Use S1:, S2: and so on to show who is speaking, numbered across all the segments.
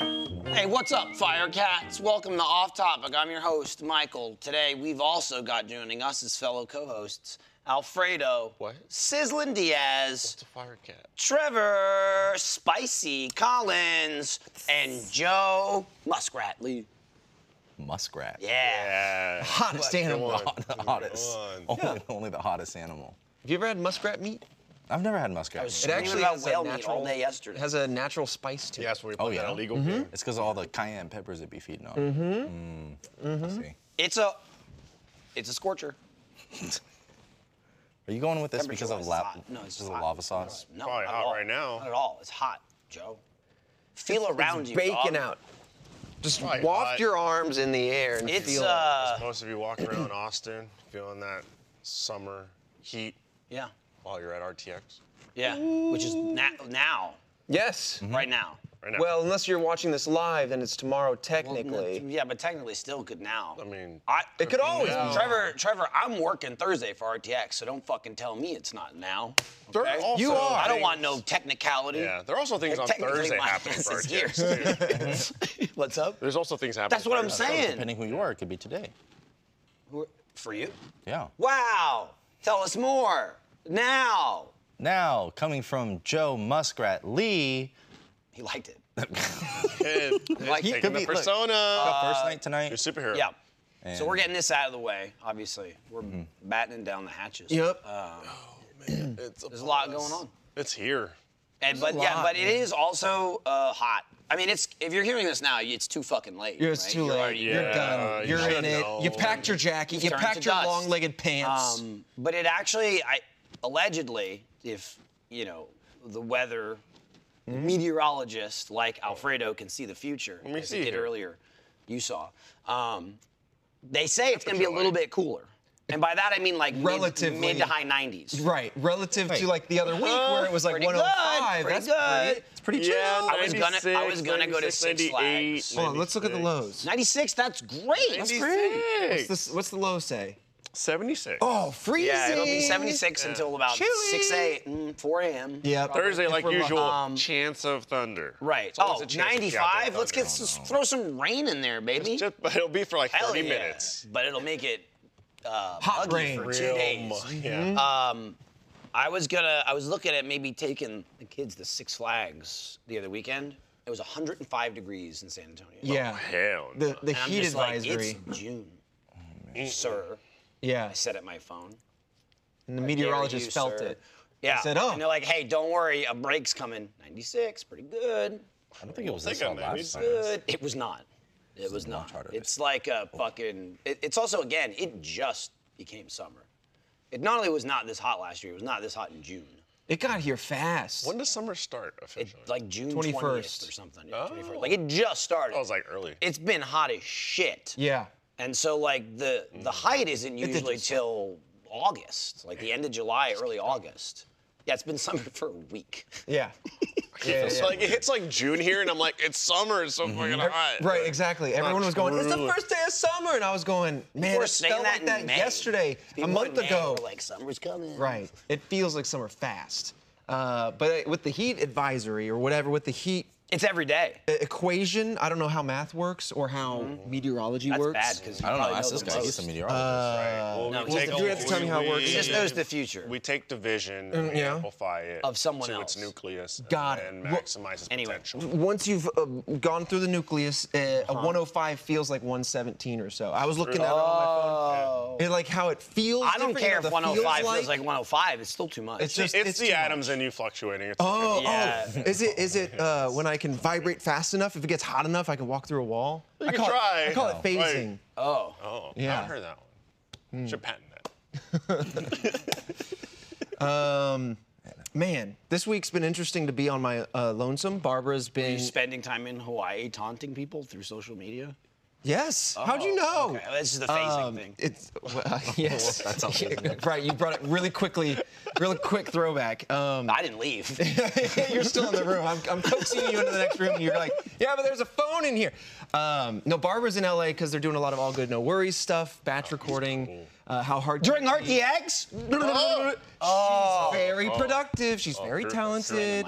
S1: Hey, what's up, Fire Cats? Welcome to Off Topic. I'm your host, Michael. Today, we've also got joining us as fellow co hosts Alfredo,
S2: What?
S1: Sizzlin Diaz,
S2: It's a fire cat.
S1: Trevor, Spicy Collins, and Joe Muskrat. Lee.
S3: Muskrat.
S1: Yeah.
S3: Hottest animal.
S2: on,
S3: The hottest.
S2: come on.
S3: Only, only the hottest animal.
S4: Have you ever had muskrat meat?
S3: I've never had muskrat.
S1: was
S3: meat.
S1: It actually about whale meat all day yesterday.
S4: It has a natural spice to it.
S2: Yes, we
S3: Oh,
S2: put
S3: yeah?
S2: that illegal game.
S3: It's because of all the cayenne peppers it'd be feeding on. Mm-hmm. see.
S1: It's a. It's a scorcher.
S3: Are you going with this
S1: Temperature
S3: because
S1: wise,
S3: of
S1: it's
S3: la-
S1: hot. No, it's
S3: because of
S1: hot.
S3: lava sauce?
S1: No,
S2: Probably
S1: not at
S2: hot
S1: all.
S2: right now.
S1: Not at all. It's hot, Joe. Feel around you.
S4: Bacon
S1: dog.
S4: out. Just
S2: Probably
S4: waft
S2: hot.
S4: your arms in the air and
S1: It's
S4: feel it.
S1: uh.
S2: Most of you walking around Austin, feeling that summer heat
S1: Yeah.
S2: while you're at RTX.
S1: Yeah. Which is na- now.
S4: Yes.
S2: Mm-hmm.
S1: Right now.
S2: Right now.
S4: Well, unless you're watching this live, then it's tomorrow
S1: Well,
S4: technically.
S1: yeah, but technically still good now.
S2: I mean,
S1: I,
S4: It could always be.
S1: Trevor, Trevor, I'm working Thursday for RTX, so don't fucking tell me it's not now.
S2: There are also
S4: You are.
S1: I don't
S2: things-
S1: want no technicality.
S2: Yeah, there are also things on
S1: Technically,
S2: Thursday
S1: my
S2: happening
S1: ass
S2: for
S1: is here.
S2: RTX. Too.
S1: What's up?
S2: There's also things happening.
S1: That's what
S2: for
S1: I'm
S2: RTX.
S1: saying.
S3: Depending who you are, it could be today.
S1: For you?
S3: Yeah.
S1: Wow. Tell us more. Now.
S3: Now, coming from Joe Muskrat Lee,
S1: He liked it.
S2: It- it's
S1: Like-
S2: taking
S3: Could
S2: the
S3: be- look.
S2: persona.
S3: the first night tonight.
S2: Your superhero.
S1: Uh, Yeah. so
S3: And-
S1: we're getting this out of the way, obviously. We're battening down the hatches.
S4: Yep.
S2: It's
S1: There's a lot going on.
S2: It's here.
S1: And, but
S4: a
S1: yeah,
S4: lot,
S1: but it is also uh, hot. I mean, it's if you're hearing this now, it's too fucking late.
S4: You're- it's
S1: right?
S4: too
S1: You're
S4: late.
S1: already-
S4: You're
S2: Yeah,
S4: done.
S2: you
S4: You're
S2: should
S4: in it.
S2: know.
S4: You packed your jacket. You
S1: Turned to
S4: packed your
S1: dust.
S4: long-legged pants.
S1: Um, but it actually, I allegedly, if you know the weather meteorologist like Alfredo can see the future,
S2: Mm-hmm. me
S1: as
S2: see
S1: he did
S2: here.
S1: earlier, you saw. Um, they say it's going to be a
S2: Temperature
S1: little
S2: light.
S1: bit cooler, and by that I mean like mid-
S4: Relatively.
S1: mid, to high 90s.
S4: right. Relative to
S3: Hey.
S4: like the other week where it was like
S1: Pretty good.
S4: 105.
S1: Pretty
S4: That's
S1: good.
S4: pretty. It's pretty chill.
S2: Yeah,
S1: I was gonna- I was gonna go to
S2: 96,
S1: Six
S2: 98,
S1: Flags.
S4: Hold on. Let's look at the
S2: 96.
S4: lows.
S1: 96. That's great.
S2: That's
S4: What's,
S2: great.
S4: this, what's the low say?
S2: 76.
S4: Oh, freezing.
S1: Yeah, it'll be 76
S2: Yeah.
S1: until about mm,
S4: Chilly.
S1: 6 a.m., 4 a.m.
S4: Yep.
S2: Thursday,
S4: If
S2: like
S4: we're lucky.
S2: usual,
S1: Um,
S2: chance of thunder.
S1: Right.
S2: It's always
S1: Oh,
S2: a chance of
S1: 95.
S2: goddamn
S1: Let's get
S2: thunder.
S1: s- throw some rain in there, baby.
S2: It's just- but it'll be for like
S1: Hell
S2: 30
S1: yeah.
S2: minutes.
S1: But it'll make it uh,
S4: Hot
S1: muggy
S4: rain.
S1: for two
S2: Real Uh,
S1: days.
S2: mu-
S4: Mm-hmm.
S2: Yeah.
S1: I was gonna. I was looking at maybe taking the kids to Six Flags the other weekend. It was 105 degrees in San Antonio.
S4: Yeah.
S2: Hell. no.
S4: The the
S1: And I'm
S4: heat
S1: just
S4: advisory.
S1: Like, it's June, sir.
S4: yeah.
S1: I said at my phone.
S4: And the
S1: I dare
S4: meteorologist
S1: you,
S4: felt
S1: sir.
S4: it.
S1: Yeah.
S4: I said, oh.
S1: And they're like, hey, don't worry, a break's coming. 96, pretty good.
S3: I don't think it was this
S2: think I
S3: hot
S2: made it
S3: last time.
S1: Good. It was not. It was
S3: is
S1: not.
S3: much harder this
S1: It's like a fucking. It, it's also again. It just became summer. It not only was not this hot last year. It was not this hot in June.
S4: It got here fast.
S2: When does summer start officially?
S1: Like June
S4: 21st.
S1: twentieth or something. Yeah, 21st.
S2: Oh.
S1: Like it just started.
S2: I was like early.
S1: it's been hot as shit.
S4: yeah. Mm.
S1: And so like the the height isn't
S4: did
S1: usually
S4: just-
S1: till August, like the end of July, early August. Yeah, it's been summer for a week.
S4: Yeah. yeah,
S2: it's
S4: yeah.
S2: like it's like June here, and I'm like, it's summer. It's so fucking hot.
S4: Mm-hmm. Right, exactly. Everyone was going, it's the
S2: true.
S4: first day of summer. And I was going, man,
S1: People were
S4: it
S1: saying
S4: felt
S1: that
S4: like
S1: in
S4: that
S1: May.
S4: yesterday,
S1: People
S4: a month
S1: in May
S4: ago.
S1: were like summer's coming.
S4: Right. It feels like summer fast. Uh, but with the heat advisory or whatever, with the heat e-,
S1: It's every day.
S4: equation, I don't know how math works or how meteorology
S1: Mm-hmm. That's bad
S4: works.
S1: because
S3: I don't know. Ask
S1: know
S3: this
S1: the
S3: guy. He's
S1: most.
S3: a meteorologist.
S2: Well,
S1: No,
S2: we
S1: he's
S2: take
S1: the- you have to tell
S4: me how it works.
S2: we-
S1: He just knows the future.
S2: We take the vision and we
S4: Mm, yeah.
S2: amplify it
S1: Of someone
S2: to
S1: else.
S2: its nucleus.
S4: Got it.
S2: and
S4: Well,
S2: maximize its
S1: anyway.
S2: potential.
S4: Once you've uh, gone through the nucleus, uh, a
S1: Uh-huh.
S4: 105 feels like 117 or so. I was looking at it on my phone. It, like how it feels.
S1: Oh. I don't
S4: different, you
S1: care
S4: know,
S1: if
S4: the
S1: 105 feels like, 105. It's still too much.
S4: It's just-
S2: It's,
S4: too
S2: the
S4: much.
S2: atoms in you fluctuating. It's
S4: Oh,
S1: Yeah.
S4: oh. Is it is it uh, when I can vibrate fast enough? If it gets hot enough, I can walk through a wall. I
S2: can
S4: call
S2: try.
S4: It, I call it
S2: No. Right.
S4: phasing. Uh,
S1: oh,
S2: oh,
S4: yeah. Hmm.
S2: I heard that one. Should patent that.
S4: Man, this week's been interesting to be on my uh, lonesome. Barbara's been.
S1: you spending time in Hawaii taunting people through social media?
S4: yes. How'd you know?
S1: Oh, Okay, well, this is the phasing
S4: Um,
S1: thing.
S4: It's well, yes. right. You brought it really quickly, really quick throwback. Um,
S1: I didn't leave.
S4: you're still in the room. I'm, I'm coaxing you into the next room. And you're like, yeah, but there's a phone in here. Um, no, Barbara's in LA because they're doing a lot of all good, no worries stuff,
S1: Oh,
S4: batch recording. Uh, how hard
S1: During RTX?
S4: She's
S1: Oh.
S4: very productive. She's very
S2: threw- threw it in the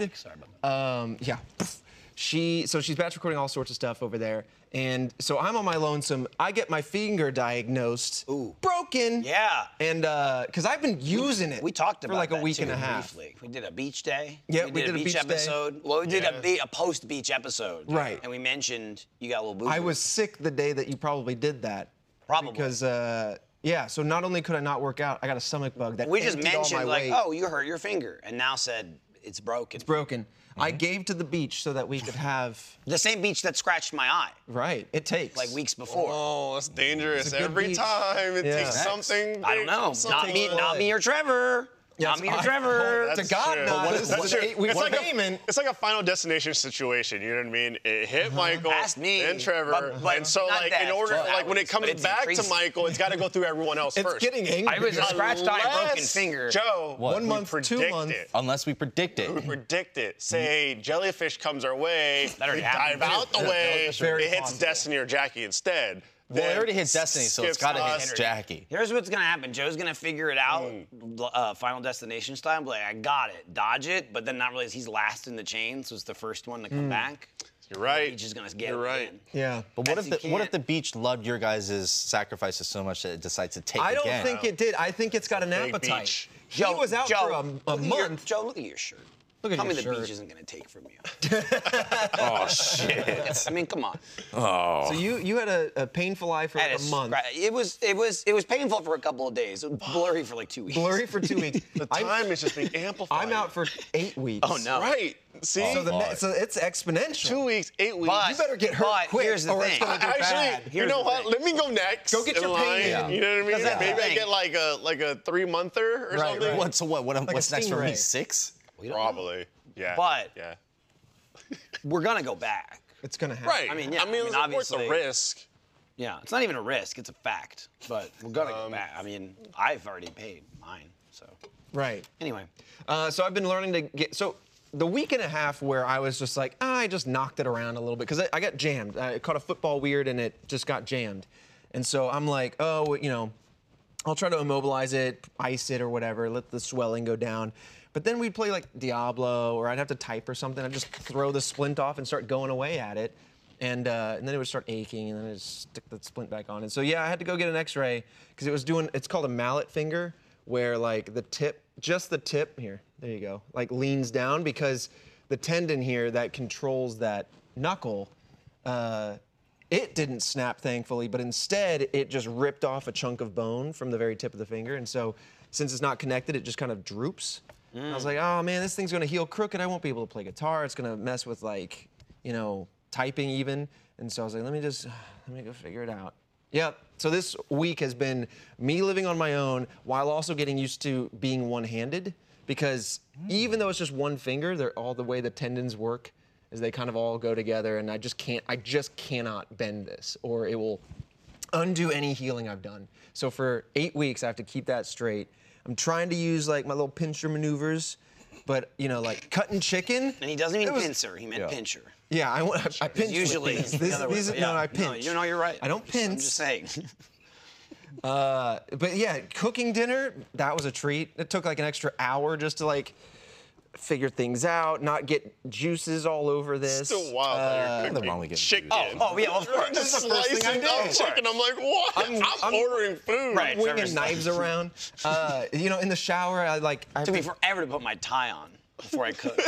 S4: talented.
S1: Sorry about that.
S4: Um, yeah. She so she's batch recording all sorts of stuff over there, and so I'm on my lonesome. I get my finger diagnosed,
S1: Ooh.
S4: broken.
S1: Yeah.
S4: and because I've been using it.
S1: We talked
S4: for
S1: about
S4: like a
S1: that,
S4: week
S1: too,
S4: and a half.
S1: Briefly. We did a beach day.
S4: Yeah,
S1: we did, a, beach,
S4: day.
S1: episode. Well, we did
S2: Yeah.
S1: a, be- a post beach episode.
S4: Right.
S1: And we mentioned you got a little boo.
S4: I was sick the day that you probably did that.
S1: Probably.
S4: Because, uh, yeah, so not only could I not work out, I got a stomach bug that
S1: We just
S4: emptied all
S1: mentioned
S4: my
S1: like,
S4: weight.
S1: oh, you hurt your finger, and now said it's broken.
S4: broken. I
S1: Mm-hmm.
S4: gave to the beach so that we could have,
S1: the same beach that scratched my eye
S4: right, it takes.
S1: like weeks before.
S2: Oh, that's dangerous.
S4: good
S2: Every
S4: beach.
S2: time it
S4: Yeah.
S2: takes
S4: Facts.
S2: something.
S1: I don't
S2: big
S1: know.
S2: from
S1: Not me.
S2: someone.
S1: Not me or Trevor.
S4: Yeah,
S1: not me or
S4: it's-
S1: Trevor.
S4: That's- To God,
S2: true.
S4: not.
S2: That's
S4: That's
S2: true.
S4: eight weeks
S2: It's like a-
S4: payment. Uh-huh.
S2: It's like a final destination situation. You know what I mean? It hit Michael,
S1: Past me,
S2: then Trevor,
S1: but- but
S2: and so
S1: not
S2: like
S1: that
S2: in order,
S1: twelve
S2: like when it
S1: hours,
S2: comes
S1: but it's
S2: back to
S1: increasing.
S2: Michael, it's got to go through everyone else
S4: it's
S2: first.
S4: getting angry.
S1: I was a scratched eye, and broken
S2: Unless,
S1: finger.
S2: Joe,
S3: What?
S4: One
S2: we
S4: month, two
S2: predict
S4: months.
S2: it.
S3: Unless we predict it.
S2: We predict it. Say jellyfish comes our way,
S1: That already
S2: we
S1: happened.
S2: dive out the
S3: Yeah,
S2: way,
S3: jellyfish are
S2: it hits
S3: possible.
S2: Destiny or Jackie instead.
S3: Well,
S2: Then
S3: it already hit Destiny, so it's
S2: skips
S3: got to
S2: us.
S3: hit Jackie.
S1: Here's what's gonna happen. Joe's gonna figure it out,
S4: Mm.
S1: l- uh, Final Destination style. Be like, I got it, dodge it, but then not realize he's last in the chain, so it's the first one to come back.
S2: You're right.
S1: He's just gonna get
S2: You're
S1: it
S2: right.
S1: again.
S4: Mm. Yeah.
S3: But
S1: Yes,
S3: what if
S1: you
S3: the what if
S1: can't.
S3: the beach loved your guys' sacrifices so much that it decides to take
S4: I don't
S3: again?
S4: think it did. I think it's got an
S2: big
S4: appetite.
S2: beach.
S4: He was out for a, a
S1: look at your-
S4: month.
S1: Joe, look at your shirt.
S4: Look at
S1: Tell
S4: your
S1: me the
S4: shirt.
S1: beach isn't gonna take from you.
S3: Oh shit.
S1: I mean, come on.
S4: So you you had a, a painful eye for
S1: That
S4: like a
S1: is
S4: month.
S1: scra- It was it was it was painful for a couple of days. It was blurry for like two weeks.
S4: Blurry for two weeks.
S2: The
S4: I'm-
S2: time is just being amplified.
S4: I'm out for eight weeks.
S1: Oh, no.
S2: Right. See?
S4: So, the
S3: Fuck.
S4: ne- so it's exponential.
S2: two weeks, eight weeks.
S1: But-
S4: You better get hurt
S1: But
S4: quick,
S1: here's the
S4: or it's
S1: thing.
S4: gonna go
S2: Actually,
S4: bad.
S1: Here's
S2: you know
S1: the
S2: what?
S1: thing.
S2: Let me go next.
S4: Go get
S2: in
S4: your
S2: line.
S4: pain in.
S2: You know what I mean?
S1: that's the
S2: Maybe I
S1: thing.
S2: get like a like a three monther or
S4: Right,
S2: something.
S4: right.
S3: What? So what? What? am-
S4: Like a
S3: what's next for me?
S4: stingray.
S3: Six?
S2: Probably. Yeah.
S1: But-
S2: yeah.
S1: We're gonna go back.
S4: It's gonna happen.
S2: Right.
S1: I mean, yeah,
S2: I mean,
S1: I mean,
S2: it's worth the
S1: obviously-
S2: risk.
S1: Yeah, it's not even a risk; it's a fact. But we're gonna
S4: Um,
S1: go back. I mean, I've already paid mine, so
S4: Right.
S1: anyway.
S4: Uh, so I've been learning to get. So the week and a half where I was just like, ah, I just knocked it around a little bit because I, I got jammed. I caught a football weird and it just got jammed. And so I'm like, oh, well, you know, I'll try to immobilize it, ice it or whatever, let the swelling go down. But then we'd play like Diablo or I'd have to type or something. I'd just throw the splint off and start going away at it. And, uh, and then it would start aching, and then I just stick the splint back on. And so yeah, I had to go get an X-ray because it was doing. It's called a mallet finger, where like the tip, just the tip here, there you go, like leans down because the tendon here that controls that knuckle uh, it didn't snap, thankfully, but instead it just ripped off a chunk of bone from the very tip of the finger. And so, since it's not connected, it just kind of droops. And I was like, oh man, this thing's gonna heal crooked. I won't be able to play guitar. It's gonna mess with like, you know, typing even. And so I was like, let me just, let me go figure it out. Yep. So this week has been me living on my own while also getting used to being one-handed because even though it's just one finger, they're all the way the tendons work is they kind of all go together and I just can't I just cannot bend this or it will undo any healing I've done. So for 8 weeks I have to keep that straight. I'm trying to use like my little pincher maneuvers, but you know like cutting chicken
S1: And he doesn't mean
S4: It was-
S1: pincer; he meant pincher.
S4: yeah, I, went- I- I pinch. with
S1: Usually,
S4: these.
S1: it's the
S4: This-
S1: other way,
S4: these-
S1: but
S4: no,
S1: yeah.
S4: I pinch.
S1: No, you know, you're right.
S4: I don't
S1: I'm just- I'm
S4: pinch.
S1: just saying.
S4: But yeah, cooking dinner, that was a treat. It took like an extra hour just to like figure things out, not get juices all over this. Uh,
S2: Still wild. how you're
S3: nothing
S2: cooking
S3: wrong with getting
S2: chicken.
S1: oh,
S3: food.
S1: oh, yeah, well, of course.
S2: Just
S4: That's the first thing I
S2: slicing
S4: did.
S2: up chicken. I'm like, what? I'm,
S4: I'm-
S2: ordering food.
S1: Right.
S4: Winging
S1: Trevor's
S4: knives around. Uh, you know, in the shower, I like. I
S1: It took me forever to put my tie on before I cooked.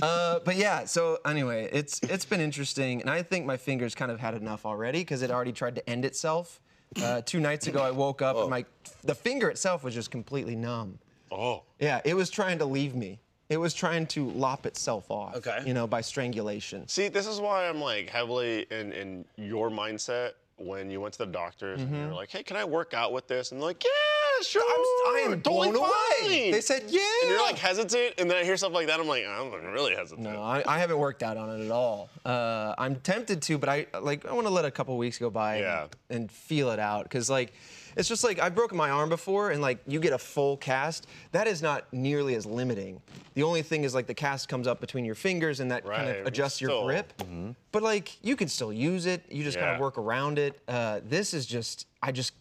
S4: but yeah, so anyway, it's it's been interesting, and I think my fingers kind of had enough already because it already tried to end itself. Uh, two nights ago, I woke up and my the finger itself was just completely numb.
S2: Oh.
S4: Yeah, it was trying to leave me. It was trying to lop itself off.
S1: Okay.
S4: You know, by strangulation.
S2: See, this is why I'm like heavily in in your mindset when you went to the doctors and
S4: Mm-hmm.
S2: you're like, hey, can I work out with this? And they're like, yeah, sure.
S4: I'm, I am
S2: totally
S4: blown away.
S2: fine."
S4: They said, yeah.
S2: And you're like hesitant, and then I hear stuff like that. I'm like, I'm really hesitant.
S4: No, I, I haven't worked out on it at all. Uh, I'm tempted to, but I like I want to let a couple weeks go by and-
S2: Yeah.
S4: and, feel it out because like it's just like I've broken my arm before and like you get a full cast. That is not nearly as limiting. The only thing is like the cast comes up between your fingers and that kind
S2: Right,
S4: of adjusts your
S2: still. mm-hmm.
S4: grip. But like you can still use it. You just kind
S2: Yeah.
S4: of work around it. Uh, this is just I just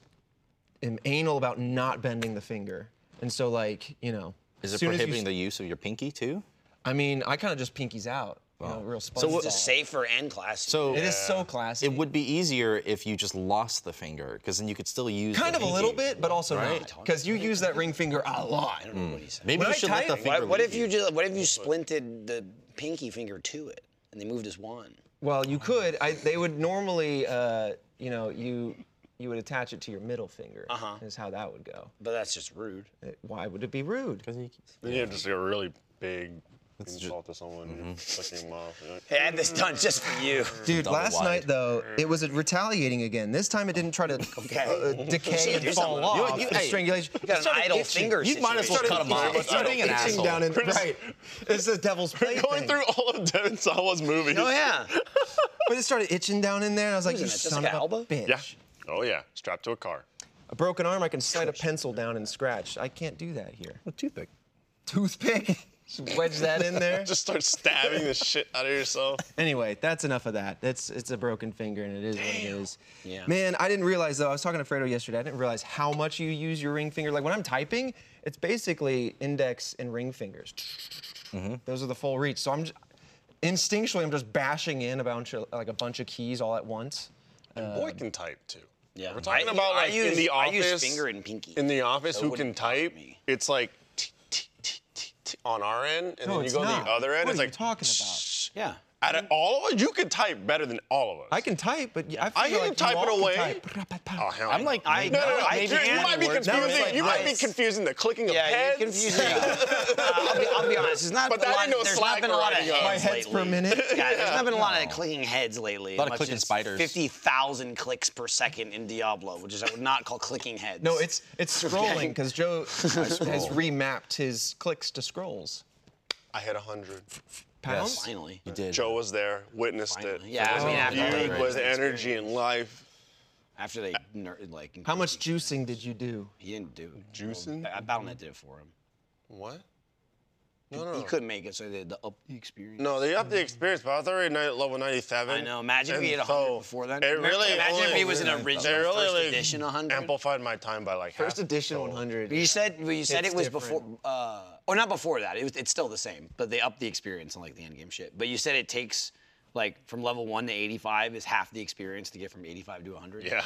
S4: am anal about not bending the finger, and so like you know.
S3: Is it
S4: soon as you
S3: prohibiting the use of your pinky too?
S4: I mean, I kind of just pinkies out, you know, real sponge.
S1: It's just safer and classy.
S3: So
S4: It is so classy.
S3: it would be easier if you just lost the finger, because then you could still use.
S4: kind
S3: the
S4: of a little
S3: pinky.
S4: bit, but also
S3: Right.
S4: not, because you use that ring finger a lot.
S1: I don't know what he said.
S3: Maybe
S4: When
S3: you
S4: I
S3: should
S4: type-
S3: let the
S4: Why-
S3: finger.
S1: What, what
S3: leave
S1: if you just what if you splinted the pinky finger to it and they moved as one?
S4: Well, you could. I, they would normally, uh, you know, you you would attach it to your middle finger. Uh-huh. Is how that would go.
S1: But that's just rude.
S4: It- Why would it be rude?
S2: Then you have just like, a really big insult to someone
S4: Mm-hmm.
S2: you're flicking them off. You're like,
S1: Hey, I had this done just for you.
S4: Dude,
S3: Double
S4: last
S3: wide.
S4: night though, it was a retaliating again. This time it didn't try to uh, decay and
S1: do
S4: fall
S1: something.
S4: off.
S3: You- you-
S4: and
S3: hey,
S4: strangulation. You
S1: got an idle finger
S3: You might as well
S1: situation.
S3: cut him off. You're being an asshole.
S4: down in right. It's the devil's plate.
S2: Going
S4: thing.
S2: through all of Devin Sawa's movies.
S1: Oh yeah.
S4: but it started itching down in there, and I was like,
S1: Isn't
S4: "You
S1: it just
S4: son
S1: like
S4: of
S1: an
S4: a
S1: elbow?"
S4: bitch!"
S2: Yeah. Oh yeah. Strapped to a car.
S4: A broken arm, I can slide a pencil down and scratch. I can't do that here.
S3: A toothpick.
S4: Toothpick, Just wedge that in there.
S2: Just start stabbing the shit out of yourself.
S4: Anyway, that's enough of that. That's it's a broken finger, and it is what it is.
S1: Yeah.
S4: Man, I didn't realize though. I was talking to Fredo yesterday. I didn't realize how much you use your ring finger. Like when I'm typing, it's basically index and ring fingers. Those are the full reach. So I'm just, instinctually, I'm just bashing in a bunch of like a bunch of keys all at once.
S2: And boy can type too.
S1: Um, Yeah.
S2: We're talking
S1: I-
S2: about
S1: I
S2: like in
S1: use-
S2: the
S1: I
S2: office.
S1: use finger and pinky,
S2: In the office,
S1: so it
S2: who
S1: wouldn't
S2: can
S1: bother
S2: type?
S1: me.
S2: It's like t- t- t- t- t- on our end, and then you
S4: it's
S2: go
S4: not.
S2: the other end.
S4: What
S2: it's
S4: are you
S2: like
S4: talking
S2: tsh-
S1: Yeah.
S2: Out of all of us, you can type better than all of us.
S4: I can type, but I, feel
S2: I hear
S4: like
S2: him typing
S4: you all
S2: away.
S4: can type.
S2: Oh, hell
S3: I'm like,
S1: I-
S2: no, no,
S1: no,
S2: no.
S1: I
S2: you, you
S1: can.
S2: might be
S1: Words,
S2: confusing.
S1: but
S2: you might be
S1: it's-
S2: confusing the clicking of
S1: Yeah,
S2: heads.
S1: you're confusing. me. Uh, I'll, be, I'll be honest. There's not
S2: But
S1: a
S2: that
S1: lot.
S2: ain't no
S1: there's
S2: slack
S1: not been a lot of
S2: riding
S1: heads
S2: on.
S4: My heads per
S1: lately.
S4: minute.
S1: Yeah, there's not been a lot of clicking heads lately. A
S3: lot of clicking spiders.
S1: Fifty thousand clicks per second in Diablo, which is I would not call clicking heads.
S4: No, it's it's scrolling because Joe has
S3: scroll.
S4: remapped his clicks to scrolls.
S2: I hit 100.
S4: Pounds.
S1: finally.
S3: You did.
S2: Joe was there, witnessed it.
S1: Finally. Yeah, I mean, after
S2: you
S1: they-
S2: was energy and life.
S1: After they ner- like.
S4: How much juicing did you do?
S1: He didn't do it.
S2: Juicing?
S1: Well, I- BattleNet did it for him.
S2: What?
S1: He couldn't make it, so they had to up the experience.
S2: No, they upped the experience, but I was already ni- level 97.
S1: Mm. I know. Imagine if
S2: and
S1: he had 100 before then.
S2: It
S1: Remember-
S2: really
S1: imagine if
S2: only-
S1: he was an original
S2: they really,
S1: first
S2: like,
S1: edition 100.
S2: Amplified my time by like half.
S4: First edition
S2: so-
S4: 100.
S1: You said well, you said
S4: It's
S1: it was
S4: different.
S1: before, uh, or not before that. It was, it's still the same, but they upped the experience on like the end game shit. But you said it takes like from level one to 85 is half the experience to get from 85 to 100.
S2: Yeah.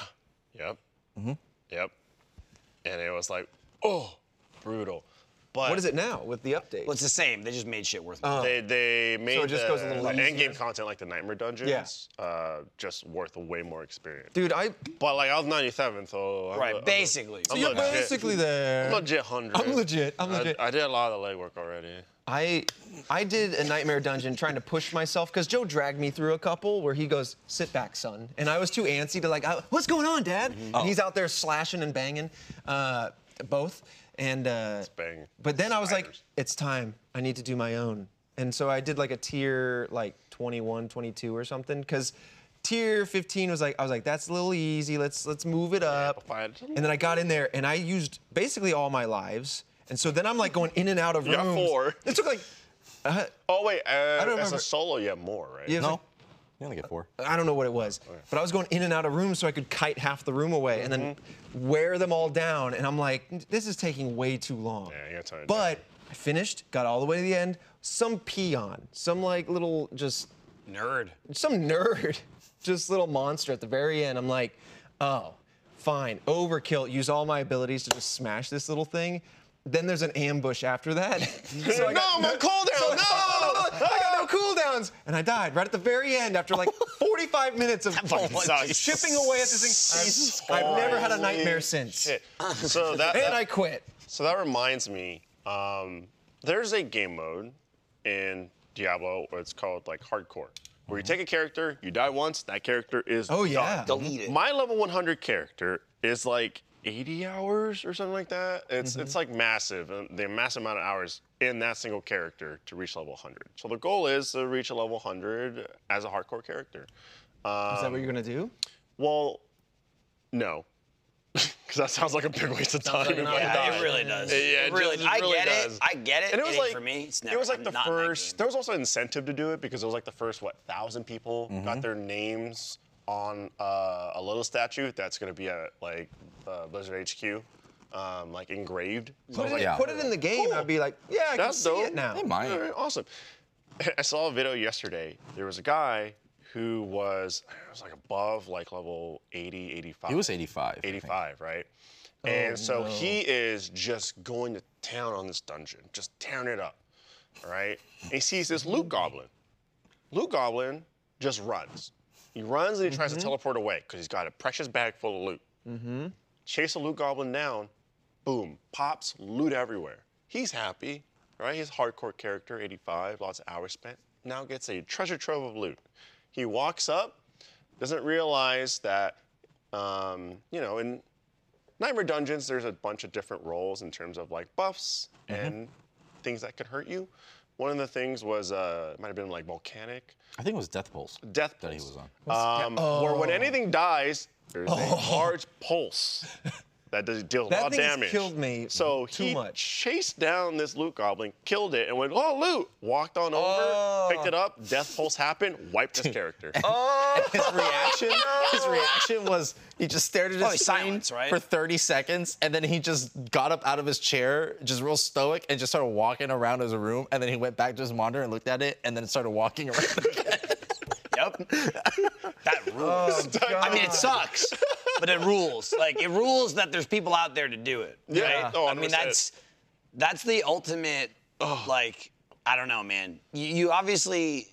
S2: Yep. Mm-hmm. Yep. And it was like, oh, brutal. But
S4: What is it now with the update?
S1: Well, it's the same. They just made shit
S4: Uh,
S1: worth. more.
S2: They they made
S4: Oh. it just
S2: the,
S4: goes a little
S2: the end
S4: easier.
S2: game content like the Nightmare Dungeons uh, just worth way more experience.
S4: Dude, I
S2: But like I was 97, so
S4: uh,
S2: I'm
S1: right.
S2: le- I'm le-
S1: basically.
S2: I'm
S1: So
S2: legit.
S4: there.
S2: I'm legit 100.
S4: I'm legit, I'm
S2: I-
S4: legit.
S2: I, did a lot of the legwork already.
S4: I I did a nightmare dungeon trying to push myself because Joe dragged me through a couple where he goes, "Sit back, son," and I was too antsy to like, "Uh, "What's going on, Dad?"
S2: Mm-hmm.
S4: And
S2: Oh.
S4: he's out there slashing and banging, uh, both. And uh,
S2: bang.
S4: but then I was like,
S2: Spiders.
S4: "It's time. I need to do my own." And so I did like a tier like 21, 22 or something because tier 15 was like I was like, "That's a little easy. Let's let's move it up."
S2: Amplified.
S4: And then I got in there and I used basically all my lives. And so then I'm like going in and out of
S2: You got
S4: rooms.
S2: four.
S4: It took like
S2: Oh wait, uh, as
S4: remember-
S2: a solo, you have more, right?
S4: Yeah.
S3: No. You only get four.
S4: I don't know what it was,
S2: Oh,
S4: but I was going in and out of rooms so I could kite half the room away and then
S2: Mm-hmm.
S4: wear them all down. And I'm like, this is taking way too long.
S2: Yeah, you gotta tone it
S4: But I finished, got all the way to the end. Some peon, some like little just
S1: nerd.
S4: some nerd, just little monster at the very end. I'm like, oh, fine, overkill. Use all my abilities to just smash this little thing. Then there's an ambush after that. So I got-
S2: no, my cooldown. No.
S4: I got no cooldowns, and I died right at the very end after like 45 minutes of
S1: fucking sucks.
S4: chipping away at this thing. I've, I've never had a nightmare since,
S2: Shit. So that,
S4: and
S2: that-
S4: I quit.
S2: so that reminds me, um, there's a game mode in Diablo where it's called like hardcore, where you take a character, you die once, that character is
S4: Oh, yeah.
S2: done.
S1: Delete it.
S2: My level 100 character is like 80 hours or something like that. It's
S4: Mm-hmm.
S2: it's like massive, uh, the massive amount of hours in that single character to reach level 100. So the goal is to reach a level 100 as a hardcore character.
S4: Is that what you're gonna do?
S2: Well, no. Because that sounds like a big waste of time.
S4: like
S2: if
S4: not-
S2: I
S4: yeah,
S2: die.
S1: it really does.
S2: Yeah, yeah,
S1: It really-
S2: just
S1: I get it.
S2: does.
S1: I get it.
S2: And it
S1: It
S2: was
S1: ain't
S2: like
S1: for me. It's
S2: it was
S1: never-
S2: like the
S1: not my
S2: first.
S1: game.
S2: There was also an incentive to do it because it was like the first what thousand people
S1: Mm-hmm.
S2: got their names on uh, a little statue that's going to be at like uh, Blizzard HQ. um, like engraved. So
S4: Put
S2: I was
S4: it, in,
S2: like,
S3: Yeah.
S4: put it in the game. I'd be like, yeah, I
S2: That's
S4: can see
S2: dope.
S4: it now.
S3: They might.
S2: All right, awesome. I saw a video yesterday. There was a guy who was, I was like above like level 80, 85.
S3: He was 85. I think. Oh,
S2: 85, right? and so he is just going to town on this dungeon, just tearing it up, all right? And he sees this loot goblin. Loot goblin just runs. He runs and he tries
S3: Mm-hmm.
S2: to teleport away because he's got a precious bag full of loot. Chase a loot goblin down, boom, pops, loot everywhere. He's happy, right? He's a hardcore character, 85, lots of hours spent. Now gets a treasure trove of loot. He walks up, doesn't realize that, um, you know, in Nightmare Dungeons, there's a bunch of different roles in terms of like buffs
S3: Mm-hmm.
S2: and things that could hurt you. One of the things was, uh, it might have been like volcanic,
S3: I think it was Death Pulse.
S2: death
S3: That he
S2: pulse.
S3: was on.
S2: Um, Where
S4: Oh.
S2: when anything dies, there's a large pulse that does deals a
S4: That
S2: lot of
S4: thing has
S2: damage.
S4: killed me
S2: so
S4: too
S2: he
S4: much.
S2: chased down this loot goblin, killed it, and went, "Oh, loot!" Walked on over,
S4: Oh.
S2: picked it up. Death pulse happened, wiped his character.
S3: His reaction, his reaction was he just stared at his
S1: Probably
S3: screen
S1: silence, right?
S3: for 30 seconds, and then he just got up out of his chair, just real stoic, and just started walking around his room, and then he went back to his monitor and looked at it, and then started walking around. again.
S1: Yep. that
S4: uh,
S1: rules.
S4: "Oh, God.
S1: I mean, it sucks, but it rules. Like it rules that there's people out there to do it.
S2: Yeah.
S1: right?
S2: Oh,
S1: I mean,
S2: 100%.
S1: that's that's the ultimate. Like, I don't know, man. You, you obviously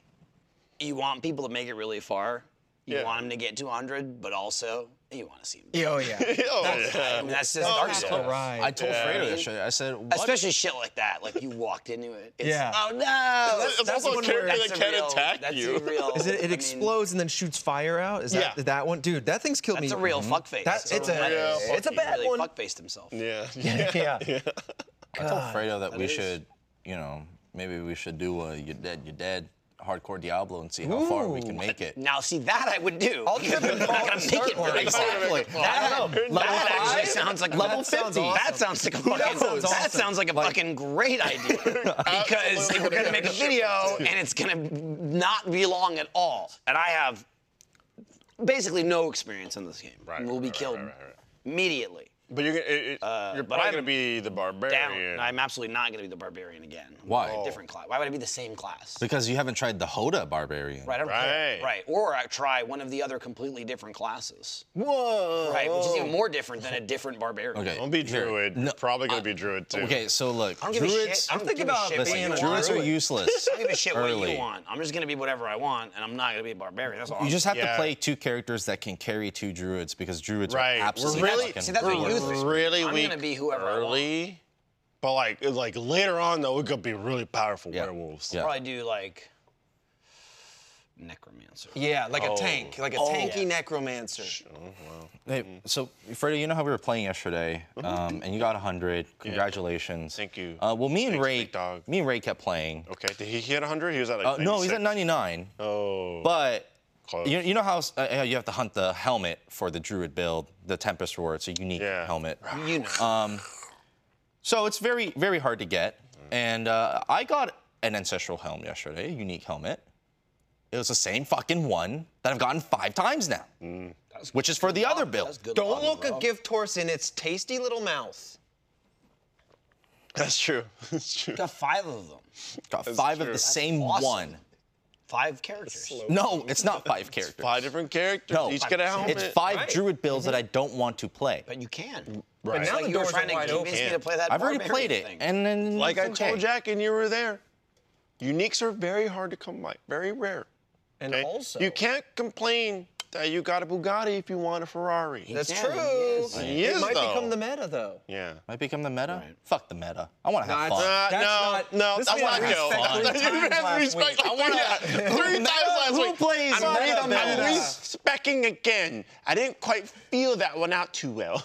S1: you want people to make it really far. You
S2: Yeah.
S1: want them to get to 100, but also you want to see them.
S4: Yeah, oh yeah. Oh,
S2: Oh, yeah. Oh,
S1: I mean, that's just dark
S4: That's
S1: souls.
S4: the ride.
S3: I told Fredo yesterday, I said, what?
S1: Especially shit like that. Like you walked into it. It's,
S4: Yeah.
S1: Oh no.
S2: It's also a
S4: one
S2: character
S4: where-
S2: that
S1: a
S2: can
S1: real-
S2: attack
S1: that's
S2: you.
S1: A real,
S4: Is it, it
S1: I mean,
S4: explodes and then shoots fire out? Is that
S2: Yeah.
S4: that one? Dude, that thing's killed
S1: That's
S4: me.
S1: a real fuckface.
S4: Mm-hmm. That- it's a-
S2: Yeah,
S1: It's,
S2: it's a
S1: he
S4: bad
S1: really
S4: one.
S1: Fuckfaced himself.
S2: yeah. yeah.
S4: yeah.
S3: I told Fredo that, we
S1: is-
S3: should, you know, maybe we should do a You Dead, You Dead hardcore Diablo and see how far we can make it.
S1: Now, see that I would do. I'll
S4: trip and fall and start one.
S1: Exactly.
S2: Exactly. I
S1: That,
S2: don't know.
S1: that
S2: Level
S1: actually
S2: five?
S1: sounds like
S4: Level That sounds 50.
S1: That sounds like a fucking.
S4: knows?
S1: That sounds like a fucking great idea. because if we're gonna make a video and it's gonna not be long at all, and I have basically no experience in this game,
S2: Right,
S1: and we'll
S2: right,
S1: be
S2: right,
S1: killed
S2: right, right, right.
S1: immediately.
S2: But you're gonna, it, it, you're
S1: but
S2: probably
S1: I'm
S2: gonna be the
S1: Down.
S2: barbarian.
S1: I'm absolutely not gonna be the barbarian again.
S3: Why?
S1: A different class. Why would I be the same class?
S3: Because you haven't tried the Hoda Barbarian.
S1: Right, I don't care.
S2: Right.
S1: Right. Or I try one of the other completely different classes.
S3: Whoa.
S1: Right, which is even more different than a different barbarian.
S3: Okay.
S2: Don't be
S3: here.
S2: druid.
S3: No,
S2: You're probably gonna be druid too.
S3: Okay, so look,
S1: I don't give a
S3: druids.
S1: shit. I don't
S4: I'm thinking
S1: give
S4: about
S1: a shit
S4: this
S1: what you
S4: and
S1: want.
S3: Druids
S4: Druid.
S3: are useless.
S1: I don't give a shit
S3: early.
S1: what you want. I'm just gonna be whatever I want, and I'm not gonna be a barbarian. That's all.
S3: You just have
S2: Yeah.
S3: to play two characters that can carry two druids because druids
S2: Right.
S3: are absolutely
S2: we're really,
S3: fucking
S1: See, that's what
S2: we're
S1: you
S3: worthless.
S1: think.
S2: really
S1: I'm
S2: weak
S1: gonna be whoever I want.
S2: early. But like, it's like later on though, we could be really powerful
S3: Yeah.
S2: werewolves.
S3: Yeah.
S1: probably do like necromancer.
S4: Yeah, like a tank, like a tanky necromancer.
S3: Hey,
S2: Mm-hmm.
S3: so Freddie, you know how we were playing yesterday, um, and you got 100. Congratulations.
S2: Thank you.
S3: Uh, well, me and
S2: Thanks,
S3: Ray,
S2: big dog.
S3: me and Ray kept playing.
S2: Okay. Did he hit 100? He was at like.
S3: Uh, no, he's at
S2: 96.
S3: 99.
S2: Oh.
S3: But
S2: Close.
S3: you, you know how s- uh, how you have to hunt the helmet for the druid build, the Tempest Roar. It's a unique
S2: Yeah.
S3: helmet.
S1: You know.
S3: Uh, So it's very, very hard to get. And uh, I got an ancestral helm yesterday, a unique helmet. It was the same fucking one that I've gotten five times now, which is for the other
S1: That's
S3: build.
S1: good
S4: Don't
S1: luck,
S4: look
S1: bro.
S4: a gift horse in its tasty little mouth.
S2: That's true. That's true.
S1: Got five of them.
S3: Got five of
S2: true.
S3: the same
S1: awesome.
S3: one.
S1: Five characters.
S3: No, it's not five characters.
S2: Five different characters.
S3: No,
S2: Each get a helmet.
S3: It's five
S4: Right.
S3: druid builds that I don't want to play.
S1: But you can.
S2: Right.
S1: It's
S4: now
S1: like
S4: the
S1: you were
S4: doors
S1: trying
S4: are
S1: to
S4: wide
S1: convince
S4: open.
S1: me to play that.
S3: I've already
S1: barbarian
S3: played it,
S1: thing.
S3: and then
S2: like
S3: it's
S2: I
S3: okay.
S2: told Jack, and you were there. Uniques are very hard to come by. Very rare.
S4: And
S2: okay?
S4: also,
S2: you can't complain that you got a Bugatti if you want a Ferrari.
S4: That's
S1: Yeah,
S4: true.
S1: yes.
S4: It
S2: He is,
S4: might
S2: though.
S4: become the meta though.
S2: yeah.
S3: Might become the meta. Fuck the meta. I want to have
S4: No, it's
S3: fun.
S2: Uh,
S4: That's not-
S2: no, no,
S4: this
S2: that's
S4: we
S2: not
S4: had
S2: Joe.
S4: respect three
S2: You
S4: times
S2: had
S4: last
S2: respect
S4: week.
S2: like three three times last
S3: Who
S2: week.
S3: plays
S2: I'm,
S3: meta
S2: I'm,
S3: meta?
S2: respecting again. I didn't quite feel that one out too well.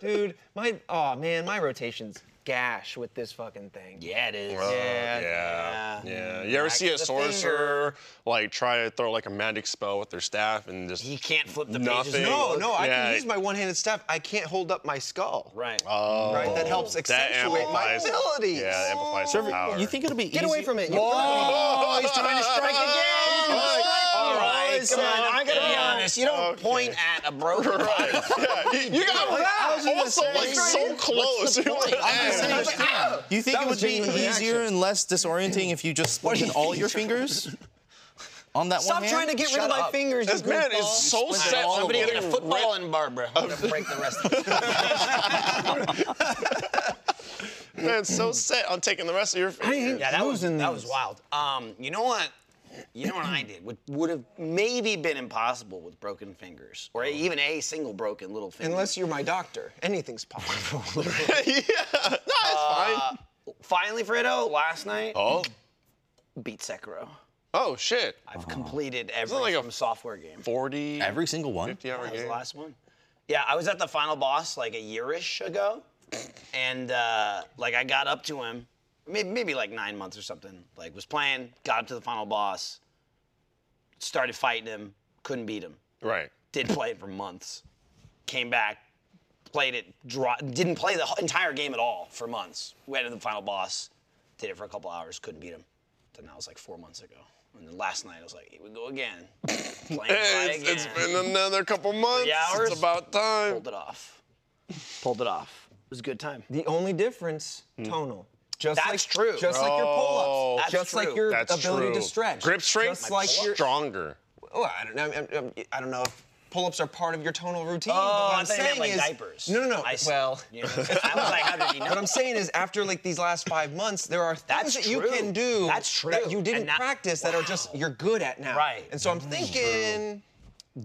S4: Dude, my oh man, my rotation's gash with this fucking thing.
S1: Yeah, it is.
S2: yeah. yeah. You ever
S1: Back
S2: see
S1: to
S2: a
S1: the
S2: sorcerer like try to throw like a magic spell with their staff and just
S1: He can't flip the
S2: Nothing.
S1: pages.
S4: No, no, I
S2: Yeah.
S4: can use my one-handed staff. I can't hold up my skull.
S1: Right.
S3: Uh,
S2: oh,
S4: Right, that helps
S2: that
S4: accentuate my
S2: amplifies-
S4: abilities.
S2: Yeah, that amplifies the power.
S3: You think it'll be
S4: Get away from it. you-
S2: Oh, he's trying to strike again.
S1: All right,
S4: Come on,
S1: I'm gonna be honest. Chris, you don't
S2: Okay.
S1: point at a broken
S2: Right.
S1: body.
S2: Yeah. You, you got
S1: like, I was
S2: that.
S1: gonna
S2: Also,
S1: say,
S2: like
S1: what's
S2: so close. You went,
S3: I'm just
S2: "Ah."
S3: saying,
S1: Ah.
S3: you think
S4: That
S3: it
S4: was
S3: would be
S4: genuine reaction.
S3: easier and less disorienting if you just split
S1: do
S3: in
S1: you
S3: all
S1: think
S3: your
S1: you're-
S3: fingers on that
S4: Stop
S3: one
S4: trying to
S3: hand?
S4: get
S3: Shut
S4: rid of my
S3: up.
S4: fingers.
S2: This
S4: you
S2: man is
S4: goofball.
S2: so
S3: split it
S2: set
S3: all over.
S2: on
S1: Somebody
S2: getting
S1: get a football and Barbara. I'm gonna break the rest of it.
S2: Man, so set on taking the rest of your
S4: I ain't
S2: fingers.
S1: Yeah, that was
S4: losing
S1: that was
S4: these.
S1: wild. Um, you know what? You know what I did? What would have maybe been impossible with broken fingers,
S2: Oh.
S1: or even a single broken little finger.
S4: Unless you're my doctor, anything's possible.
S2: yeah. No, it's fine.
S1: Finally, Fredo, last night
S2: Oh.
S1: beat Sekiro.
S2: Oh shit.
S1: I've completed every
S2: like a
S1: from software game.
S2: 40.
S3: Every single one.
S2: 50 hour
S1: That was
S2: game.
S1: the last one. Yeah, I was at the final boss like a year-ish ago, and uh, like I got up to him, maybe, maybe like nine months or something. Like was playing, got up to the final boss, started fighting him, couldn't beat him.
S2: Right.
S1: Did play it for months, came back, played it, dro- didn't play the h- entire game at all for months. Went to the final boss, did it for a couple hours, couldn't beat him. Then that was like four months ago. And then last night I was like, here we go again. Playing, play
S2: It's-
S1: again.
S2: it's been another couple months.
S1: Three hours.
S2: It's about time.
S1: pulled it off. Pulled it off. It was a good time.
S4: The only difference, tonal. Just
S1: That's
S4: like,
S1: true.
S4: Just like your
S2: Hmm. Oh.
S4: pull-ups.
S1: That's
S4: just like
S1: true.
S4: your
S2: That's
S4: ability
S2: true.
S4: to stretch.
S2: Grip strength
S4: Just like your.
S2: stronger.
S4: Well, I don't know. I, mean, I, I don't know if pull-ups are part of your tonal routine.
S1: Oh,
S4: but what
S1: I
S4: am
S1: thought you meant
S4: saying
S1: like
S4: is,
S1: diapers.
S4: No, no, no.
S1: I see.
S4: well,
S1: You know, I was like, how did you know?
S4: what I'm saying is, after like these last five months, there are things
S1: That's
S4: that you
S1: true.
S4: can do
S1: That's
S4: that
S1: true.
S4: you didn't
S1: And that-
S4: practice that are just
S1: wow.
S4: you're good at now.
S1: Right.
S4: And so I'm thinking.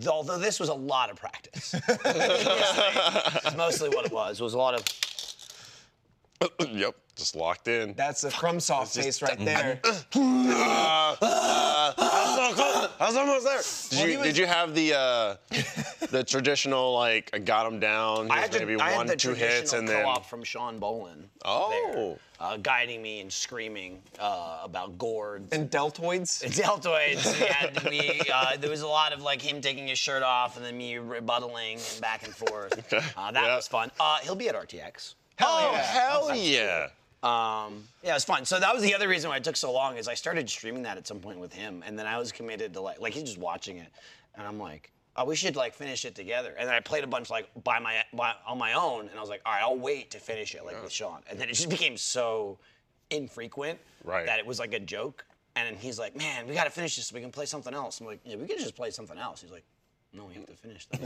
S1: Although this was a lot of practice. That's mostly what it was. It was a lot of.
S2: yep. Just locked in.
S4: That's a crumb soft face right there.
S2: I was so close. I was almost there. Did
S4: Well,
S2: you
S4: he was-
S2: did you have the uh, the traditional like I got him down?
S1: I
S2: here's
S1: had, to,
S2: maybe
S1: I had
S2: one
S1: the
S2: two hits
S1: traditional
S2: and then
S1: co-op from Sean Bolin.
S2: Oh.
S1: there, uh, guiding me and screaming uh, about gourds.
S4: And deltoids.
S1: deltoids. We had, we, uh, there was a lot of like him taking his shirt off and then me rebuttaling and back and forth. Uh, that
S2: Yeah.
S1: was fun. Uh, he'll be at RTX.
S2: oh hell yeah.
S1: Um, yeah, it was fun. So that was the other reason why it took so long is I started streaming that at some point with him, and then I was committed to like like he's just watching it, and I'm like, oh, we should like finish it together. And then I played a bunch like by my by, on my own, and I was like, all right, I'll wait to finish it like with Sean. And then it just became so infrequent
S2: Right.
S1: that it was like a joke. And then he's like, man, we got to finish this so we can play something else. I'm like, yeah, we can just play something else. He's like, no, we have to finish that.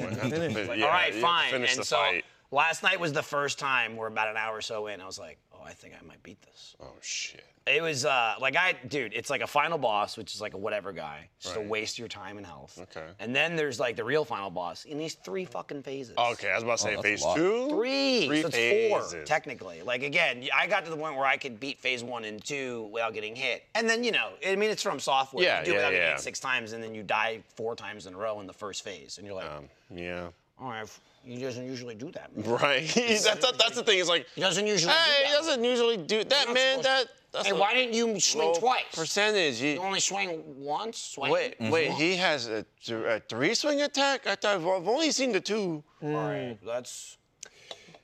S2: But
S1: Like,
S2: yeah,
S1: all right,
S2: you have to
S1: fine.
S2: Finish
S1: and
S2: the
S1: so
S2: fight.
S1: last night was the first time we're about an hour or so in. I was like, oh, I think I might beat this.
S2: Oh shit.
S1: It was uh, like I, dude. It's like a final boss, which is like a whatever guy, just a
S2: Right.
S1: waste of your time and health.
S2: Okay.
S1: And then there's like the real final boss in these three fucking phases.
S2: Okay, I was about to say
S3: that's a
S2: phase
S3: lot.
S2: two.
S1: Three.
S2: Oh, Three
S1: so it's four
S2: phases.
S1: technically. Like again, I got to the point where I could beat phase one and two without getting hit. And then you know, I mean, it's from software.
S2: Yeah,
S1: you do it
S2: yeah,
S1: without getting
S2: yeah.
S1: hit six times, and then you die four times in a row in the first phase, and you're like,
S2: Um, yeah.
S1: all right, he doesn't usually do that. man.
S2: Right. that's, that, that's the thing. It's like
S1: He doesn't usually.
S2: hey,
S1: do
S2: he
S1: that.
S2: doesn't usually do that,
S1: not
S2: man.
S1: supposed-
S2: That. That's
S1: Hey,
S2: a
S1: why didn't you swing
S2: low
S1: twice?
S2: Percentage. You-
S1: You only swing once. Swing.
S2: Wait, wait. He has a, th- a three-swing attack. I thought I've only seen the two.
S1: All right, Mm. that's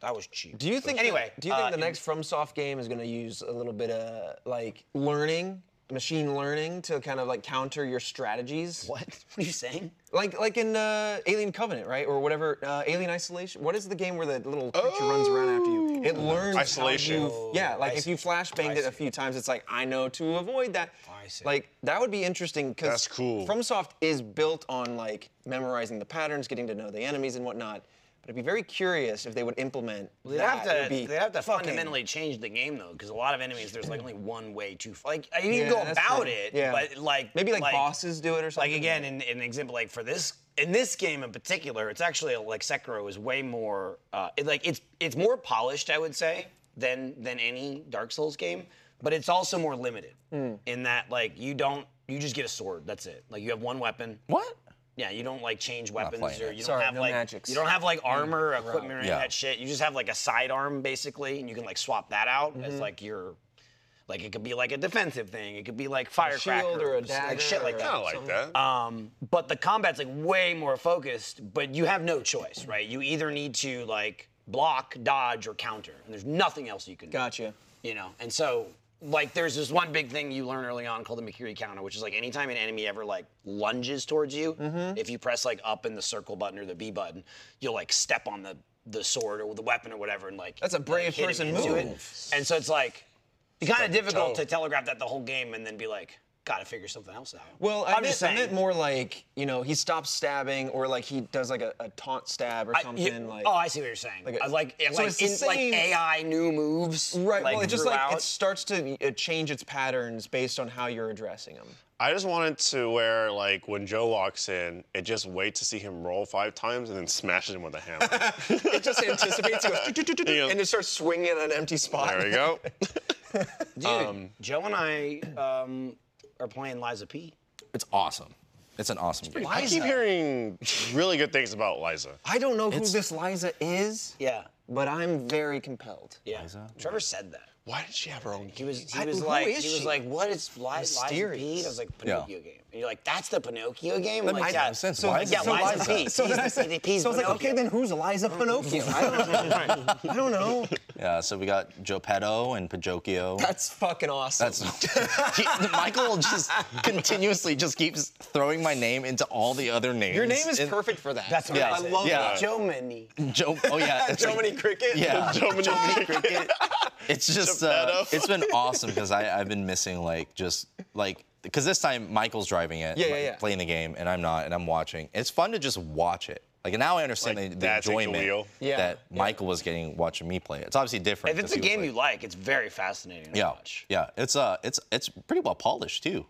S1: that was cheap.
S4: Do you think?
S1: Anyway,
S4: do you think
S1: uh,
S4: the next FromSoft game is going to use a little bit of like learning, machine learning, to kind of like counter your strategies?
S1: what? What are you saying?
S4: Like like in uh, Alien Covenant, right, or whatever uh, Alien Isolation. What is the game where the little creature runs around after you? It learns how
S2: Oh, Isolation. Oh,
S4: you've- yeah, like if
S1: see.
S4: you flashbanged it a few times, it's like I know to avoid that.
S1: I see.
S4: Like that would be interesting because
S2: Oh, That's cool.
S4: FromSoft is built on like memorizing the patterns, getting to know the enemies and whatnot. But I'd be very curious if they would implement.
S1: They'd
S4: that.
S1: have
S4: It would
S1: to,
S4: be
S1: they'd have to
S4: fucking-
S1: fundamentally change the game though, because a lot of enemies there's like only one way to like you can go
S4: Yeah, that's
S1: about
S4: true.
S1: it,
S4: Yeah.
S1: but like
S4: Maybe, like, bosses do it or something.
S1: Like again, in an example, like for this in this game in particular, it's actually like Sekiro is way more uh, it, like it's it's more polished, I would say, than than any Dark Souls game, but it's also more limited
S4: Mm.
S1: in that like you don't you just get a sword, that's it. Like you have one weapon,
S3: What?
S1: Yeah, you don't like change weapons or
S3: playing
S1: you
S3: it.
S1: don't
S4: Sorry,
S1: have
S4: no
S1: like
S4: magics. Mm.
S1: you don't have like armor, equipment, or any of
S3: Yeah.
S1: that shit. You just have like a sidearm basically, and you can like swap that out
S4: Mm-hmm.
S1: as like your like it could be like a defensive thing. It could be like firecracker
S4: shield or a
S1: like shit
S4: dagger
S1: like
S4: or-
S1: that.
S2: I like that.
S1: Um, but the combat's like way more focused, but you have no choice, right? You either need to like block, dodge, or counter, and there's nothing else you can do.
S4: Gotcha.
S1: You know, and so like there's this one big thing you learn early on called the Mercury counter, which is like anytime an enemy ever like lunges towards you,
S4: Mm-hmm.
S1: if you press like up in the circle button or the B button, you'll like step on the the sword or the weapon or whatever and like
S4: That's a brave
S1: like, hit him
S4: person
S1: into it.
S4: move.
S1: And so it's like it's kind of difficult
S2: toe.
S1: to telegraph that the whole game and then be like, gotta figure something else out.
S4: Well,
S1: I'm
S4: I, meant,
S1: just
S4: I
S1: saying.
S4: meant more like you know he stops stabbing or like he does like a, a taunt stab or
S1: I-
S4: something
S1: you-
S4: like.
S1: oh, I see what you're saying.
S4: like a-
S1: I like
S4: so
S1: like,
S4: it's the
S1: in, like
S4: same-
S1: AI new moves.
S4: Right. well, it just like it
S1: throughout.
S4: starts to uh, change its patterns based on how you're addressing them.
S2: I just wanted to where like when Joe walks in, it just waits to see him roll five times and then smashes him with a hammer.
S4: It just anticipates you,
S2: Yeah.
S4: and it starts swinging at an empty spot.
S2: there we go.
S1: Dude, Joe and I um, are playing Liza P.
S3: It's awesome. It's an awesome game.
S2: I keep hearing really good things about Liza.
S4: I don't know who this Liza is,
S1: Yeah.
S4: but I'm very compelled.
S1: Yeah. Trevor said that.
S2: Why did she have her own?
S1: He was he
S4: I-
S1: was
S4: who
S1: like
S4: is
S1: he was
S4: she?
S1: like what is Li- Liza P?
S4: Mysterious.
S1: I was like Pinocchio game. And you're like that's the Pinocchio game. I'm
S3: makes
S1: like, yeah.
S3: no sense. Why is
S1: yeah,
S3: it so
S1: Liza,
S3: Liza?
S1: P. She's the CDP's
S4: so I was like, okay,
S1: Pinocchio.
S4: then who's Liza Pinocchio? I don't, I don't know.
S3: Yeah, so we got Joe Petto and Pajokio.
S4: That's fucking awesome.
S3: That's he, Michael just continuously just keeps throwing my name into all the other names.
S4: Your name is
S3: And
S4: perfect for that.
S1: That's what
S3: Yeah.
S1: I said.
S4: love
S3: Yeah. that.
S1: Joe Mini.
S3: Joe. Oh yeah, it's
S4: so
S3: like-
S4: many cricket.
S3: Yeah,
S2: Joe Mini
S3: Cricket. It's just uh,
S2: Geppetto.
S3: it's been awesome because I've been missing like just like because this time Michael's driving it,
S4: Yeah, yeah,
S3: like,
S4: yeah.
S3: playing the game, and I'm not, and I'm watching. It's fun to just watch it. Like now I understand
S2: Like,
S3: the, the
S2: dad takes the
S3: enjoyment
S2: wheel.
S4: Yeah,
S3: that
S4: yeah.
S3: Michael was getting watching me play. it. It's obviously different.
S1: If it's a
S3: 'cause he was,
S1: game
S3: like-
S1: you like, it's very fascinating to
S3: yeah,
S1: watch.
S3: yeah, it's uh, it's it's pretty well polished too.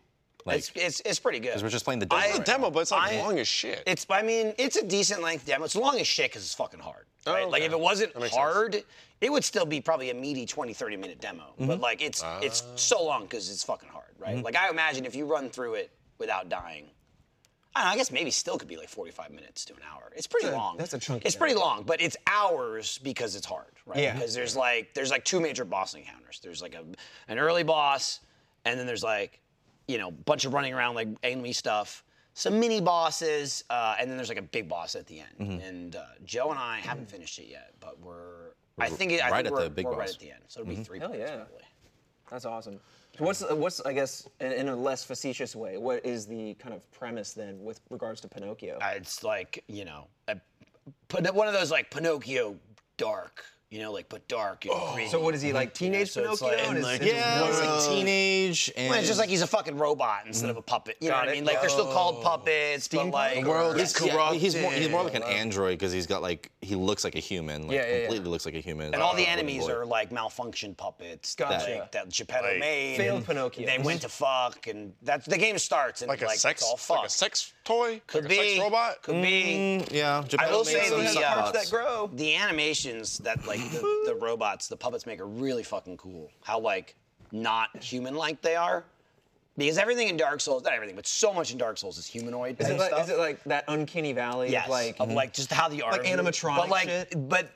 S3: Like
S1: It's, it's, it's pretty good.
S3: we're just playing the demo.
S1: I-
S3: right
S2: It's
S3: now.
S2: a demo, but it's like
S1: I-
S2: long as shit.
S1: It's, I mean, it's a decent length demo. It's long as shit because it's fucking hard. Right? Like, if it wasn't hard, it would still be probably a meaty 20, 30 minute demo. But, like, it's it's so long because it's fucking hard, right? Like, I imagine if you run through it without dying, I, don't know, I guess maybe still could be like 45 minutes to an hour. It's pretty
S4: That's a-
S1: long.
S4: that's a chunky
S1: It's pretty long, but it's hours because it's hard, right?
S4: Yeah.
S1: Because there's like there's like two major boss encounters. There's like a an early boss, and then there's like you know bunch of running around like enemy stuff, some mini bosses, uh, and then there's like a big boss at the end. And uh, Joe and I haven't finished it yet, but we're I think it, I
S3: right
S1: think
S3: at
S1: we're,
S3: the big
S1: we're right
S3: boss.
S1: at the end, so it'll be three. parts,
S4: yeah.
S1: probably.
S4: That's awesome. So what's what's I guess in, in a less facetious way? What is the kind of premise then with regards to Pinocchio?
S1: Uh, It's like you know, a, Pin- one of those like Pinocchio dark, you know, like but dark and gritty.
S4: Oh. so what is he like? Teenage
S1: so it's
S4: Pinocchio?
S1: like- and
S4: and is-
S1: like-
S4: is it
S3: Yeah, it's
S4: one-
S3: like teenage and
S1: Well, it's just like he's a fucking robot instead of a puppet. You know what
S4: Got
S1: I
S4: it. Oh.
S1: mean? Like they're still called puppets, but like
S4: The world
S3: he's, yeah, he's more he's more like an android because he's got like he looks like a human, like
S4: Yeah, yeah, yeah.
S3: completely looks like a human.
S1: and all the enemies are like malfunctioned puppets that,
S4: Oh, Gotcha.
S1: like, that Geppetto
S2: Like-
S1: made.
S4: Failed
S1: and
S4: Pinocchio.
S1: They went to fuck, and that's the game starts and
S2: like a sex,
S1: it's all fuck.
S2: like a sex toy,
S1: could
S2: like
S1: be
S2: a sex robot.
S1: Could
S4: Mm.
S1: be.
S3: yeah. Geppetto
S1: will
S3: made
S1: say
S3: some
S1: the,
S3: suck
S1: uh,
S4: parts
S3: bots.
S4: that grow.
S1: The animations that like the, the robots, the puppets make are really fucking cool. How like not human-like they are. Because everything in Dark Souls, not everything, but so much in Dark Souls is humanoid.
S4: Is
S1: type
S4: it, like,
S1: stuff.
S4: is it like that uncanny valley
S1: yes,
S4: of like
S1: of like just how the art
S4: Like animatronic
S1: but like
S4: shit?
S1: but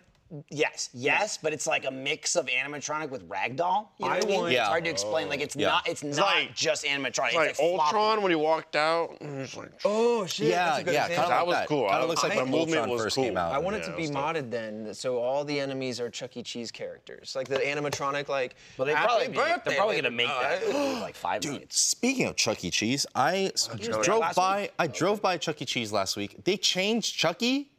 S1: yes yes but it's like a mix of animatronic with ragdoll you know
S4: I
S1: what I mean?
S4: want-
S1: it's
S3: Yeah.
S1: hard to explain like it's
S3: Yeah.
S1: not it's, not
S2: like-
S1: just animatronic it's
S2: Like
S1: floppy.
S2: Ultron when he walked out, and he was like,
S4: oh shit
S3: Yeah, yeah, kind of
S2: That
S3: like
S2: was
S3: that.
S2: cool.
S3: Kind
S2: I-
S3: of looks like
S2: I-
S3: when
S2: the movement
S3: Ultron
S2: was
S3: first
S2: cool.
S3: came out.
S4: I want it
S2: Yeah,
S4: to
S2: it
S4: be
S2: was dope.
S4: modded then, so all the enemies are Chuck E. Cheese characters, like the animatronic, like.
S1: but they
S4: "Happy
S1: probably
S4: birthday,
S1: they're probably
S4: baby."
S1: gonna make that in, like five
S3: Dude,
S1: minutes
S3: speaking of Chuck E. Cheese, I s-
S1: there
S3: drove
S1: last
S3: by. I drove by Chuck E. Cheese last week. They changed Chuck E.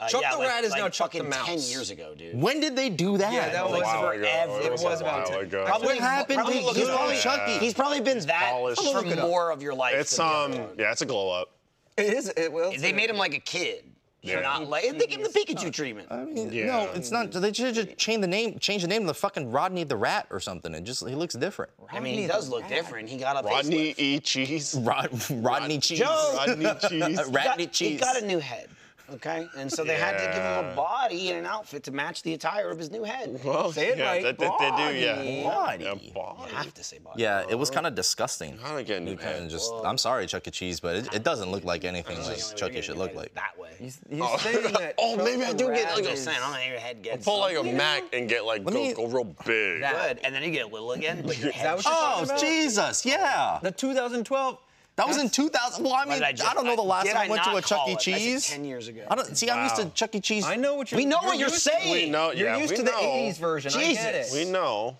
S1: uh,
S4: Chuck the Rat is now Chuck the
S1: fucking ten
S4: Mouse.
S1: years ago dude
S3: When did they do that?
S4: Yeah, that was
S2: wow,
S4: forever.
S2: ago.
S4: It was
S2: a
S4: about
S2: while
S4: ten-
S2: ago.
S1: probably
S3: What happened
S1: probably
S3: to
S1: looking-
S3: good old
S1: he's
S3: Chuck
S1: probably-
S3: E.?
S1: he's probably been that
S2: Polished.
S1: for
S2: Look it up.
S1: more of your life
S2: It's
S1: than the
S2: um,
S1: other one.
S2: yeah, it's a glow up.
S4: It is. It will.
S1: they made him like a kid
S2: Yeah.
S1: yeah. not like they gave him the Pikachu treatment
S3: I mean, no,
S2: Yeah.
S3: it's not. They should just change the name, change the name to fucking Rodney the Rat or something, and just he looks different.
S1: I mean he does look different he got a
S2: Rodney
S1: facelift.
S2: E. Cheese.
S3: Rod, Rodney Cheese.
S1: Joe!
S2: Rodney E. Cheese.
S3: Uh, Rodney
S1: got- He
S3: Cheese.
S1: got a new head. Okay, and so they had to give him a
S2: Yeah.
S1: body and an outfit to match the attire of his new head.
S2: Well,
S4: Say it
S2: yeah,
S4: right.
S2: That, that they do, yeah.
S3: Body.
S2: Yeah, body.
S1: I have to say body.
S3: Yeah, it was kind of disgusting.
S2: Kinda getting
S3: You
S2: bad.
S3: kinda just, I'm sorry, Chuck E. Cheese, but it, it doesn't look like anything like
S1: We're
S3: Chuck E.
S1: gonna
S3: should
S1: get
S3: look
S1: it
S3: like.
S1: that way.
S4: He's, he's saying that.
S2: Oh,
S4: Chuck
S2: maybe I
S4: the
S2: do get,
S4: Rat
S1: I'm
S2: like, a
S1: just
S4: is-
S1: saying, I don't know, your head gets
S2: Pull like a Mac and get like go,
S3: me-
S2: go real big.
S1: good, and then you get a little again. But your
S4: Is that
S1: head,
S4: what you're talking
S3: Oh
S4: about?
S3: Jesus! Yeah,
S4: The 2012.
S3: that was in 2000. Well, I
S1: Why
S3: mean,
S1: did
S3: I,
S1: just-
S3: don't know the last
S1: did
S3: time I went to
S1: not
S3: a Chuck
S1: call
S3: E.
S1: it? I said
S3: Cheese.
S1: Ten years ago.
S3: I don't see. I'm used to
S2: Wow.
S3: Chuck E. Cheese.
S4: I know what you're.
S1: we know what you're
S4: used to-
S1: saying.
S2: We know,
S4: You're
S2: yeah,
S4: used
S2: we
S4: to the
S2: know.
S4: 80s version. I get
S1: Jesus.
S4: it.
S2: We know.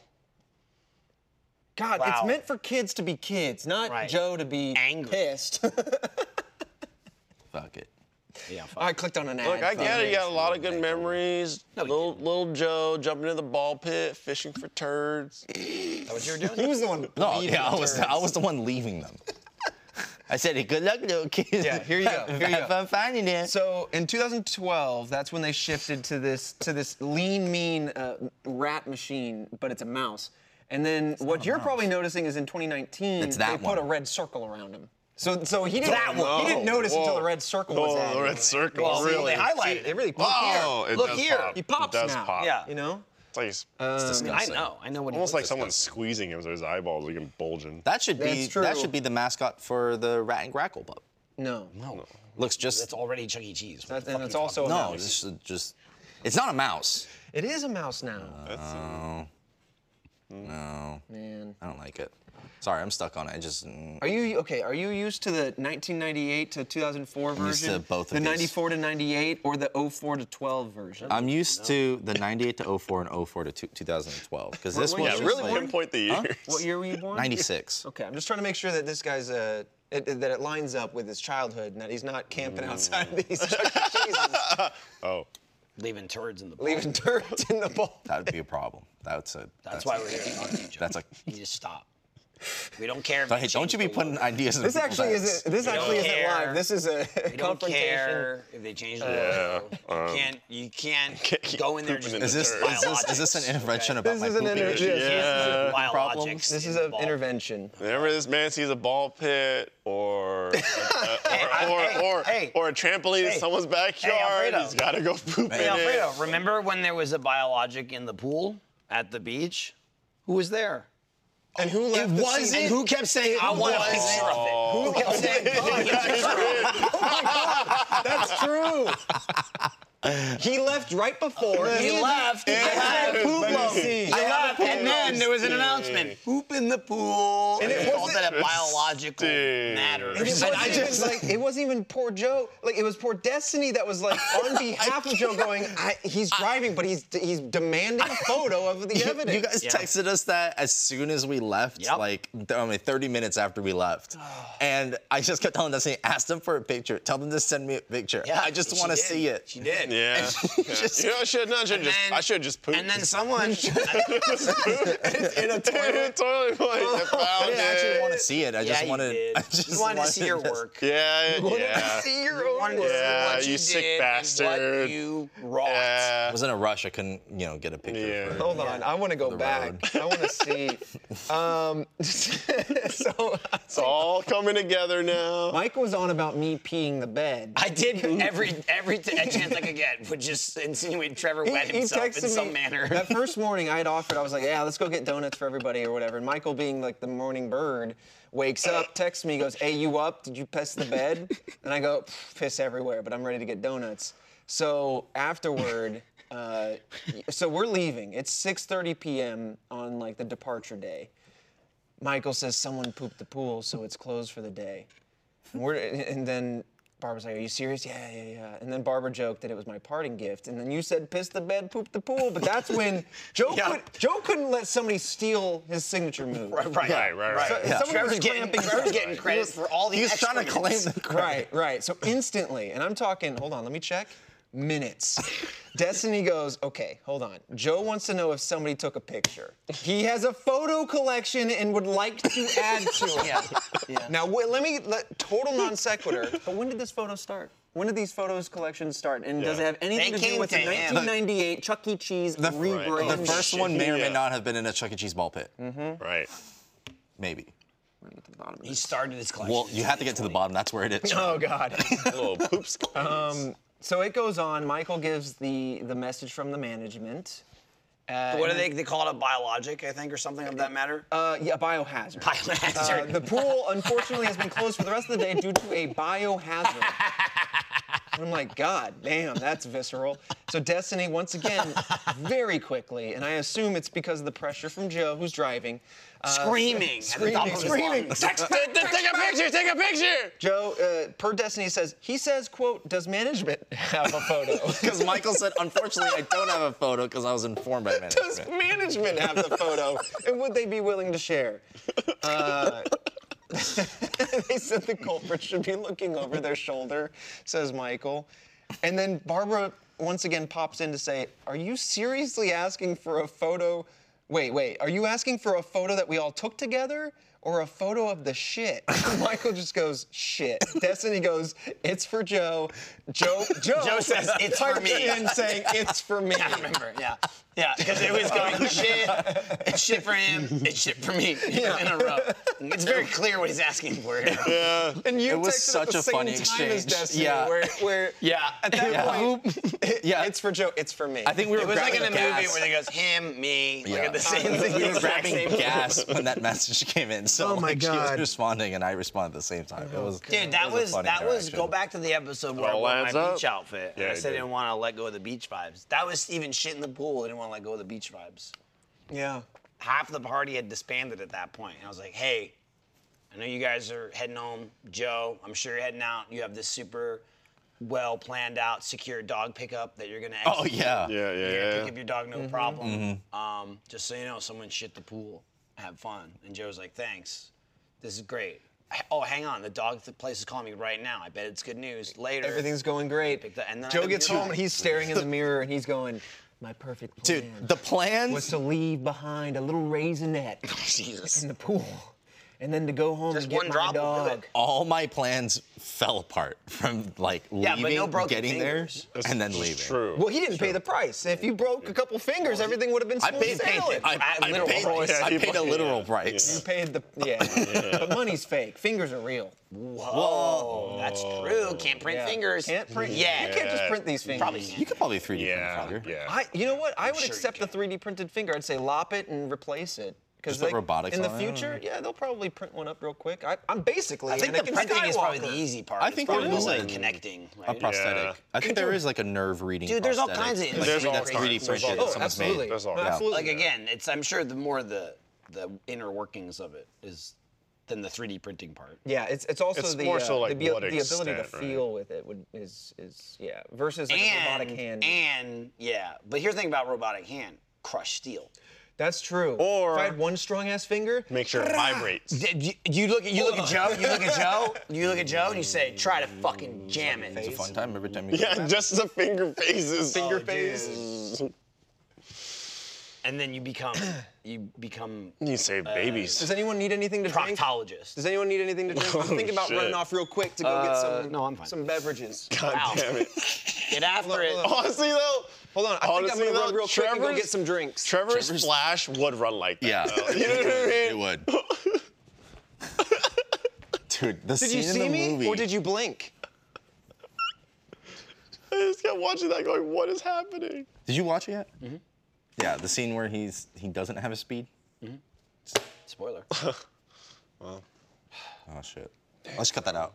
S4: God,
S1: Wow.
S4: it's meant for kids to be kids, not
S1: Right.
S4: Joe to be
S1: Angry.
S4: pissed.
S3: Fuck it.
S1: Yeah, fuck.
S4: I clicked on an ad.
S2: Look, I get it. You got a lot of good
S4: Fuck.
S2: memories.
S1: you
S2: little little Joe jumping into the ball pit, fishing for turds.
S1: Is that what you were
S4: He
S1: doing?
S4: was the one.
S3: No,
S4: leaving
S3: yeah, I was,
S4: turds.
S3: I was the one leaving them. I said, hey, good luck, little kids.
S4: Yeah, here you go, here you
S3: Have
S4: go.
S3: fun finding it.
S4: So in 2012, that's when they shifted to this to this lean mean uh, rat machine, but it's a mouse. And then what you're probably noticing is in 2019
S3: It's that
S4: they put a
S3: one.
S4: red circle around him. So so he didn't
S1: That one.
S4: he didn't notice until
S2: Whoa.
S4: the red circle was
S2: Oh,
S4: added.
S2: the red circle.
S1: Well, see,
S2: really?
S1: they highlighted
S4: They
S1: it.
S4: really look
S2: Wow,
S4: here.
S2: it
S4: look
S2: does
S4: here.
S2: pop.
S4: He pops
S2: It does
S4: now.
S2: pop.
S1: Yeah.
S4: You know?
S2: It's like he's
S3: It's
S1: I
S3: disgusting.
S1: know. I know what. he
S2: almost like
S1: looks
S2: someone's squeezing him so his eyeballs are getting bulging.
S3: That should be
S4: That's true.
S3: that should be the mascot for the Rat and Grackle Pub.
S4: No.
S1: No,
S3: Looks
S1: it's
S3: just
S1: already Chuck E. Cheese. What
S4: That-
S1: the fuck
S4: and
S1: are
S4: it's
S1: you
S4: also a
S3: no.
S4: mouse.
S3: This is just it's not a mouse.
S4: It is a mouse now.
S1: Oh.
S2: That's,
S3: No,
S4: Man.
S3: I don't like it. Sorry, I'm stuck on it. I just mm,
S4: Are you okay? Are you used to the 1998 to 2004 version?
S3: used to both of
S4: the
S3: these.
S4: 94 to 98 or the 04 to 12 version?
S1: Uh,
S3: I'm used to the 98 to 04 and 04 to two- 2012 because this
S4: what
S3: one
S4: year
S3: was
S4: was
S3: really
S4: it?
S3: like
S2: pinpoint the years.
S4: What year were you born?
S3: 96.
S4: Okay, I'm just trying to make sure that this guy's uh, it, it- that it lines up with his childhood and that he's not camping
S1: Mm.
S4: outside of these Chuck E. Cheese's,
S2: Oh,
S1: leaving turds in the.
S4: leaving dirt in the bowl.
S3: That would be a problem. That's a
S1: That's why we're here to talk to you, Joe.
S3: that's a.
S1: You just stop. We don't care. If
S3: Hey, don't
S1: change
S3: you be
S1: the
S3: putting
S1: logo.
S3: ideas. in
S4: This
S3: people's
S4: actually
S3: heads.
S4: isn't. This
S1: We don't
S4: actually isn't
S1: care.
S4: live. This is a
S1: We don't
S4: confrontation.
S1: care if they change the logo. you can't. You can't
S2: keep
S1: go in there.
S2: pooping
S1: Just
S2: in
S3: Is this
S2: the
S3: is this is this an intervention about
S4: This
S3: my
S4: is an
S3: pooping
S4: inter-
S3: issues?
S4: yes,
S2: Yeah.
S1: Biologics.
S4: This
S1: in
S4: is
S1: the
S4: an
S1: ball.
S4: intervention.
S2: whenever this man sees a ball pit or
S1: Hey,
S2: or
S1: hey,
S2: or,
S1: hey.
S2: or a trampoline
S1: Hey.
S2: in someone's backyard,
S1: Alfredo.
S2: he's got to go poop
S1: Hey,
S2: in
S1: Alfredo,
S2: it.
S1: remember when there was a biologic in the pool at the beach? Who was there?
S4: And who left the
S3: wasn't-
S4: scene? And who kept saying
S1: I want a
S4: was-
S1: picture of
S4: Oh,
S1: it.
S2: "Oh,
S1: Who kept saying,
S4: That's true. he left right before.
S1: He left. He
S4: had
S1: left.
S4: poop on
S1: He
S4: scene.
S1: left. And then there was an announcement. Poop in the pool. And
S4: it
S1: they called
S4: wasn't-
S1: that a biological
S2: Dude.
S1: matter.
S4: And it
S1: And
S4: wasn't,
S1: I
S4: even,
S1: just-
S4: like, it wasn't even poor Joe. Like it was poor Destiny that was like on behalf of Joe, going, I, "He's driving, but he's he's demanding a photo of the evidence."
S3: You guys
S1: Yeah.
S3: texted us that as soon as we left,
S1: Yep.
S3: like th- I mean, 30 minutes after we left. and I just kept telling Destiny, ask them for a picture. Tell them to send me a picture.
S1: Yeah,
S3: I just
S1: she
S3: want to
S1: did.
S3: see it.
S1: She did.
S2: Yeah. yeah.
S3: Just-
S2: you know, I should not. I should
S1: And
S2: just.
S1: then-
S2: I should just poop.
S1: And then someone.
S4: in a
S2: in a
S4: toilet.
S2: toilet plate.
S3: I
S2: I found
S3: didn't actually
S2: it.
S3: want to see it. I
S1: yeah,
S3: just
S1: you
S3: wanted.
S1: did.
S3: I just
S1: you wanted to see your
S3: this.
S1: work.
S2: Yeah. Yeah.
S4: See your
S1: You
S4: own
S1: wanted to
S4: work.
S1: see
S2: Yeah,
S1: what
S2: you sick
S1: did And
S2: bastard.
S1: what you wrought.
S3: I
S2: Yeah.
S3: was in a rush. I couldn't, you know, get a picture.
S2: Yeah.
S3: for-
S4: Hold on, I want to go back. I want to see. Um, so
S2: It's all coming together now.
S4: Mike was on about me peeing the bed.
S1: I did every every t- chance I could get would just insinuate Trevor wet himself in some manner.
S4: That first morning, I had offered, I was like, yeah, let's go get donuts for everybody or whatever. And Michael, being like the morning bird, wakes up, texts me, goes, hey, you up? Did you piss the bed? And I go, "Pff, piss everywhere, but I'm ready to get donuts. So afterward, uh, so we're leaving. It's 6.30 p.m. on like the departure day. Michael says someone pooped the pool, so it's closed for the day. And, we're, and then Barbara's like, "Are you serious?" Yeah, yeah, yeah. And then Barbara joked that it was my parting gift. And then you said, "Piss the bed, poop the pool." But that's when Joe
S1: Yeah.
S4: could, Joe couldn't let somebody steal his signature move.
S1: Right, right,
S2: Right, right, right.
S4: So-
S1: Yeah.
S4: someone
S1: Trevor's
S4: was
S1: getting,
S4: cramping.
S1: Trevor's getting credit for all the.
S3: He was trying to
S1: extra
S3: claim
S1: minutes.
S3: the credit.
S4: Right, right. So instantly, and I'm talking, hold on, let me check. Minutes. Destiny goes, okay, hold on. Joe wants to know if somebody took a picture. He has a photo collection and would like to add to it.
S1: Yeah, yeah.
S4: Now, wait, let me, let, total non sequitur, but when did this photo start? When did these photos collections start? And does it have anything
S1: They
S4: to do
S1: came
S4: with
S1: to
S4: the
S1: him.
S4: 1998 Chuck E. Cheese
S3: The,
S4: rebrand?
S3: the first one may or may
S2: Yeah.
S3: not have been in a Chuck E. Cheese ball pit.
S1: Mm.
S2: Right.
S3: Maybe.
S4: Right at the bottom of
S1: He
S4: this.
S1: started his collection.
S3: Well, you have to get to the bottom. That's where it is.
S4: Oh, God.
S2: Little poop Um.
S4: so it goes on. Michael gives the, the message from the management. Uh,
S1: What do they? They call it a biologic, I think, or something of that matter.
S4: Uh, yeah, biohazard. Uh,
S1: Biohazard.
S4: the pool, unfortunately, has been closed for the rest of the day due to a biohazard. And I'm like, God damn, that's visceral. So Destiny, once again, very quickly, and I assume it's because of the pressure from Joe, who's driving. uh,
S1: Screaming.
S4: Screaming, screaming.
S1: Text, take a picture. Take a picture.
S4: Joe, uh, per Destiny says, he says, quote, does management have a photo?
S3: Because Michael said, unfortunately, I don't have a photo because I was informed by
S4: Does
S3: management.
S4: management have the photo? and would they be willing to share? Uh, they said the culprit should be looking over their shoulder, says Michael. And then Barbara once again pops in to say, Are you seriously asking for a photo? Wait, wait, are you asking for a photo that we all took together? Or a photo of the shit. Michael just goes, shit. Destiny goes, it's for Joe. Joe Joe,
S1: Joe says, "It's for
S4: typed
S1: me."
S4: it in saying it's for me.
S1: I remember. Yeah. Yeah. Because it was going
S3: Uh,
S1: shit. It's shit for him. It's shit for me. In a row. It's very clear what he's asking for. Here.
S4: And you
S3: It was
S4: texted
S3: such
S4: at the
S3: a
S4: same
S3: funny
S4: time as
S3: exchange.
S4: Destiny,
S3: Yeah.
S4: Where, where
S1: Yeah.
S4: At that
S3: Yeah.
S4: point, it-
S3: Yeah.
S4: it's for Joe. It's for me.
S3: I think we were
S1: It was like in a
S3: grabbing gas.
S1: movie where they goes him, me. Look
S3: Yeah.
S1: at the same thing.
S3: we were
S1: the exact
S3: grabbing
S1: same-
S3: gas when that message came in. So
S4: Oh my
S3: like, she
S4: God.
S3: was responding and I responded at the same time. It was
S1: Dude, that
S3: it
S1: was,
S3: a funny
S1: that was
S3: interaction.
S1: go back to the episode where I
S2: all
S1: wore my
S2: adds up.
S1: beach outfit.
S2: Yeah,
S1: I
S2: you
S1: said I
S2: did.
S1: didn't want to let go of the beach vibes. That was even shit in the pool. I didn't want to let go of the beach vibes.
S4: yeah.
S1: half the party had disbanded at that point. And I was like, hey, I know you guys are heading home. Joe, I'm sure you're heading out. You have this super well planned out, secure dog pickup that you're going to
S3: Oh yeah.
S2: Yeah, yeah,
S1: You're gonna
S2: yeah.
S1: pick up your dog,
S4: Mm-hmm.
S1: no problem. Um, just so you know, someone shit the pool. Have fun. And Joe's like, thanks. This is great. H- Oh, hang on. The dog th- place is calling me right now. I bet it's good news. Later.
S4: Everything's going great.
S1: Picked up- and then I
S4: Joe
S1: didn't
S4: gets
S1: do it.
S4: home and he's staring in the mirror and he's going, "My perfect plan
S3: Dude, the
S4: was
S3: plans. Oh,
S4: to leave behind a little raisinette
S1: Jesus.
S4: in the pool, and then to go home
S1: Just
S4: and get
S1: one
S4: my
S1: drop will do
S4: dog."
S1: it.
S3: All my plans fell apart from like
S1: Yeah, but no
S3: leaving,
S1: broken
S3: getting there,
S1: fingers.
S3: and then
S2: It's
S3: leaving.
S2: True.
S4: Well, he didn't pay the price. If you broke a couple fingers, everything would have been
S3: I
S4: smooth
S3: paid,
S4: sailing.
S3: I,
S1: At
S3: I
S1: literal
S3: paid,
S1: price.
S3: I
S2: Yeah,
S3: paid a
S2: yeah.
S3: literal price.
S4: you paid the yeah. But money's fake. Fingers are real.
S1: Whoa, that's true. Can't print
S4: Yeah.
S1: fingers.
S4: Can't print.
S1: Yeah.
S4: You can't just print these fingers.
S1: Probably can't.
S3: You could probably 3D
S2: yeah,
S3: print a finger.
S2: yeah.
S4: I, you know what? I would
S1: sure you
S4: accept the
S1: can.
S4: 3D printed finger. I'd say lop it and replace it. Because
S3: Just put robotics
S4: in the
S3: on it, I don't
S4: future, yeah, they'll probably print one up real quick. I, I'm basically.
S1: I think the
S4: Anakin
S1: printing is probably
S4: Skywalker.
S1: the easy part.
S3: I
S1: It's
S3: think
S1: probably
S3: there
S1: just,
S3: is
S1: like
S3: a-
S1: connecting.
S3: A
S1: Right?
S3: prosthetic.
S2: Yeah.
S3: I think there is like a nerve reading.
S1: Dude, there's all
S3: prosthetic,
S1: kinds of-
S3: like,
S1: There's
S3: thing
S1: all
S3: that's 3D
S1: kinds.
S3: printed.
S2: There's all
S3: that
S4: Oh,
S3: someone's
S4: absolutely.
S3: Made.
S2: That's all.
S4: No,
S2: Yeah.
S4: absolutely.
S1: Like again, it's I'm sure the more the the inner workings of it is than the 3D printing part.
S4: Yeah, it's it's also
S2: It's
S4: the
S2: more
S4: uh,
S2: so, like,
S4: the, abil-
S2: what
S4: the ability to
S2: extent, right?
S4: feel with it would is is yeah versus like a
S1: And
S4: robotic hand.
S1: and yeah, but here's the thing about robotic hand: crushed steel.
S4: That's true.
S2: Or-
S4: if I had one strong ass finger,
S2: Make sure it vibrates.
S1: Did You, you look at you look at Joe. You look at Joe. You look at Joe, and you say, "Try to fucking jam it."
S3: It's a fun time every time you.
S2: Yeah, just the finger phases.
S4: finger
S2: Oh,
S4: phase.
S1: And then you become you become
S2: You save
S4: Does
S2: babies.
S4: anyone need anything to drink?
S1: proctologist.
S4: Does anyone need anything to drink? I'm thinking about
S2: shit.
S4: running off real quick to go get some
S1: no, I'm fine.
S4: some beverages.
S1: Wow.
S2: God damn it.
S1: Get after it.
S2: Honestly though,
S4: Hold on, I
S2: honestly
S4: think I'm gonna run
S2: though,
S4: real quick and go
S2: Trevor's-
S4: get some drinks.
S2: Trevor's,
S3: Trevor's-
S2: Splash would run like that.
S3: Yeah.
S2: though. You know what I mean?
S3: It would. Dude, the
S4: Did you
S3: scene in
S4: see
S3: the
S4: me
S3: movie.
S4: or did you blink?
S2: I just kept watching that, going, "What is happening?"
S3: Did you watch it yet? Yeah, the scene where he's he doesn't have his speed.
S1: Spoiler.
S3: Oh shit. Let's cut that out.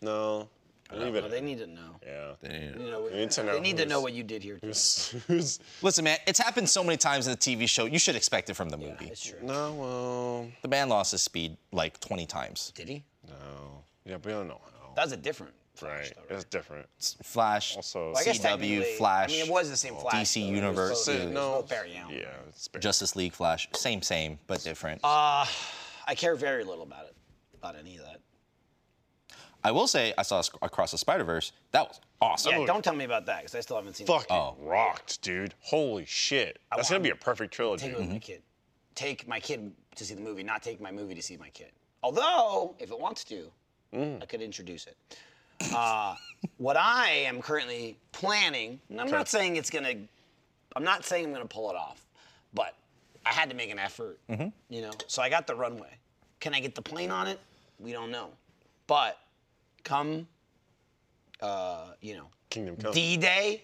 S2: No, leave
S1: No, they
S2: it.
S1: need to know.
S2: Yeah.
S1: You know,
S2: They need to know
S1: They need to
S2: who's-
S1: know what you did here. Today.
S3: Listen, man, it's happened so many times in the TV show. You should expect it from the movie.
S1: It's true.
S2: no, Oh, well,
S3: the man lost his speed like 20 times.
S1: Did he?
S2: no. Yeah, but we don't know how.
S1: That was a different Flash,
S2: right.
S1: though, right?
S2: It's different.
S3: Flash,
S2: Also,
S1: I guess
S3: CW,
S1: technically-
S3: Flash,
S1: I mean, it was the same Flash.
S3: DC
S1: though. It was
S3: Universe.
S1: both-
S3: it was
S1: no, Barry Allen.
S2: Yeah, it's big.
S3: Justice League, Flash, same, same, but different.
S1: Uh, I care very little about it, about any of that.
S3: I will say, I saw Sc- Across the Spider Verse. That was awesome.
S1: Yeah, don't tell me about that because I still haven't seen.
S2: fucking
S1: it.
S2: rocked, dude. Holy shit. That's
S1: want-
S2: gonna be a perfect trilogy.
S1: Take it with my kid. Take my kid to see the movie, not take my movie to see my kid. Although, if it wants to, I could introduce it. Uh, what I am currently planning, and I'm not saying it's gonna, I'm not saying I'm gonna pull it off, but I had to make an effort, you know? So I got the runway. Can I get the plane on it? We don't know. But come, uh, you know,
S2: Kingdom Come.
S1: D Day,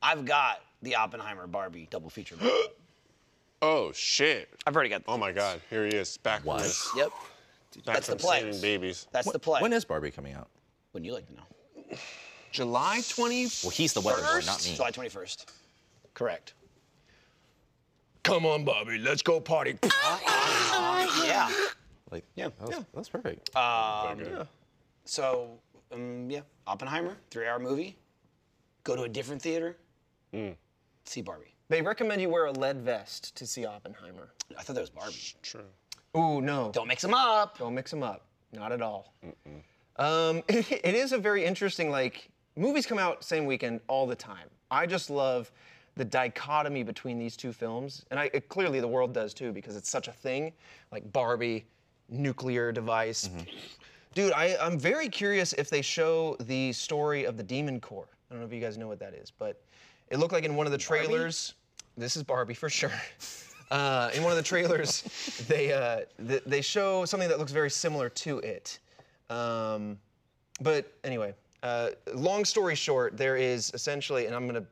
S1: I've got the Oppenheimer Barbie double feature.
S2: oh shit.
S1: I've already got. The
S2: Oh my god, here he is, back from,
S3: What?
S2: his-
S1: Yep,
S2: back
S1: That's
S2: from
S1: the play.
S2: saving babies.
S1: that's the play.
S3: When is Barbie coming out?
S1: Wouldn't you like to know?
S4: July 20.
S3: Well, he's the weather boy, not me.
S1: July 21st. Correct.
S4: Come on, Bobby, let's go party.
S1: Yeah.
S3: Like,
S1: Yeah.
S3: that was- that's perfect.
S1: Uh, So, um, yeah, Oppenheimer, three-hour movie. Go to a different theater. See Barbie.
S5: They recommend you wear a lead vest to see Oppenheimer.
S1: I thought that was Barbie.
S2: True.
S4: Ooh, no.
S1: Don't mix them up.
S5: Don't mix them up. Not at all.
S4: Um, it is a very interesting like movies come out same weekend all the time. I just love the dichotomy between these two films, and I it- clearly the world does too because it's such a thing, like Barbie, nuclear device. Dude, I, I'm very curious if they show the story of the Demon Core. I don't know if you guys know what that is, but it looked like in one of the trailers. This is Barbie for sure. Uh, in one of the trailers, they uh, th- they show something that looks very similar to it. Um, but anyway, uh, long story short, there is essentially, and I'm gonna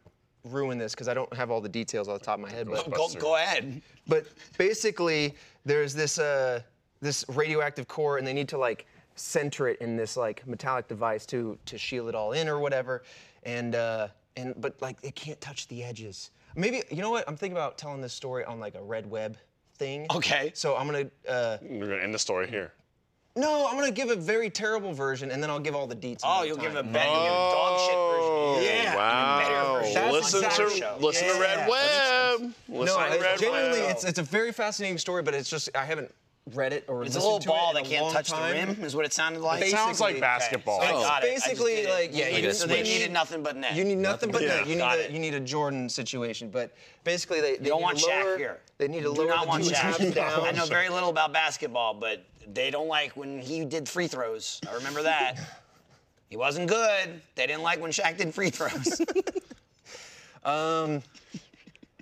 S4: ruin this because I don't have all the details on the top of my head, but
S1: Go, go ahead.
S4: but basically there's this uh, this radioactive core and they need to like center it in this like metallic device to to shield it all in or whatever and uh, and but like they can't touch the edges maybe you know what i'm thinking about telling this story on like a red web thing
S1: Okay.
S4: so i'm gonna uh,
S2: We're gonna end the story here.
S4: no i'm gonna give a very terrible version and then i'll give all the details
S1: Oh,
S4: another
S1: you'll give
S4: time.
S1: a better, dog shit version. Yeah.
S2: Oh, Wow.
S1: Even better version.
S2: Listen
S1: That's
S2: to
S1: show.
S2: listen to Red Web. Listen
S4: No,
S2: to
S4: it's
S2: Red
S4: genuinely,
S2: Web.
S4: it's, it's a very fascinating story, but it's just I haven't read it or
S1: It's a
S4: listened
S1: little
S4: to
S1: ball
S4: it in
S1: that
S4: a
S1: can't
S4: long
S1: touch
S4: time.
S1: the rim, is what it sounded like.
S4: It sounds
S2: like basketball.
S1: Okay. So I
S2: Oh.
S1: got it. I just
S4: Basically,
S1: did it.
S4: like, yeah,
S1: Like
S4: you
S1: a
S4: just-
S1: they
S3: switch.
S1: needed nothing but net.
S4: You need nothing but
S2: but
S4: that.
S2: that.
S4: You need
S1: Got
S4: a,
S1: it.
S4: you need a Jordan situation, but basically they, they
S1: You don't
S4: need
S1: want
S4: to
S1: Shaq
S4: lower,
S1: here.
S4: They need to
S1: Do
S4: lower
S1: not
S4: the
S1: want
S4: dude's
S1: Shaq.
S4: halves down.
S1: I know very little about basketball, but they don't like when he did free throws. I remember that. he wasn't good. They didn't like when Shaq did free throws.
S4: Um,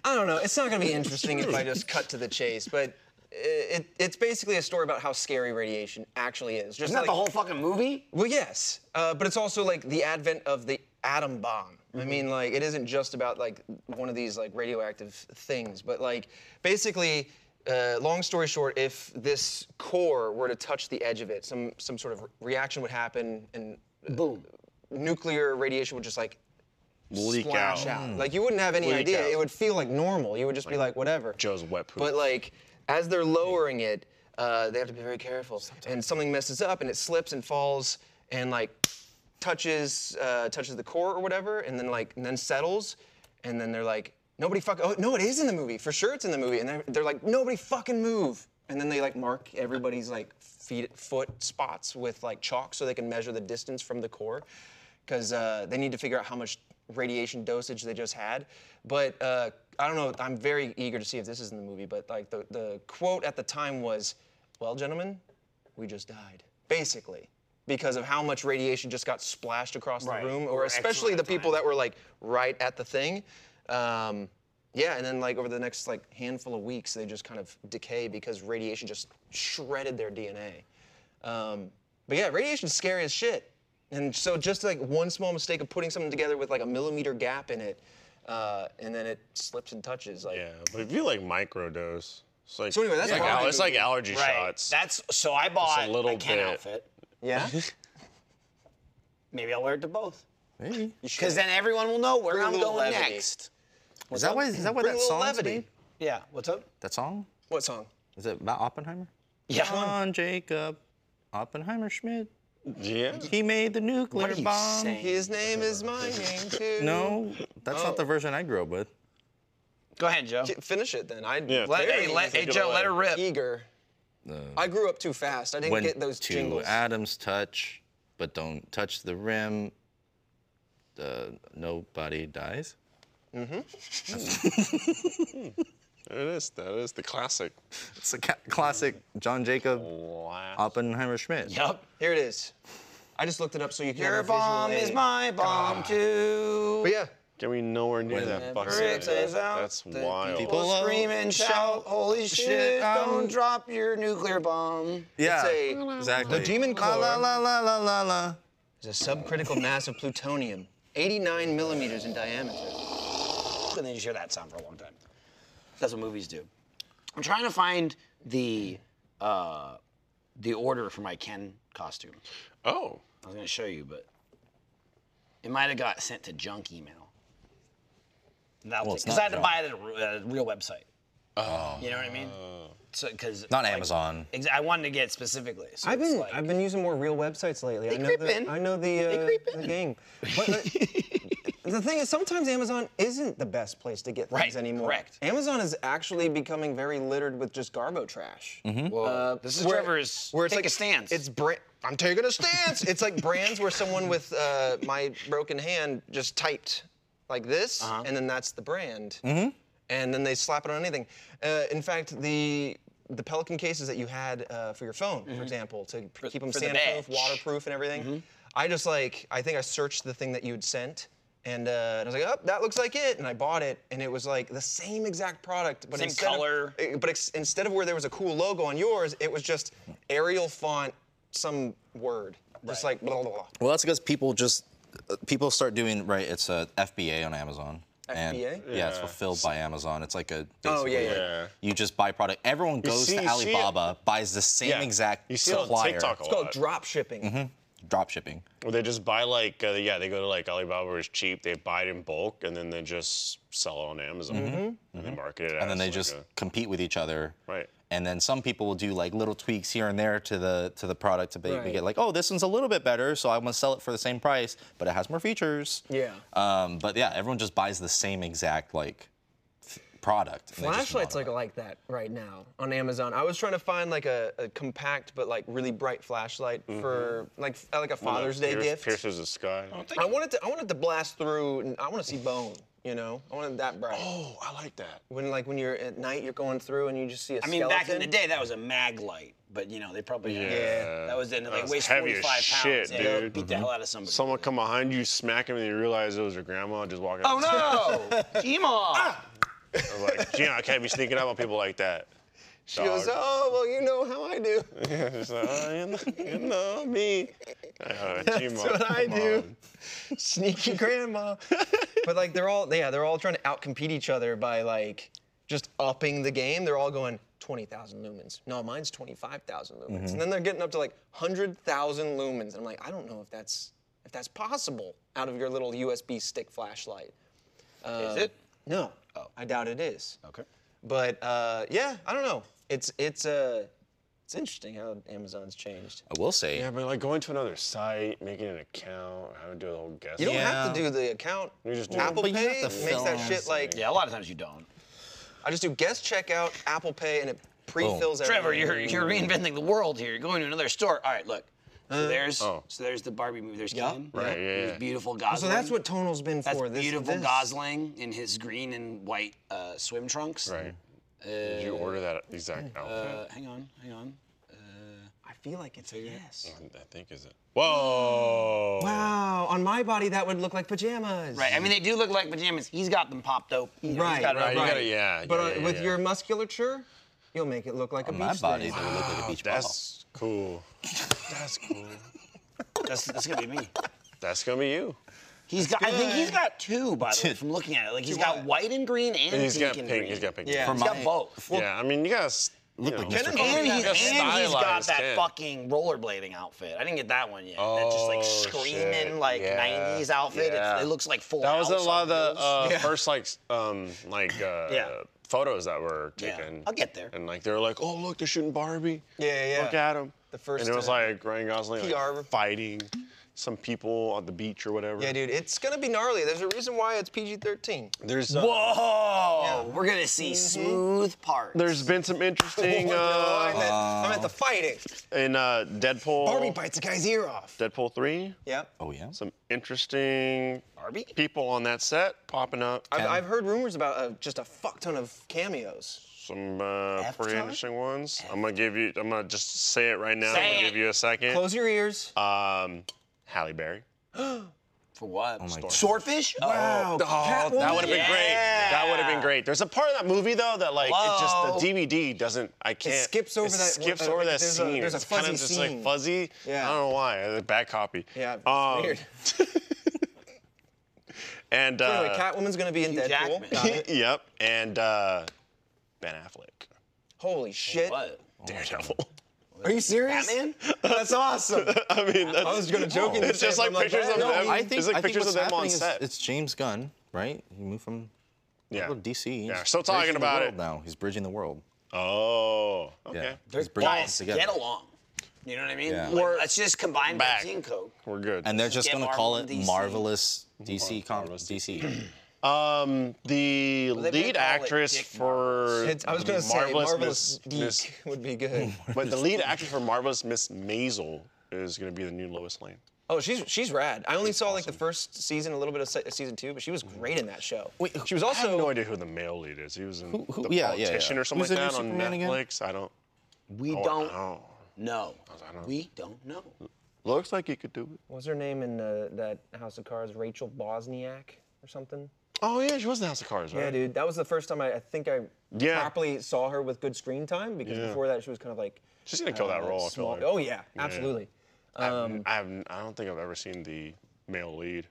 S4: I don't know. It's not going to be interesting if I just cut to the chase, but it, it's basically a story about how scary radiation actually is. Just
S1: Isn't that
S4: like-
S1: the whole fucking movie?
S4: Well, yes, uh, but it's also like the advent of the atom bomb. I mean, like it isn't just about like one of these like radioactive things, but like basically, uh, long story short, if this core were to touch the edge of it, some some sort of reaction would happen, and uh,
S1: Boom.
S4: nuclear radiation would just like
S2: leak
S4: splash
S2: out.
S4: out. Like you wouldn't have any
S2: Leak
S4: idea.
S2: out.
S4: It would feel like normal. You would just be like whatever.
S2: Joe's wet poop.
S4: But like as they're lowering it, uh, they have to be very careful. And something messes up and it slips and falls and like touches uh, touches the core or whatever, and then like and then settles, and then they're like nobody fuck. Oh no, it is in the movie for sure. It's in the movie, and they're, they're like nobody fucking move. And then they like mark everybody's like feet foot spots with like chalk so they can measure the distance from the core because uh, they need to figure out how much radiation dosage they just had. But uh, I don't know. I'm very eager to see if this is in the movie. But like the, the quote at the time was, "Well, gentlemen, we just died," basically, because of how much radiation just got splashed across
S1: Right.
S4: the room,
S1: Or
S4: or especially the
S1: excellent
S4: people
S1: time.
S4: that were like right at the thing. Um, yeah, and then like over the next like handful of weeks, they just kind of decay because radiation just shredded their DNA. Um, but yeah, radiation's scary as shit. And so just like one small mistake of putting something together with like a millimeter gap in it, uh, and then it slips and touches. Like,
S2: yeah, but if you like microdose, it's like
S4: So anyway, that's
S2: it's like,
S4: Barbie
S2: al- it's like
S4: movie.
S2: allergy
S1: Right.
S2: shots.
S1: That's so I bought a,
S2: little
S1: Ken
S2: bit.
S1: outfit.
S4: yeah.
S1: Maybe I'll wear it to both.
S3: Maybe.
S1: Because then everyone will know where
S4: Bring a
S1: I'm
S4: little
S1: going
S4: levity.
S1: next.
S3: Is that why? Is that why
S4: Bring a
S3: that
S4: little
S3: song?
S4: levity.
S1: Yeah. What's up?
S3: That song?
S4: What song?
S3: Is it about Oppenheimer?
S1: Yeah.
S3: John Jacob Oppenheimer Schmidt.
S2: yeah.
S3: He made the nuclear
S1: What are you
S3: bomb.
S1: saying?
S4: His name is my name too.
S3: No, that's not the version I grew up with.
S1: Go ahead, Joe.
S4: K- Finish it then. I
S2: Yeah,
S4: let
S2: take
S1: Hey,
S2: it.
S1: let, hey
S2: Take it
S1: Joe,
S2: away.
S1: let her rip.
S4: eager. I grew up too fast. I didn't
S3: When
S4: get those
S3: two
S4: jingles.
S3: atoms touch, but don't touch the rim, uh, nobody dies.
S2: It is. That is the classic.
S3: It's a ca- classic John Jacob Oppenheimer Schmidt.
S1: Yup.
S4: Here it is. I just looked it up so you can.
S1: Your
S4: have a visual
S1: bomb is
S4: aid.
S1: my bomb too.
S4: But yeah,
S2: Get me nowhere near that fucking.
S1: Bricks
S2: thing.
S1: is out.
S2: That's
S1: the
S2: wild.
S1: People
S3: People
S1: scream
S3: out.
S1: and shout, holy shit,
S3: um,
S1: don't drop your nuclear bomb.
S3: Yeah,
S4: a-
S3: exactly.
S4: the demon
S3: La la
S4: core.
S3: la la la la la.
S4: It's a subcritical mass of plutonium, 89 millimeters in diameter.
S1: And then you hear that sound for a long time. That's what movies do. I'm trying to find the uh, the order for my Ken costume.
S2: Oh,
S1: I was gonna show you, but It might have got sent to junk email. That was
S3: Well, it's
S1: because
S3: not
S1: I had to
S3: junk.
S1: buy it at a, re- at a uh, real website. Oh. You know what I mean? So because
S3: Not Amazon.
S1: Exa- I wanted to get specifically. So
S5: I've
S1: it's
S5: been
S1: like-
S5: I've been using more real websites lately. I know
S1: creep
S5: the,
S1: in.
S5: I know the
S1: They
S5: uh,
S1: creep
S5: the
S1: in.
S5: game. But the, the thing is, sometimes Amazon isn't the best place to get things
S1: Right,
S5: anymore.
S1: correct.
S5: Amazon is actually becoming very littered with just Garbo trash.
S1: Whoa. this is
S4: where-
S1: Trevor's.
S4: where it's
S1: take
S4: like
S1: a stance.
S4: It's brand. I'm taking a stance. it's like brands where someone with uh, my broken hand just typed like this,
S1: Uh-huh.
S4: and then that's the brand.
S1: Mm-hmm.
S4: And then they slap it on anything. Uh, in fact, the the Pelican cases that you had uh, for your phone, for example, to p- keep
S1: Mm-hmm.
S4: them
S1: for the
S4: sandproof,
S1: badge. Mm-hmm.
S4: waterproof, and everything. I just like I think I searched the thing that you'd sent. And, uh, and I was like, oh, that looks like it. And I bought it, and it was like the same exact product, but
S1: Same
S4: instead of-
S1: color.
S4: uh, but ex- instead of where there was a cool logo on yours, it was just Arial font, some word, just like blah blah blah.
S3: Well, that's because people just uh, people start doing right. It's a FBA on Amazon. And,
S5: FBA?
S3: yeah. it's fulfilled by Amazon. It's like a.
S5: Oh, yeah,
S3: basically,
S5: yeah.
S2: Yeah.
S3: You just buy product. Everyone goes
S2: see-
S3: to
S2: you see it-
S3: Alibaba, buys the same
S2: Yeah.
S3: exact
S2: You see it on
S3: supplier.
S2: TikTok a
S5: It's called
S2: lot.
S5: drop shipping.
S1: Mm-hmm.
S3: Drop shipping.
S2: Well, they just buy like uh, yeah, they go to like Alibaba where it's cheap. They buy it in bulk and then they just sell it on Amazon and
S4: Mm-hmm.
S2: they market it.
S3: and then they just compete with each other.
S2: Right.
S3: And then some people will do like little tweaks here and there to the to the product to be,
S5: Right.
S3: get like, oh, this one's a little bit better, so I'm gonna sell it for the same price, but it has more features.
S5: Yeah.
S3: Um, but yeah, everyone just buys the same exact like f- product. and they just
S4: Flashlights,
S5: Flashlights like like that right now on Amazon. I
S4: I was trying to find like a, a compact but like really bright flashlight
S1: Mm-hmm.
S4: for like f- like a Father's Day gift.
S2: Pierces the sky.
S4: I wanted to I wanted to blast through. And I want to see bone. You know, I wanted that bright.
S2: oh, I like that.
S4: When like when you're at night, you're going through and you just see a
S1: I mean,
S4: skeleton.
S1: back in the day, that was a mag light, but you know they probably
S2: Yeah.
S1: That was in
S2: That
S1: like
S2: was
S1: weighs
S2: heavy
S1: 45
S2: as
S1: pounds.
S2: shit,
S1: yeah, they'll
S2: dude. Mm-hmm.
S1: Beat the hell out of somebody.
S2: Someone come behind you, smack him, and you realize it was your grandma. Just walk out.
S1: Oh no, Timo!
S2: I'm like, Gina, I can't be sneaking up on people like that.
S4: She goes, oh well, you know how I do.
S2: It's like, oh, you know, you know me. Uh, That's
S4: what I do. sneaky grandma. but like they're all yeah, they're all trying to outcompete each other by like just upping the game. They're all going 20,000 lumens. No, mine's 25,000 lumens.
S1: Mm-hmm.
S4: And then they're getting up to like 100,000 lumens. And I'm like, I don't know if that's if that's possible out of your little USB stick flashlight. Uh,
S1: Is it?
S4: No. Oh. I doubt it is.
S1: Okay.
S4: But uh, yeah, I don't know. It's it's uh it's interesting how Amazon's changed.
S3: I will say,
S2: Yeah, but like going to another site, making an account, how to do the whole guess.
S4: You don't have to
S3: Yeah.
S4: do the account.
S2: You just do
S4: Apple
S3: But you have
S4: Pay
S3: to
S4: makes that
S3: film
S4: shit like
S1: Yeah, a lot of times you don't.
S4: I just do guest checkout, Apple Pay, and it pre-fills everything.
S1: Trevor, you're you're
S2: Mm.
S1: reinventing the world here. You're going to another store. All right, look. So
S4: Uh,
S1: there's so there's the Barbie movie. There's Ken.
S2: oh. Right, yeah,
S1: There's
S2: yeah.
S1: beautiful Gosling.
S4: Oh, So that's what Tonal's been
S1: That's
S4: for. This,
S1: beautiful
S4: this.
S1: Gosling in his green and white uh, swim trunks.
S2: Right. Did you order that exact outfit?
S1: Uh, hang on, hang on.
S4: I feel like it's a yes.
S2: I think is it. Whoa!
S4: Wow, on my body that would look like pajamas.
S1: Right. I mean, they do look like pajamas. He's got them popped open. You know,
S4: Right,
S1: He's got it
S4: right,
S1: open.
S2: You
S4: right.
S2: gotta, yeah.
S4: But
S2: yeah,
S4: uh,
S2: yeah,
S4: with
S2: yeah.
S4: your musculature, you'll make it look like a
S3: my
S4: beach
S3: body
S4: thing.
S3: that would look like a beach ball.
S2: That's cool. That's cool.
S1: That's, that's gonna be me.
S2: That's gonna be you.
S1: He's got. I think he's got two, by the way, from looking at it. Like he's got white and green, and,
S2: And he's
S1: pink
S2: got
S1: and
S2: pink.
S1: green.
S2: He's got pink.
S4: Yeah.
S1: He's got both.
S2: yeah. I mean, you guys look
S3: like Mr.
S2: Ken.
S3: Cole.
S1: And, he's, and
S2: Got
S1: he's got
S2: stylized
S1: that
S2: Ken.
S1: fucking rollerblading outfit. I didn't get that one yet. that just like
S2: Oh,
S1: screaming
S2: shit.
S1: like
S2: Yeah.
S1: 90s outfit. It's,
S2: Yeah.
S1: it looks like full.
S2: That was a
S1: House
S2: lot of
S1: on
S2: the
S1: wheels.
S2: uh, first like s- um like uh,
S1: Yeah.
S2: photos that were
S1: Yeah.
S2: taken.
S1: I'll get there.
S2: And like they were like, oh look, they're shooting Barbie.
S4: Yeah, yeah.
S2: Look at him.
S4: The first,
S2: And it was
S4: uh,
S2: like Ryan Gosling
S4: PR.
S2: like, fighting some people on the beach or whatever.
S4: Yeah, dude, it's gonna be gnarly. There's a reason why it's PG-13.
S2: There's uh,
S1: Whoa! We're gonna see smooth parts.
S2: Mm-hmm. There's been some interesting
S4: Oh, no, I'm,
S2: uh,
S4: at, I'm at the fighting.
S2: in uh, Deadpool.
S4: Barbie bites a guy's ear off.
S2: Deadpool three.
S4: Yep.
S3: oh yeah.
S2: Some interesting
S1: Barbie.
S2: people on that set popping up.
S4: I've, I've heard rumors about uh, just a fuck ton of cameos.
S2: Some uh, pretty
S1: Avatar?
S2: interesting ones. I'm gonna give you. I'm gonna just say it right now.
S1: Say
S2: I'm gonna
S1: it.
S2: give you a second.
S4: Close your ears.
S2: Um, Halle Berry.
S1: For what?
S3: God.
S1: Swordfish? Wow.
S2: Oh, that would have been great. That would have been great. There's a part of that movie though that like
S1: Hello?
S2: it just the DVD doesn't. I can't.
S4: skips over
S2: it
S4: that-
S2: Skips
S4: uh,
S2: over that
S4: there's a-
S2: scene.
S4: there's a
S2: it's kind
S4: fuzzy
S2: of just like
S4: scene.
S2: fuzzy.
S4: Yeah.
S2: I don't know why. It's a bad copy.
S4: Yeah, it's
S2: Um,
S4: weird.
S2: And uh,
S4: Anyway, Catwoman's gonna be in Deadpool.
S1: Jackman.
S4: Got it.
S2: yep. And uh, Ben Affleck.
S4: Holy shit.
S1: What?
S2: Daredevil.
S1: Are
S5: you serious?
S1: Batman?
S5: That's awesome.
S2: I mean, that's,
S5: I was gonna joke and
S2: it's
S5: say
S2: just
S5: it,
S2: like
S5: but I'm like,
S2: pictures of
S5: no,
S2: them.
S3: I think,
S2: it's like
S3: I think
S2: pictures
S3: what's
S2: of them on
S3: happening is
S2: set.
S3: it's James Gunn, right? He moved from
S2: yeah.
S3: DC.
S2: Yeah,
S3: He's
S2: still talking
S3: bridging the
S2: about
S3: world
S2: it.
S3: now. He's bridging the world.
S2: Oh, okay.
S3: Yeah.
S1: They're
S3: He's bringing
S1: guys
S3: us together.
S1: get along. You know what I mean?
S3: Yeah.
S1: Like, let's just combine
S2: Back.
S1: Pepsi and Coke.
S2: We're good.
S3: And they're just
S1: Get
S3: going to call it
S1: Marvel DC.
S3: Marvelous DC Comics. DC.
S2: Um, the
S1: they may
S2: lead
S1: call it
S2: actress
S1: Dick
S2: for
S5: It's- I was gonna say
S2: Marvelous
S5: marvelous
S2: Miss- Miss-
S5: Deke would be good.
S2: but the lead actress for Marvelous Miss Maisel is gonna be the new Lois Lane.
S4: Oh, she's she's rad. I only saw like the first season, a little bit of se- season two, but she was great in that show. Wait, she was
S2: I have
S4: also
S2: no idea who the male lead is. He was in
S3: who-
S2: the
S3: yeah, yeah, yeah.
S2: politician or something
S3: Who's
S2: like
S3: the new
S2: that on
S3: Superman again?
S2: Netflix. I don't.
S1: We
S2: Oh,
S1: don't
S2: I don't.
S1: know. We don't know.
S2: Looks like he could do it.
S4: what was her name in uh, that House of Cards, Rachel Bosniak or something.
S2: Oh yeah, she was in House of Cards, right?
S4: Yeah, dude, that was the first time I, I think I
S2: Yeah.
S4: properly saw her with good screen time because before that she was kind of like
S2: She's gonna kill that
S4: uh,
S2: role. I feel
S4: small-
S2: like.
S4: Oh yeah, absolutely.
S2: I have, I have. I don't think I've ever seen the male lead.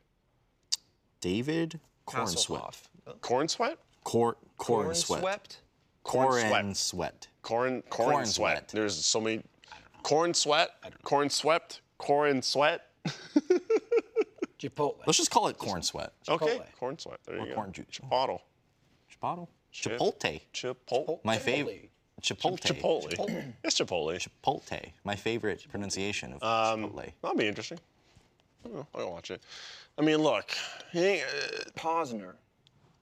S3: David Cornsweat.
S2: Corn sweat.
S3: Cor-
S4: Corn
S3: Cornsweat.
S4: swept.
S3: Corn sweat.
S2: Corn. Corn,
S3: Corn
S2: sweat.
S3: sweat.
S2: There's so many. Corn sweat. Corn swept. Corn sweat.
S1: Chipotle.
S3: Let's just call it corn sweat.
S2: Okay.
S1: Chipotle.
S2: Corn sweat. There you go.
S3: corn juice.
S2: Bottle.
S3: Chipotle. Chipotle.
S2: Chipotle.
S3: My favorite. Chipotle.
S2: Chipotle. It's Chipotle.
S3: Chipotle. Um, My favorite pronunciation of Chipotle.
S2: That'll be interesting. I don't know. I'll go watch it. I mean, look. he ain't- uh,
S4: Posner.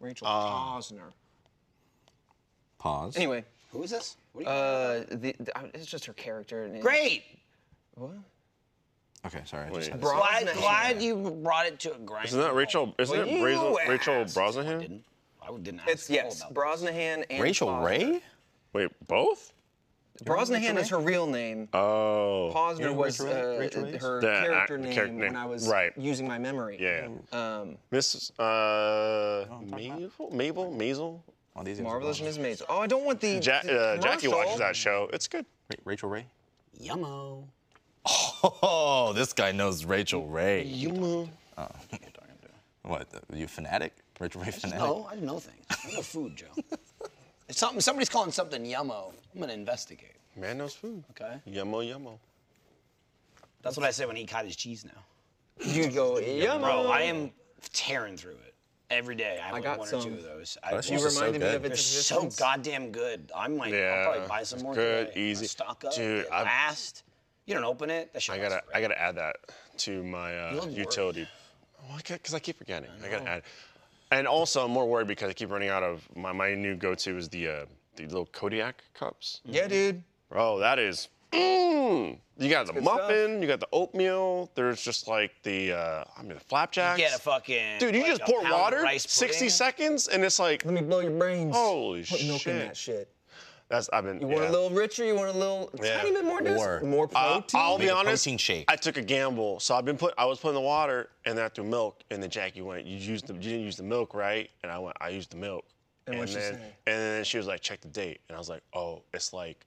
S4: Rachel Posner.
S3: Pause.
S4: Anyway,
S1: Who is this? What are you-
S4: uh, the, the- I- it's just her character. And it-
S1: Great.
S3: Okay, sorry. I just had to-
S1: Glad, glad you brought it to a grind.
S2: Isn't that Rachel? Isn't
S1: Well,
S2: it
S1: you
S2: Rachel,
S1: asked.
S2: Rachel
S1: I
S2: Brosnahan?
S1: didn't. I didn't ask
S4: It's
S1: at all
S4: yes,
S1: about
S4: Brosnahan and
S3: Rachel
S4: Posner.
S3: Ray?
S2: Wait, both?
S4: Brosnahan is her real name.
S2: Oh.
S4: Posner
S3: know
S4: was
S3: Rachel Ray-
S4: uh,
S3: Rachel Ray's?
S4: her
S2: The act-
S4: character
S2: the
S4: name
S2: character name,
S4: when I was
S2: right.
S4: using my memory.
S2: Yeah.
S4: Um,
S2: Miss uh, Mabel? Mabel? Maisel?
S3: Oh, these guys are
S4: Marvelous
S3: awesome.
S4: Miss Maisel. Oh, I don't want the
S2: Ja- uh, Jackie watches
S4: commercial.
S2: that show. It's good.
S3: Ra- Rachel Ray?
S1: that. Yummo.
S3: Oh, this guy knows Rachel Ray.
S2: You move.
S3: What? You fanatic? Rachel Ray fanatic?
S1: No, I know things. I know food, Joe. if something, somebody's calling something yummo, I'm gonna investigate.
S2: Man knows food.
S1: Okay.
S2: Yummo, yummo.
S1: That's what I say when he cottage cheese now.
S4: You go, yeah,
S1: Bro, I am tearing through it every day. I, have
S4: got
S1: one or
S4: some.
S1: two of those. I,
S3: That's
S1: you
S3: just
S1: remind-
S4: reminded me
S3: good.
S4: of
S1: they're
S4: its
S1: so
S4: existence.
S1: goddamn good. I might.
S2: Yeah,
S1: I'll probably buy some
S2: it's
S1: more.
S2: good,
S1: today. I'll
S2: easy.
S1: Stock up.
S2: Dude,
S1: it
S2: I've-
S1: last. You don't open it. That shit
S2: I
S1: lasts
S2: gotta, I
S1: forever.
S2: gotta add that to my uh,
S1: look worried.
S2: utility. Because I keep forgetting. I, gotta add. And also, I'm more worried because I keep running out of my, my new go-to is the uh, the little Kodiak cups.
S4: Yeah, dude.
S2: Bro, Oh, that is. Mm. You got the
S4: stuff.
S2: muffin, you got the oatmeal. There's just like the, uh, I mean, the flapjacks.
S1: Get a fucking.
S2: Dude, you
S1: like
S2: just
S1: a
S2: pour
S1: pound of
S2: water,
S1: rice
S2: 60
S1: pudding.
S2: seconds, and it's like,
S4: Let me blow your brains.
S2: holy
S4: Put
S2: shit.
S4: milk in that shit.
S2: That's I've been.
S4: You want a
S2: yeah.
S4: little richer? You want a little
S2: Yeah.
S4: tiny bit more
S3: Or-
S4: dis- more
S2: Uh,
S4: protein?
S2: I'll be
S3: Make a
S2: honest.
S3: protein shake.
S2: I took a gamble, so I've been put. I was putting the water, and then I threw milk, and then Jackie went, "You used the, you didn't use the milk, right?" And I went, "I used the milk." And,
S4: what'd she
S2: then,
S4: say?
S2: and then she was like, "Check the date," and I was like, "Oh, it's like,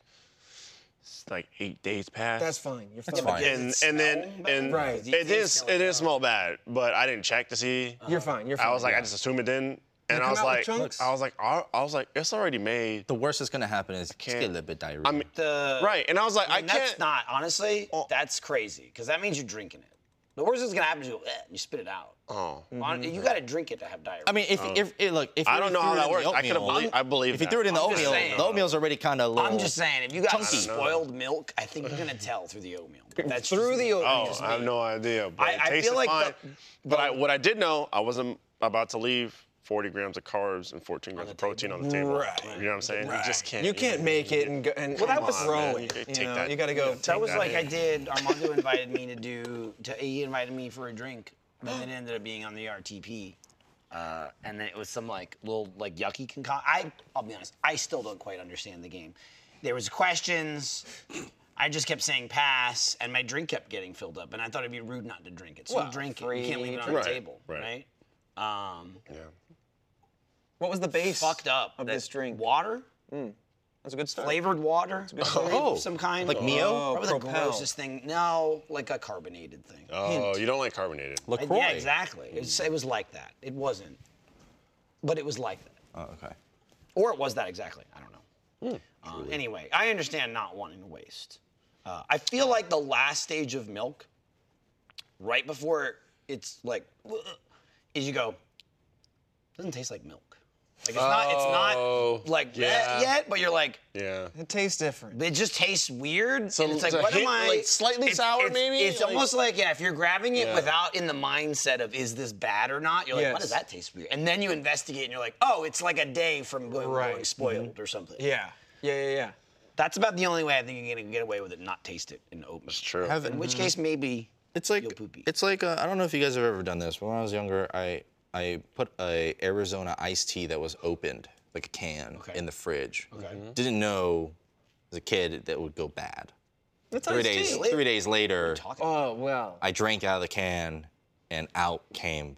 S2: it's like eight days past."
S4: That's fine. You're fine.
S1: Does
S3: fine.
S1: it
S2: and
S1: smell
S2: and then
S1: bad?
S2: and
S4: Right.
S2: it is it did smell bad, but I didn't check to see.
S4: You're fine. You're fine.
S2: I was like, I just assumed it didn't, and I
S4: come
S2: was
S4: out with
S2: like,
S4: chunks?
S2: I was like, I, I was like, it's already made.
S3: The worst that's going to happen is just get a
S2: can't-
S3: little bit diarrhea.
S2: I mean,
S1: The-
S2: right? And I was like, I,
S1: And
S2: can't. Oh.
S1: that's not honestly. That's crazy because that means you're drinking it. The worst that's gonna happen is you go, eh, and you spit it out.
S2: Oh.
S1: Hon- You gotta drink it to have diarrhea.
S3: I mean, if, if, if look, if
S2: I
S3: you
S2: don't
S3: already
S2: know how
S3: threw it
S2: that
S3: in the
S2: works.
S3: oatmeal-
S2: I could've believe- I believe
S3: If you
S2: that.
S3: threw it in the
S1: I'm just
S3: oatmeal,
S1: saying.
S3: the oatmeal's already kind of.
S1: I'm just saying, if you got
S3: Chunky.
S1: spoiled milk, I think you're gonna tell through the oatmeal. That's
S4: through
S1: just
S4: the
S1: me.
S4: oatmeal.
S2: Oh, I have no idea. But
S1: I-
S2: it
S1: I feel
S2: tasted
S1: like
S2: fine.
S1: the-
S2: but I, what I did know, I wasn't about to leave 40 grams of carbs and 14 grams of protein on the table.
S4: Right.
S2: You know what I'm saying? You just can't.
S4: You can't
S2: eat
S4: make it and go, and
S1: Well, that
S4: come
S1: was-
S4: on,
S1: Bro,
S4: man.
S2: you gotta
S4: You,
S2: take
S4: know,
S2: that-
S4: you gotta go.
S1: That was
S2: that
S1: like I
S2: in.
S1: did. Armando invited me to do. To, he invited me for a drink, but then it ended up being on the RTP. Uh, and then it was some like little like yucky concoction. I I'll be honest, I still don't quite understand the game. There was questions. I just kept saying pass, and my drink kept getting filled up, and I thought it'd be rude not to drink it. So
S4: Well,
S1: you drink it. You can't leave it on
S2: Right,
S1: the table,
S2: right.
S1: right? Um,
S4: What was the base?
S1: fucked up.
S4: Of
S1: That-
S4: this drink.
S1: Water,
S4: That's a good start.
S1: flavored water,
S3: Oh,
S1: of some kind.
S3: like Mio?
S4: Oh,
S1: Probably the
S4: Propel.
S1: grossest thing. No, like a carbonated thing.
S2: Oh, you don't like carbonated.
S1: Uh,
S3: LaCroix.
S1: Yeah, exactly. It's, it was like that. It wasn't, but it was like that,
S3: Oh, okay.
S6: Hmm.
S1: or it was that exactly. I don't know. Uh, anyway, I understand not wanting to waste. Uh, I feel like the last stage of milk, right before it's like, is you go, doesn't taste like milk. Like it's not,
S6: Oh,
S1: it's not like
S6: yeah.
S1: that yet, but you're like,
S2: Yeah.
S5: It tastes different.
S1: it just tastes weird.
S6: So
S1: and it's like,
S6: to
S1: what
S6: hit,
S1: am I?
S6: like, slightly
S1: it's-
S6: sour,
S1: it's-
S6: maybe?
S1: It's
S6: Like-
S1: almost like yeah, if you're grabbing it
S6: Yeah.
S1: without in the mindset of is this bad or not, you're like, what
S4: Yes.
S1: does that taste weird? And then you investigate and you're like, oh, it's like a day from going, going
S4: Right.
S1: spoiled or something.
S4: Yeah. Yeah, yeah, yeah.
S1: That's about the only way I think you're gonna get away with it, not taste it in oatmeal. That's
S2: true.
S3: Have-
S1: In which case, maybe
S3: It's like
S1: you'll poopy.
S3: it's like uh, I don't know if you guys have ever done this, but when I was younger, I I put a Arizona iced tea that was opened like a can in the fridge. Okay. Mm-hmm. Didn't know as a kid that it would go bad. three days three days later,
S5: Oh well,
S3: I drank out of the can, and out came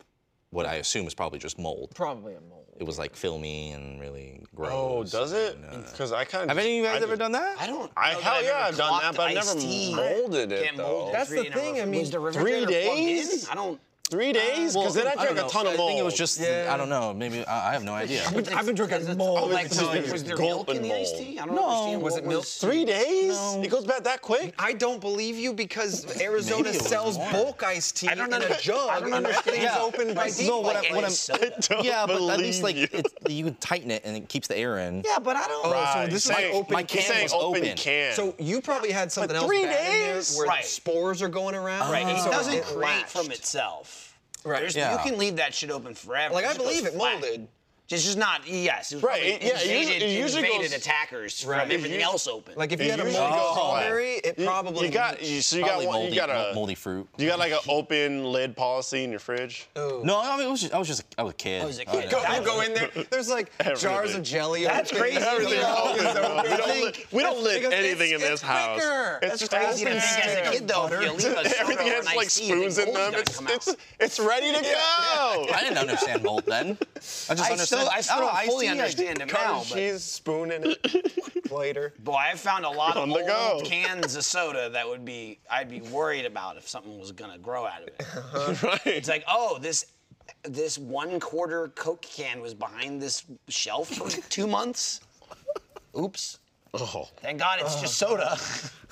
S3: what I assume is probably just mold.
S5: probably a mold.
S3: It was like filmy and really gross.
S2: Oh, does it?
S3: and, uh,
S2: Because I kind of.
S3: have any of you guys ever done that?
S1: I don't.
S2: I-
S1: know that
S2: hell
S1: I've
S2: yeah,
S1: ever
S2: I've done that,
S1: clocked
S2: but I've never
S1: iced tea.
S6: molded it,
S1: Can't
S6: though.
S1: mold
S5: That's
S1: three
S5: the
S1: in a row.
S5: thing, I mean,
S1: was the
S5: three
S1: refrigerator plugged in?
S2: days?
S1: I don't.
S2: Three days? Because then Uh, I drank
S3: don't
S2: a
S3: know.
S2: ton of
S3: I
S2: mold.
S3: think it was just I don't know. Maybe I, I have no idea.
S5: I've been drinking
S4: Oh,
S5: mold.
S1: Like,
S2: it's
S1: was,
S2: just-
S1: was there
S2: gulp
S1: milk in
S2: and
S1: the iced
S2: mold.
S1: tea? I don't understand.
S4: was
S1: what
S4: it milk?
S2: Three days?
S3: Um,
S2: It goes bad that quick?
S4: I don't believe you because Arizona
S3: Maybe it was
S4: sells
S3: more.
S4: bulk iced tea
S1: I don't
S4: in
S1: under-
S4: a jug.
S1: I don't
S4: and
S1: understand.
S4: everything's
S3: Yeah.
S4: open by
S3: No,
S4: default.
S3: what I- what I'm-
S1: soda.
S3: yeah, but at least like
S2: believe you.
S3: it's, you can tighten it and it keeps the air in.
S1: Yeah, but I don't.
S4: Oh, so this is like
S2: Saying-
S4: open
S3: My can
S2: saying
S3: was
S2: open
S3: open.
S2: can.
S4: So you probably had something else
S2: three
S4: bad in there
S2: days?
S4: where
S1: Right.
S4: the spores are going around.
S1: Right,
S4: and
S1: Uh, it
S4: so
S1: doesn't create
S4: latched.
S1: Oh. from itself.
S4: Right.
S1: There's,
S3: Yeah.
S1: You can leave that shit open forever.
S4: Like I
S1: just goes
S4: believe it
S1: flat.
S4: molded.
S1: It's just not. Yes. It was
S2: Right,
S1: probably
S2: it- yeah, it usually-
S1: invaded,
S2: it usually
S1: invaded
S2: goes-
S1: attackers
S4: Right.
S1: from everything
S2: You-
S1: else open.
S4: Like if
S2: It
S4: you had a moldy
S2: usually goes away.
S4: strawberry, it
S2: You-
S4: probably
S2: You got, you, so you got
S3: Probably
S2: one,
S3: moldy,
S2: you got a.
S3: moldy fruit.
S2: You got like an open lid policy in your fridge?
S3: No, I mean, it was just, I was just I was a kid.
S1: I was a
S3: don't
S1: kid.
S3: know.
S4: Go, you go in there. There's like jars
S2: Everything.
S4: of jelly.
S1: That's
S4: open.
S1: crazy.
S2: Everything
S1: Yeah.
S2: open. we don't,
S4: think-
S2: li- we don't lick
S4: because it's-
S2: anything in this
S4: it's
S2: house.
S4: quicker.
S2: It's
S4: That's
S2: just
S1: crazy to
S2: open
S1: think as a
S2: can.
S1: kid though, if you leave a soda
S2: Everything
S1: or an
S2: has like
S1: iced tea, the
S2: spoons in
S1: mold's
S2: them.
S1: gotta
S2: It's,
S1: come out.
S2: it's, it's ready to go.
S3: I didn't understand mold then. I just
S1: I
S3: understood.
S1: still, I still
S3: oh,
S1: don't fully
S3: see,
S1: understand it now.
S2: Cottage
S1: But
S2: cheese spoon in it later.
S1: Boy, I found a lot
S2: On
S1: of
S2: the go.
S1: old cans of soda that would be I'd be worried about if something was gonna grow out of it. It's like, oh, this this one quarter Coke can was behind this shelf for two months. Oops.
S2: Oh.
S1: Thank God it's just soda.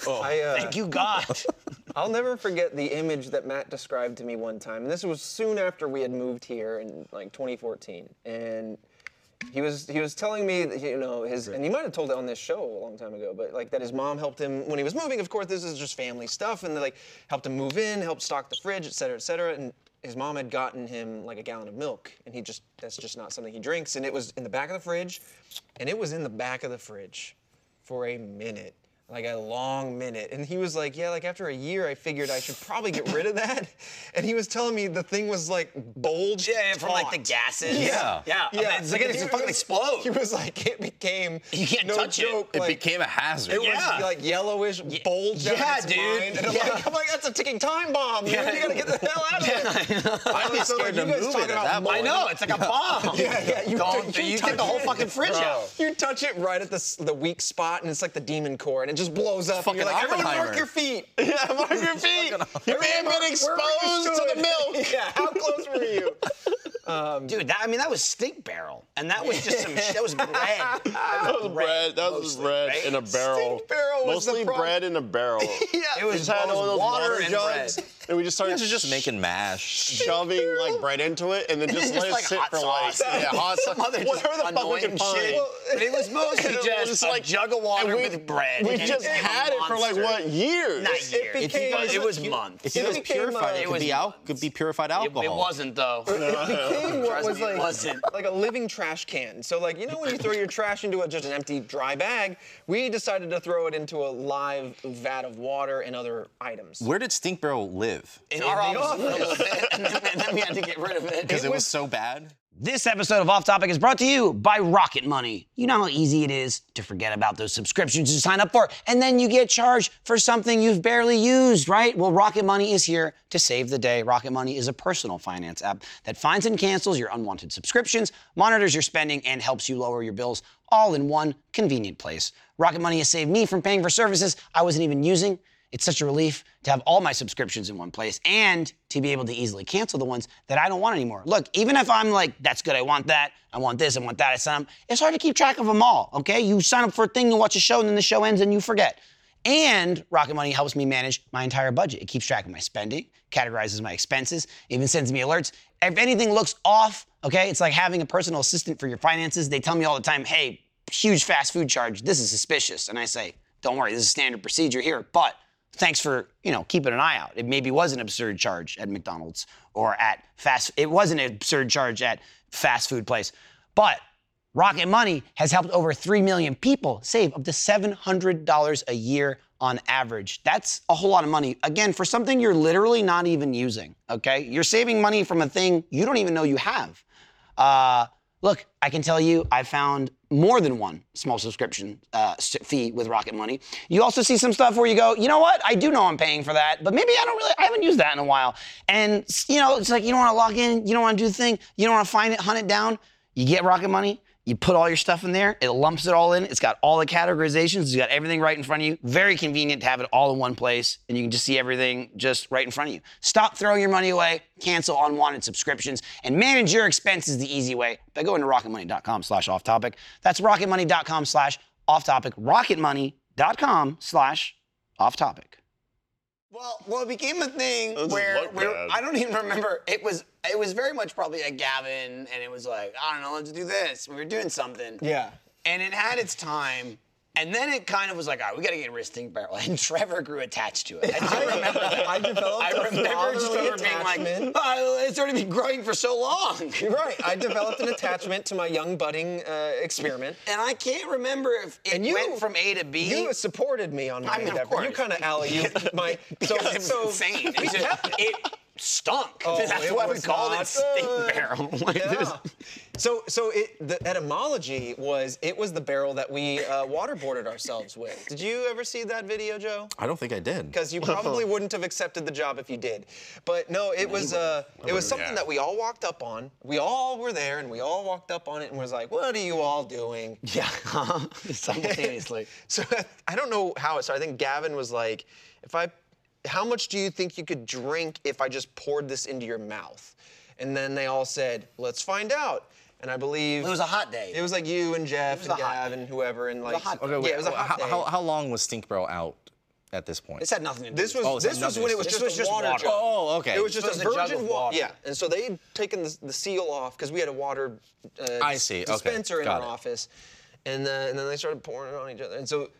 S4: I, uh,
S1: Thank you God.
S4: I'll never forget the image that Matt described to me one time. And this was soon after we had moved here in like 2014. And he was he was telling me that, you know his and he might have told it on this show a long time ago, but like that his mom helped him when he was moving. Of course, this is just family stuff, and they like helped him move in, helped stock the fridge, et cetera, et cetera. And his mom had gotten him like a gallon of milk, and he just that's just not something he drinks. And it was in the back of the fridge, and it was in the back of the fridge for a minute, like a long minute. And he was like, Yeah, like after a year, I figured I should probably get rid of that. And he was telling me the thing was like bulged.
S1: Yeah, from like the
S4: taut.
S1: gases.
S3: Yeah.
S1: Yeah. I mean, it's like
S4: And
S1: it's
S4: he
S1: a fucking
S4: was-
S1: explode.
S4: He was like, it became.
S1: You can't
S4: no
S1: touch it.
S4: joke,
S3: It
S4: like,
S3: became a hazard.
S4: It was
S1: Yeah.
S4: like yellowish, bulge out of
S1: Yeah,
S4: its
S1: dude.
S4: mind. And I'm,
S1: Yeah.
S4: like, I'm like, that's a ticking time bomb. dude.
S1: Yeah.
S4: You gotta get the hell out of it.
S3: I'd be
S4: so, like,
S3: scared
S4: you
S3: to
S4: guys
S3: move
S4: talking
S3: it at
S4: about
S3: that
S1: I
S3: point.
S1: know, it's like a bomb.
S4: Yeah, yeah,
S1: Going
S4: you don't-
S1: through-
S4: you
S1: you take the whole fucking fridge out.
S4: You touch it right at the s- the weak spot, and it's like the demon core, and it just blows up. and you're
S3: Fucking
S4: like, everyone
S3: Oppenheimer.
S4: mark your feet.
S2: Yeah, mark your feet. Your man been exposed to the milk.
S4: yeah, how close were you?
S1: Dude, that, I mean, that was stink barrel, and that was just some. sh- that was bread. That was
S2: That was bread. That was
S1: mostly,
S2: bread
S1: right?
S2: in a barrel.
S4: Stink barrel was the
S2: Mostly
S4: problem.
S2: bread in a barrel. yeah,
S1: It was,
S2: just had
S1: it was
S2: all those
S1: water,
S2: water
S1: and
S2: jugs,
S1: bread.
S2: and we just
S3: You
S2: started
S3: guys are just making mash.
S2: shoving like bread into it, and then just,
S1: Just
S2: let
S1: like
S2: it sit
S1: hot
S2: for
S1: sauce.
S2: like yeah, hot sauce.
S1: Some other just
S2: Whatever the fuck we
S1: annoying
S2: could find.
S1: shit. But it was mostly
S2: And it
S1: just
S2: was
S1: a jug of water
S2: and
S1: with bread.
S2: We
S1: And
S2: just
S1: it was
S2: had
S1: a
S2: it for like
S1: monster.
S2: what years?
S1: Not year. It,
S4: became-
S1: was, it was months.
S3: If
S1: It,
S3: it was
S4: became,
S3: purified,
S4: uh,
S3: it
S1: it
S3: could be
S1: was
S3: al-
S1: months.
S3: could be purified alcohol.
S1: it wasn't though.
S4: became what
S1: Trust
S4: was
S1: me, it
S4: like,
S1: wasn't.
S4: like a living trash can. So like you know when you throw your trash into a, just an empty dry bag, we decided to throw it into a live vat of water and other items.
S3: Where did Stink Barrel live?
S1: In our
S4: the
S1: office, for a little bit, and then, and then we had to get rid of it.
S3: Because it was so bad.
S1: This episode of Off Topic is brought to you by Rocket Money. You know how easy it is to forget about those subscriptions you sign up for, and then you get charged for something you've barely used, right? Well, Rocket Money is here to save the day. Rocket Money is a personal finance app that finds and cancels your unwanted subscriptions, monitors your spending, and helps you lower your bills all in one convenient place. Rocket Money has saved me from paying for services I wasn't even using. It's such a relief to have all my subscriptions in one place and to be able to easily cancel the ones that I don't want anymore. Look, even if I'm like, that's good, I want that, I want this, I want that, I sign up, it's hard to keep track of them all, okay? You sign up for a thing, you watch a show, and then the show ends and you forget. And Rocket Money helps me manage my entire budget. It keeps track of my spending, categorizes my expenses, even sends me alerts. If anything looks off, okay, it's like having a personal assistant for your finances. They tell me all the time, hey, huge fast food charge. This is suspicious. And I say, don't worry, this is standard procedure here. But thanks for, you know, keeping an eye out. It maybe was an absurd charge at McDonald's or at fast it was an absurd charge at fast food place. But Rocket Money has helped over 3 million people save up to $700 a year on average. That's a whole lot of money. Again, for something you're literally not even using, okay? You're saving money from a thing you don't even know you have. Uh, look, I can tell you, I found more than one small subscription uh, s- fee with Rocket Money. You also see some stuff where you go, you know what? I do know I'm paying for that, but maybe I don't really, I haven't used that in a while. And s- you know, it's like you don't want to log in, you don't want to do the thing, you don't want to find it, hunt it down. You get Rocket Money. You put all your stuff in there, it lumps it all in. It's got all the categorizations, it's got everything right in front of you. Very convenient to have it all in one place, and you can just see everything just right in front of you. Stop throwing your money away, cancel unwanted subscriptions, and manage your expenses the easy way by going to rocketmoney.com slash off topic. That's rocketmoney.com slash off topic, rocketmoney.com slash off topic. Well, well, it became a thing
S2: This is
S1: where
S2: like
S1: we were-
S2: that.
S1: I don't even remember. It was it was very much probably a Gavin, and it was like I don't know, let's do this. We were doing something.
S4: Yeah.
S1: And it had its time, and then it kind of was like, all right, we got to get rid of Stink Barrel, and Trevor grew attached to it. I do remember that.
S4: I developed
S1: I
S4: a
S1: remember
S4: fatherly
S1: Trevor being like,
S4: attachment.
S1: "Oh, it's already been growing for so long.
S4: You're right. I developed an attachment to my young budding uh, experiment.
S1: And I can't remember if it
S4: And you-
S1: went from A to B.
S4: You supported me on my
S1: I mean, of
S4: endeavor. you
S1: course.
S4: kind of alley you my. so,
S1: because it was
S4: so
S1: insane. It, was just- it stunk.
S4: Oh,
S1: That's
S4: it
S1: why we
S4: was
S1: called
S4: not
S1: it Stink
S4: good.
S1: Barrel. Like,
S4: Yeah.
S1: there's-
S4: So, so it, the etymology was it was the barrel that we uh, waterboarded ourselves with. Did you ever see that video, Joe?
S3: I don't think I did.
S4: because you probably wouldn't have accepted the job if you did. But no, it was uh, it was something
S2: yeah.
S4: that we all walked up on. We all were there, and we all walked up on it, and was like, "What are you all doing?"
S1: Yeah, simultaneously.
S4: So I don't know how it started. I think Gavin was like, "If I, how much do you think you could drink if I just poured this into your mouth?" And then they all said, "Let's find out." And I believe
S1: It was a hot day.
S4: It was like you and Jeff
S1: was
S4: and
S1: a hot
S4: Gavin, whoever, and like
S1: a hot day.
S4: yeah, it was a hot
S3: how,
S4: day.
S3: how, how long was Stink Bro out at this point?
S1: This had nothing to do.
S4: This was
S3: Oh, it's
S4: this
S3: not
S4: was when it was
S1: This
S4: just,
S1: was
S4: a
S1: just
S4: water,
S1: water.
S4: jug.
S3: Oh, okay.
S4: It was just
S1: This
S4: a
S1: was a jug
S4: virgin
S1: of
S4: water.
S1: water.
S4: Yeah, and so they'd taken the, the seal off because we had a water uh,
S3: I see, okay,
S4: dispenser in
S3: got
S4: our
S3: it.
S4: office, and uh, and then they started pouring it on each other, and so.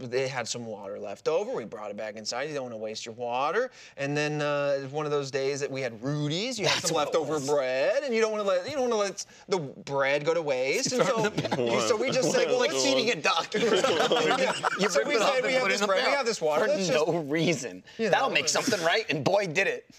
S4: They had some water left over. We brought it back inside. You don't want to waste your water. And then uh, one of those days that we had Rudy's. You had some
S1: what it
S4: leftover bread, and you don't want to let you don't want to let the bread go to waste. And so, so we just said, well,
S1: like
S4: let's
S1: seating a doctor. you
S4: You
S1: rip
S4: rip
S1: it
S4: it
S1: up
S4: off
S1: and
S4: and put
S1: put
S4: it
S1: in
S4: in the barrel.
S1: for
S4: For
S1: no
S4: no
S1: reason.
S4: Yeah,
S1: That'll
S4: that
S1: make
S4: was-
S1: something right, and boy did it.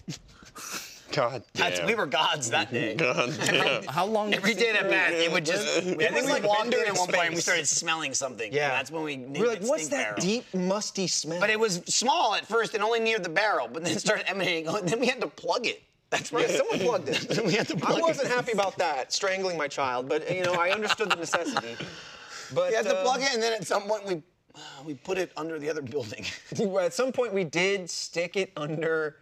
S2: God damn.
S1: That's, We were gods that day.
S2: God damn.
S3: how long?
S1: Every
S3: did
S1: day at bat, it would just. I think
S4: was
S1: we
S4: like
S1: walked in
S4: Bender
S1: at
S4: in
S1: one point and we
S4: space.
S1: started smelling something.
S4: Yeah.
S1: and that's when we. named
S4: We're like,
S1: it
S4: what's
S1: Stink
S4: that
S1: Barrel."
S4: deep musty smell?
S1: But it was small at first and only near the barrel, but then it started emanating. and then we had to plug it. That's right.
S4: Yeah, someone plugged it.
S1: we had to plug
S4: I wasn't
S1: it.
S4: happy about that, strangling my child, but you know, I understood the necessity. But
S1: We had to
S4: um,
S1: plug it, and then at some point we we put it under the other building.
S4: At some point, we did stick it under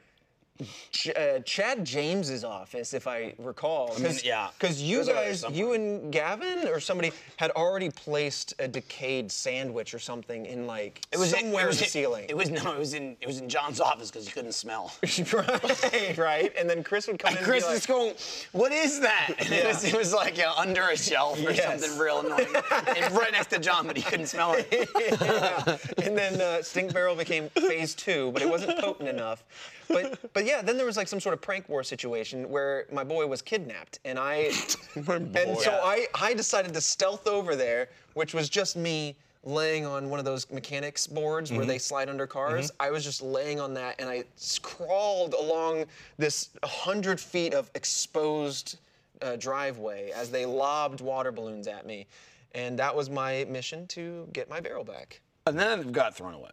S4: Ch- uh, Chad James's office, if I recall.
S1: mean, yeah.
S4: Because
S1: It
S4: you
S1: was over there
S4: guys,
S1: somewhere.
S4: you and Gavin or somebody had already placed a decayed sandwich or something in like somewhere in the ceiling.
S1: It was no, it was in it was in John's office because he couldn't smell.
S4: right, right. And then Chris would come in.
S1: Chris
S4: and be
S1: is going, what is that? And it,
S4: Yeah.
S1: was, it was like yeah, under a shelf or
S4: Yes.
S1: something real annoying. and right next to John, but he couldn't smell it.
S4: yeah. And then uh, Stink Barrel became phase two, but it wasn't potent enough. But but yeah, then there was like some sort of prank war situation where my boy was kidnapped, and I and so
S1: Yeah.
S4: I I decided to stealth over there, which was just me laying on one of those mechanics boards where they slide under cars. I was just laying on that, and I s- crawled along this hundred feet of exposed. Uh, driveway as they lobbed water balloons at me, and that was my mission to get my barrel back.
S1: And then it got thrown away.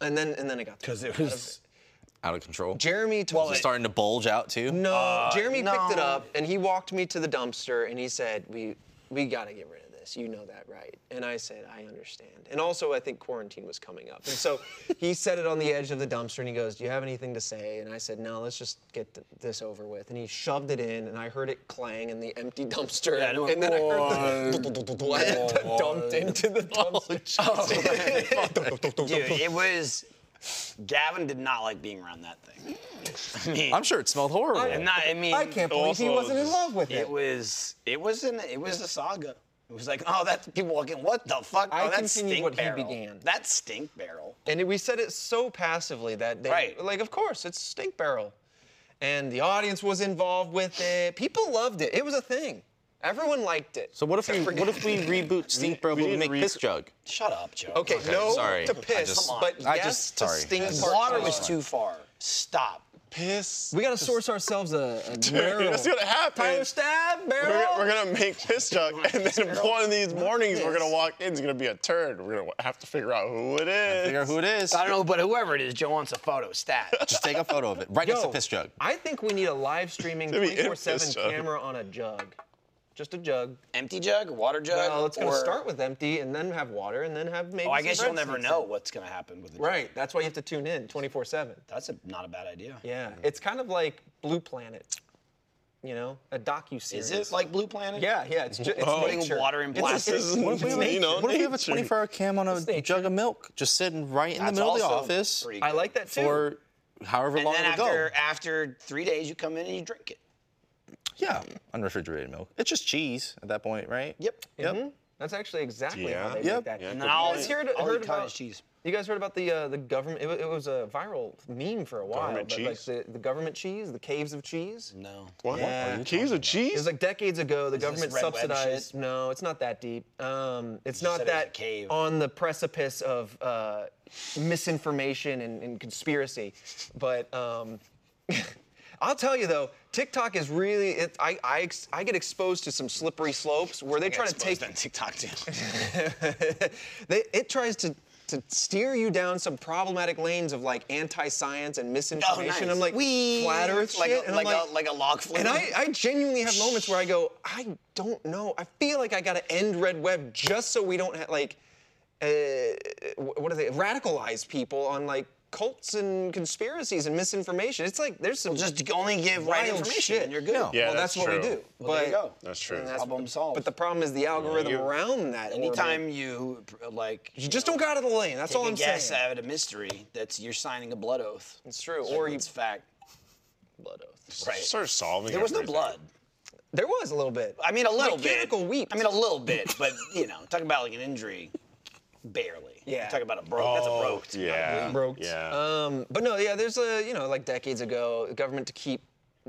S4: And then and then it got because
S1: It was
S3: out of control?
S4: Jeremy told
S3: Is it starting to bulge out too.
S4: no. Jeremy picked it
S1: Uh, no.
S4: up and he walked me to the dumpster and he said, "We we gotta get rid of this." this. You know that, right? And I said, I understand. And also, I think quarantine was coming up. And so he said it on the edge of the dumpster and he goes, Do you have anything to say? And I said, No, let's just get th- this over with. And he shoved it in and I heard it clang in the empty dumpster.
S1: Yeah, and it went,
S4: and, then I heard the I dumped into the
S1: Oh,
S4: dumpster.
S1: Dude, it was. Gavin did not like being around that thing. I mean,
S3: I'm sure it smelled horrible.
S1: and not, I mean,
S4: I can't believe he
S2: Also,
S4: wasn't in love with it.
S1: It was. It was an. It was a saga. It was like, oh, that's people walking. What the fuck?
S4: I
S1: oh, that
S4: continued
S1: stink
S4: what he
S1: barrel.
S4: began.
S1: That stink barrel.
S4: And we said it so passively that they,
S1: Right.
S4: like, of course, it's Stink Barrel. And the audience was involved with it. People loved it. It was a thing. Everyone liked it.
S3: So what if we what if we reboot Stink Bro
S2: we
S3: but we
S2: need
S3: make
S2: to re-
S3: Piss Jug?
S1: Shut up, Joe.
S4: okay, no
S3: sorry.
S4: to
S3: I
S4: piss,
S3: just-
S4: but
S3: I
S4: yes
S3: just-
S4: to
S3: sorry.
S4: Stink
S3: That's-
S1: Water
S4: Barrel.
S1: was too far. Stop.
S2: Piss.
S4: We gotta source ourselves a, a barrel.
S2: that's gonna happen.
S4: Tyler Stab barrel.
S2: We're, gonna- we're gonna make piss jug, and then one of these mornings we're gonna
S4: piss.
S2: walk in. It's gonna be a turd. We're gonna have to figure out who it is.
S3: Figure out who it is.
S1: I don't know, but whoever it is, Joe wants a photo. Stat.
S3: Just take a photo of it right next to
S4: Yo,
S3: Piss Jug.
S4: I think we need a live streaming
S2: It'd be in a
S4: 24/7
S2: piss jug.
S4: camera on a jug, just a jug.
S1: Empty jug, water jug.
S4: Well, it's gonna
S1: or-
S4: start with empty, and then have water, and then have maybe.
S1: Oh, I
S4: some
S1: guess
S4: bread
S1: you'll never
S4: sticks in.
S1: know what's gonna happen with the jug.
S4: Right. That's why you have to tune in 24/7.
S1: That's a, not a bad idea.
S4: Yeah, it's kind of like Blue Planet, you know, a docu series.
S1: Is it like Blue Planet?
S4: Yeah, yeah. It's just it's
S1: Putting
S4: nature.
S1: water in
S4: It's a-
S1: plastic.
S4: it's-
S3: What if we have a,
S2: you know,
S3: what if we have a
S2: nature.
S3: 24 hour cam on a
S4: nature.
S3: jug of milk just sitting right in the
S1: That's
S3: middle of the
S1: also
S3: office
S1: pretty
S4: I like that too.
S3: for however
S1: And
S3: long
S1: then
S3: it'll
S1: after
S3: go?
S1: after three days, you come in and you drink it.
S3: Yeah, unrefrigerated milk. It's just cheese at that point, right?
S1: Yep. Mm-hmm.
S3: Yep.
S4: That's actually exactly how
S2: Yeah.
S4: they
S3: Yep.
S4: make that.
S1: And then I'll,
S4: guys heard-
S1: I'll
S4: heard
S1: eat cottage
S4: about-
S1: cheese.
S4: You guys heard about the uh, the government? It, wa- it was a viral meme for a while.
S2: Government
S4: but
S2: cheese?
S4: Like the, the government cheese, the caves of cheese.
S1: No.
S2: What?
S4: Yeah.
S2: Cheese of
S4: It was
S2: cheese?
S4: like decades ago. The government
S1: Red Web
S4: subsidized.
S1: shit?
S4: No, it's not that deep. Um, it's
S1: said
S4: not
S1: it was a
S4: that
S1: cave.
S4: on the precipice of uh, misinformation and, and conspiracy. But um, I'll tell you though, TikTok is really. It, I, I ex- I get exposed to some slippery slopes where they try to take.
S1: on TikTok too.
S4: they, it tries to. To steer you down some problematic lanes of like anti-science and misinformation,
S1: Oh, nice.
S4: I'm like
S1: Wee.
S4: flat Earth
S1: Like a-
S4: shit, and I'm
S1: like a- like a log
S4: And I,
S1: flume.
S4: I genuinely have moments where I go, I don't know. I feel like I gotta end Red Web just so we don't ha- like, uh, wh- what are they? Radicalize people on like cults and conspiracies and misinformation. It's like there's some
S1: Just only give right
S4: Wild
S1: information
S4: shit.
S1: and you're good.
S3: No.
S2: Yeah,
S4: well, that's,
S2: that's
S4: what we
S2: true.
S4: do.
S1: Well, there you go.
S2: That's true.
S4: and
S1: Problem solved.
S4: But the problem is the algorithm
S2: you-
S4: around that. orbit.
S1: Anytime you like,
S4: you just don't go out of the lane. That's
S1: take
S4: all
S1: a
S4: I'm
S1: guess
S4: saying.
S1: at a mystery. That's you're signing a blood oath.
S4: It's true. Or you
S1: it's fact.
S4: blood oath.
S1: Right.
S2: Start solving.
S1: there was no
S2: everything.
S1: blood.
S4: There was a little bit.
S1: I mean, a little
S4: Mechanical
S1: bit.
S4: weep.
S1: I mean, a little bit. But you know, talking about like an injury, barely.
S4: Yeah.
S1: Talking about a broke. that's a broke.
S2: Oh, Yeah.
S4: Broke.
S2: Yeah.
S4: Um, but no, yeah, there's a you know like decades ago, the government to keep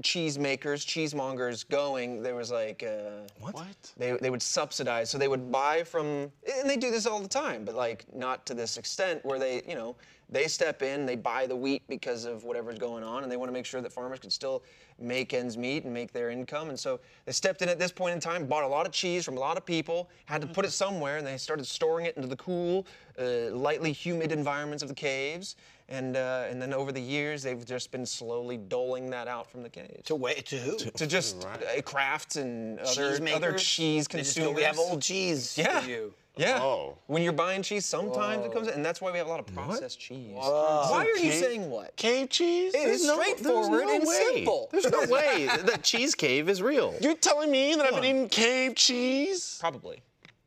S4: cheese makers, cheesemongers going. There was like uh,
S2: What?
S4: they they would subsidize, so they would buy from, and they do this all the time, but like not to this extent where they you know they step in, they buy the wheat because of whatever's going on, and they want to make sure that farmers can still make ends meet and make their income, and so they stepped in at this point in time, bought a lot of cheese from a lot of people, had to put it somewhere, and they started storing it into the cool, uh, lightly humid environments of the caves. And, uh, and then over the years, they've just been slowly doling that out from the caves
S1: To wait to who?
S4: to just uh, crafts and other
S1: cheese
S4: other
S1: makers?
S4: cheese
S1: They just
S4: consumers.
S1: go, We have old cheese
S4: yeah.
S1: for you.
S4: Yeah.
S2: Oh.
S4: When you're buying cheese, sometimes it comes in, and that's why we have a lot of processed cheese. Why are you saying what?
S2: Cave cheese?
S4: It is straightforward and simple.
S3: There's no way that cheese cave is real.
S2: You're telling me that I've been eating cave cheese?
S4: Probably.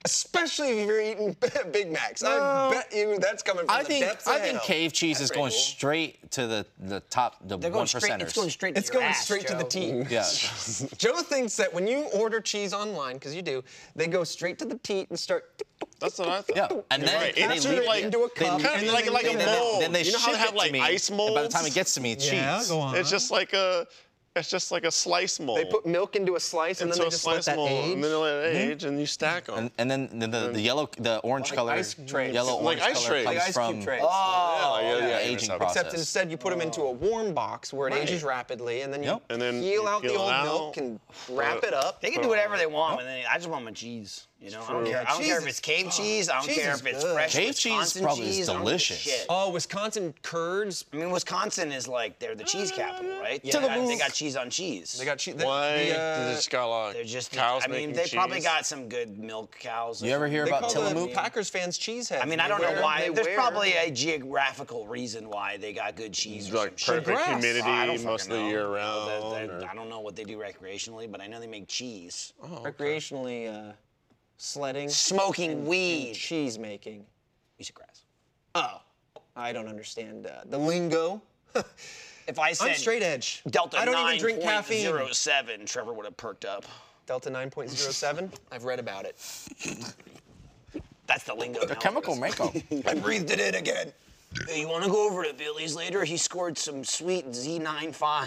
S4: Especially if you're eating Big Macs.
S3: No.
S4: I bet you that's coming from
S3: I
S4: the
S3: think
S4: depths of
S3: I think
S4: hell.
S3: cave cheese is going straight to the, the top the
S1: They're going
S3: one
S1: straight. It's going
S3: percenters.
S1: straight.
S4: It's
S1: to your
S4: going
S1: ass,
S4: straight to the
S1: Joe.
S4: team.
S3: Yeah.
S4: Joe thinks that when you order cheese online, because you do, they go straight to the teat and start
S2: That's what I thought.
S3: Yeah, and then
S2: right.
S3: they
S2: It's
S3: leave
S2: like-
S3: it
S4: into a cup,
S3: They,
S2: Kinda
S4: and
S2: like,
S4: then
S2: like
S4: they-
S2: a
S4: then-
S2: mold.
S3: then they
S2: you know how
S3: ship it
S2: they have
S3: to
S2: like
S3: me,
S2: ice
S3: and
S2: molds?
S3: By the time it gets to me, it's cheese.
S2: It's just like a, it's just like a slice mold.
S4: They put milk into a slice and
S2: into
S4: then
S2: a
S4: they just let
S2: slice
S4: that
S2: mold,
S4: age.
S2: and then they let it age, and you stack them.
S3: And, and then the, the, the yellow, the orange color,
S4: ice trays.
S3: yellow
S2: Like
S3: orange
S2: ice
S3: color
S2: trays.
S3: comes
S2: Like
S4: ice
S3: from
S4: cube trays.
S1: Oh,
S2: yeah, yeah, yeah,
S3: the aging
S2: except-
S3: process.
S4: Except instead, you put them into a warm box where it ages rapidly, and then you
S3: Yep.
S2: Oh. And then
S4: peel
S2: you
S4: out the
S2: peel it
S4: old
S2: out.
S4: milk and wrap it up.
S1: They can do whatever they want, but then I just want my cheese. You know, I don't care. I don't care if it's cave cheese. I don't
S4: oh, cheese
S1: care
S4: is
S1: if it's
S4: good.
S1: fresh
S3: Cave cheese
S1: Wisconsin
S3: probably is
S1: cheese. I don't give a
S3: delicious.
S1: shit.
S4: Oh, Wisconsin curds.
S1: I mean, Wisconsin is like they're the cheese capital, right? Yeah,
S3: the
S1: they
S4: Mm-hmm.
S1: got- they
S3: roof.
S1: got cheese cheese on cheese.
S7: They got cheese.
S2: Why?
S7: The, uh,
S2: they just got a lot
S1: They're
S2: of
S1: just.
S2: cows
S1: I mean,
S2: making
S1: they probably
S2: cheese.
S1: got some good milk cows. or
S3: You ever hear
S1: something.
S3: about
S4: Call the
S3: Tillamook?
S4: Packers fans cheeseheads.
S1: I mean, I don't
S4: Where
S1: know why.
S4: they
S1: There's
S4: wear-
S1: probably a geographical reason why they got good cheese. or
S2: like
S1: some shit.
S2: perfect
S4: grass.
S1: I don't
S2: humidity
S1: fucking
S2: most of the
S1: know.
S2: year
S1: You know,
S2: round.
S1: they- they-
S2: or-
S1: I don't know what they do recreationally, but I know they make cheese.
S4: Oh. recreationally uh, sledding,
S1: Smoking
S4: and
S1: weed.
S4: cheese making.
S1: Piece of grass.
S4: Oh, I don't understand uh, the lingo.
S1: If I said
S4: I'm straight edge.
S1: Delta
S4: I don't even drink
S1: 9.07, Trevor would have perked up.
S4: Delta 9.07. I've read about it.
S1: That's the lingo. The
S3: Chemical makeup.
S4: I breathed it in again.
S1: Hey, you want to go over to Billy's later? He scored some sweet Z95.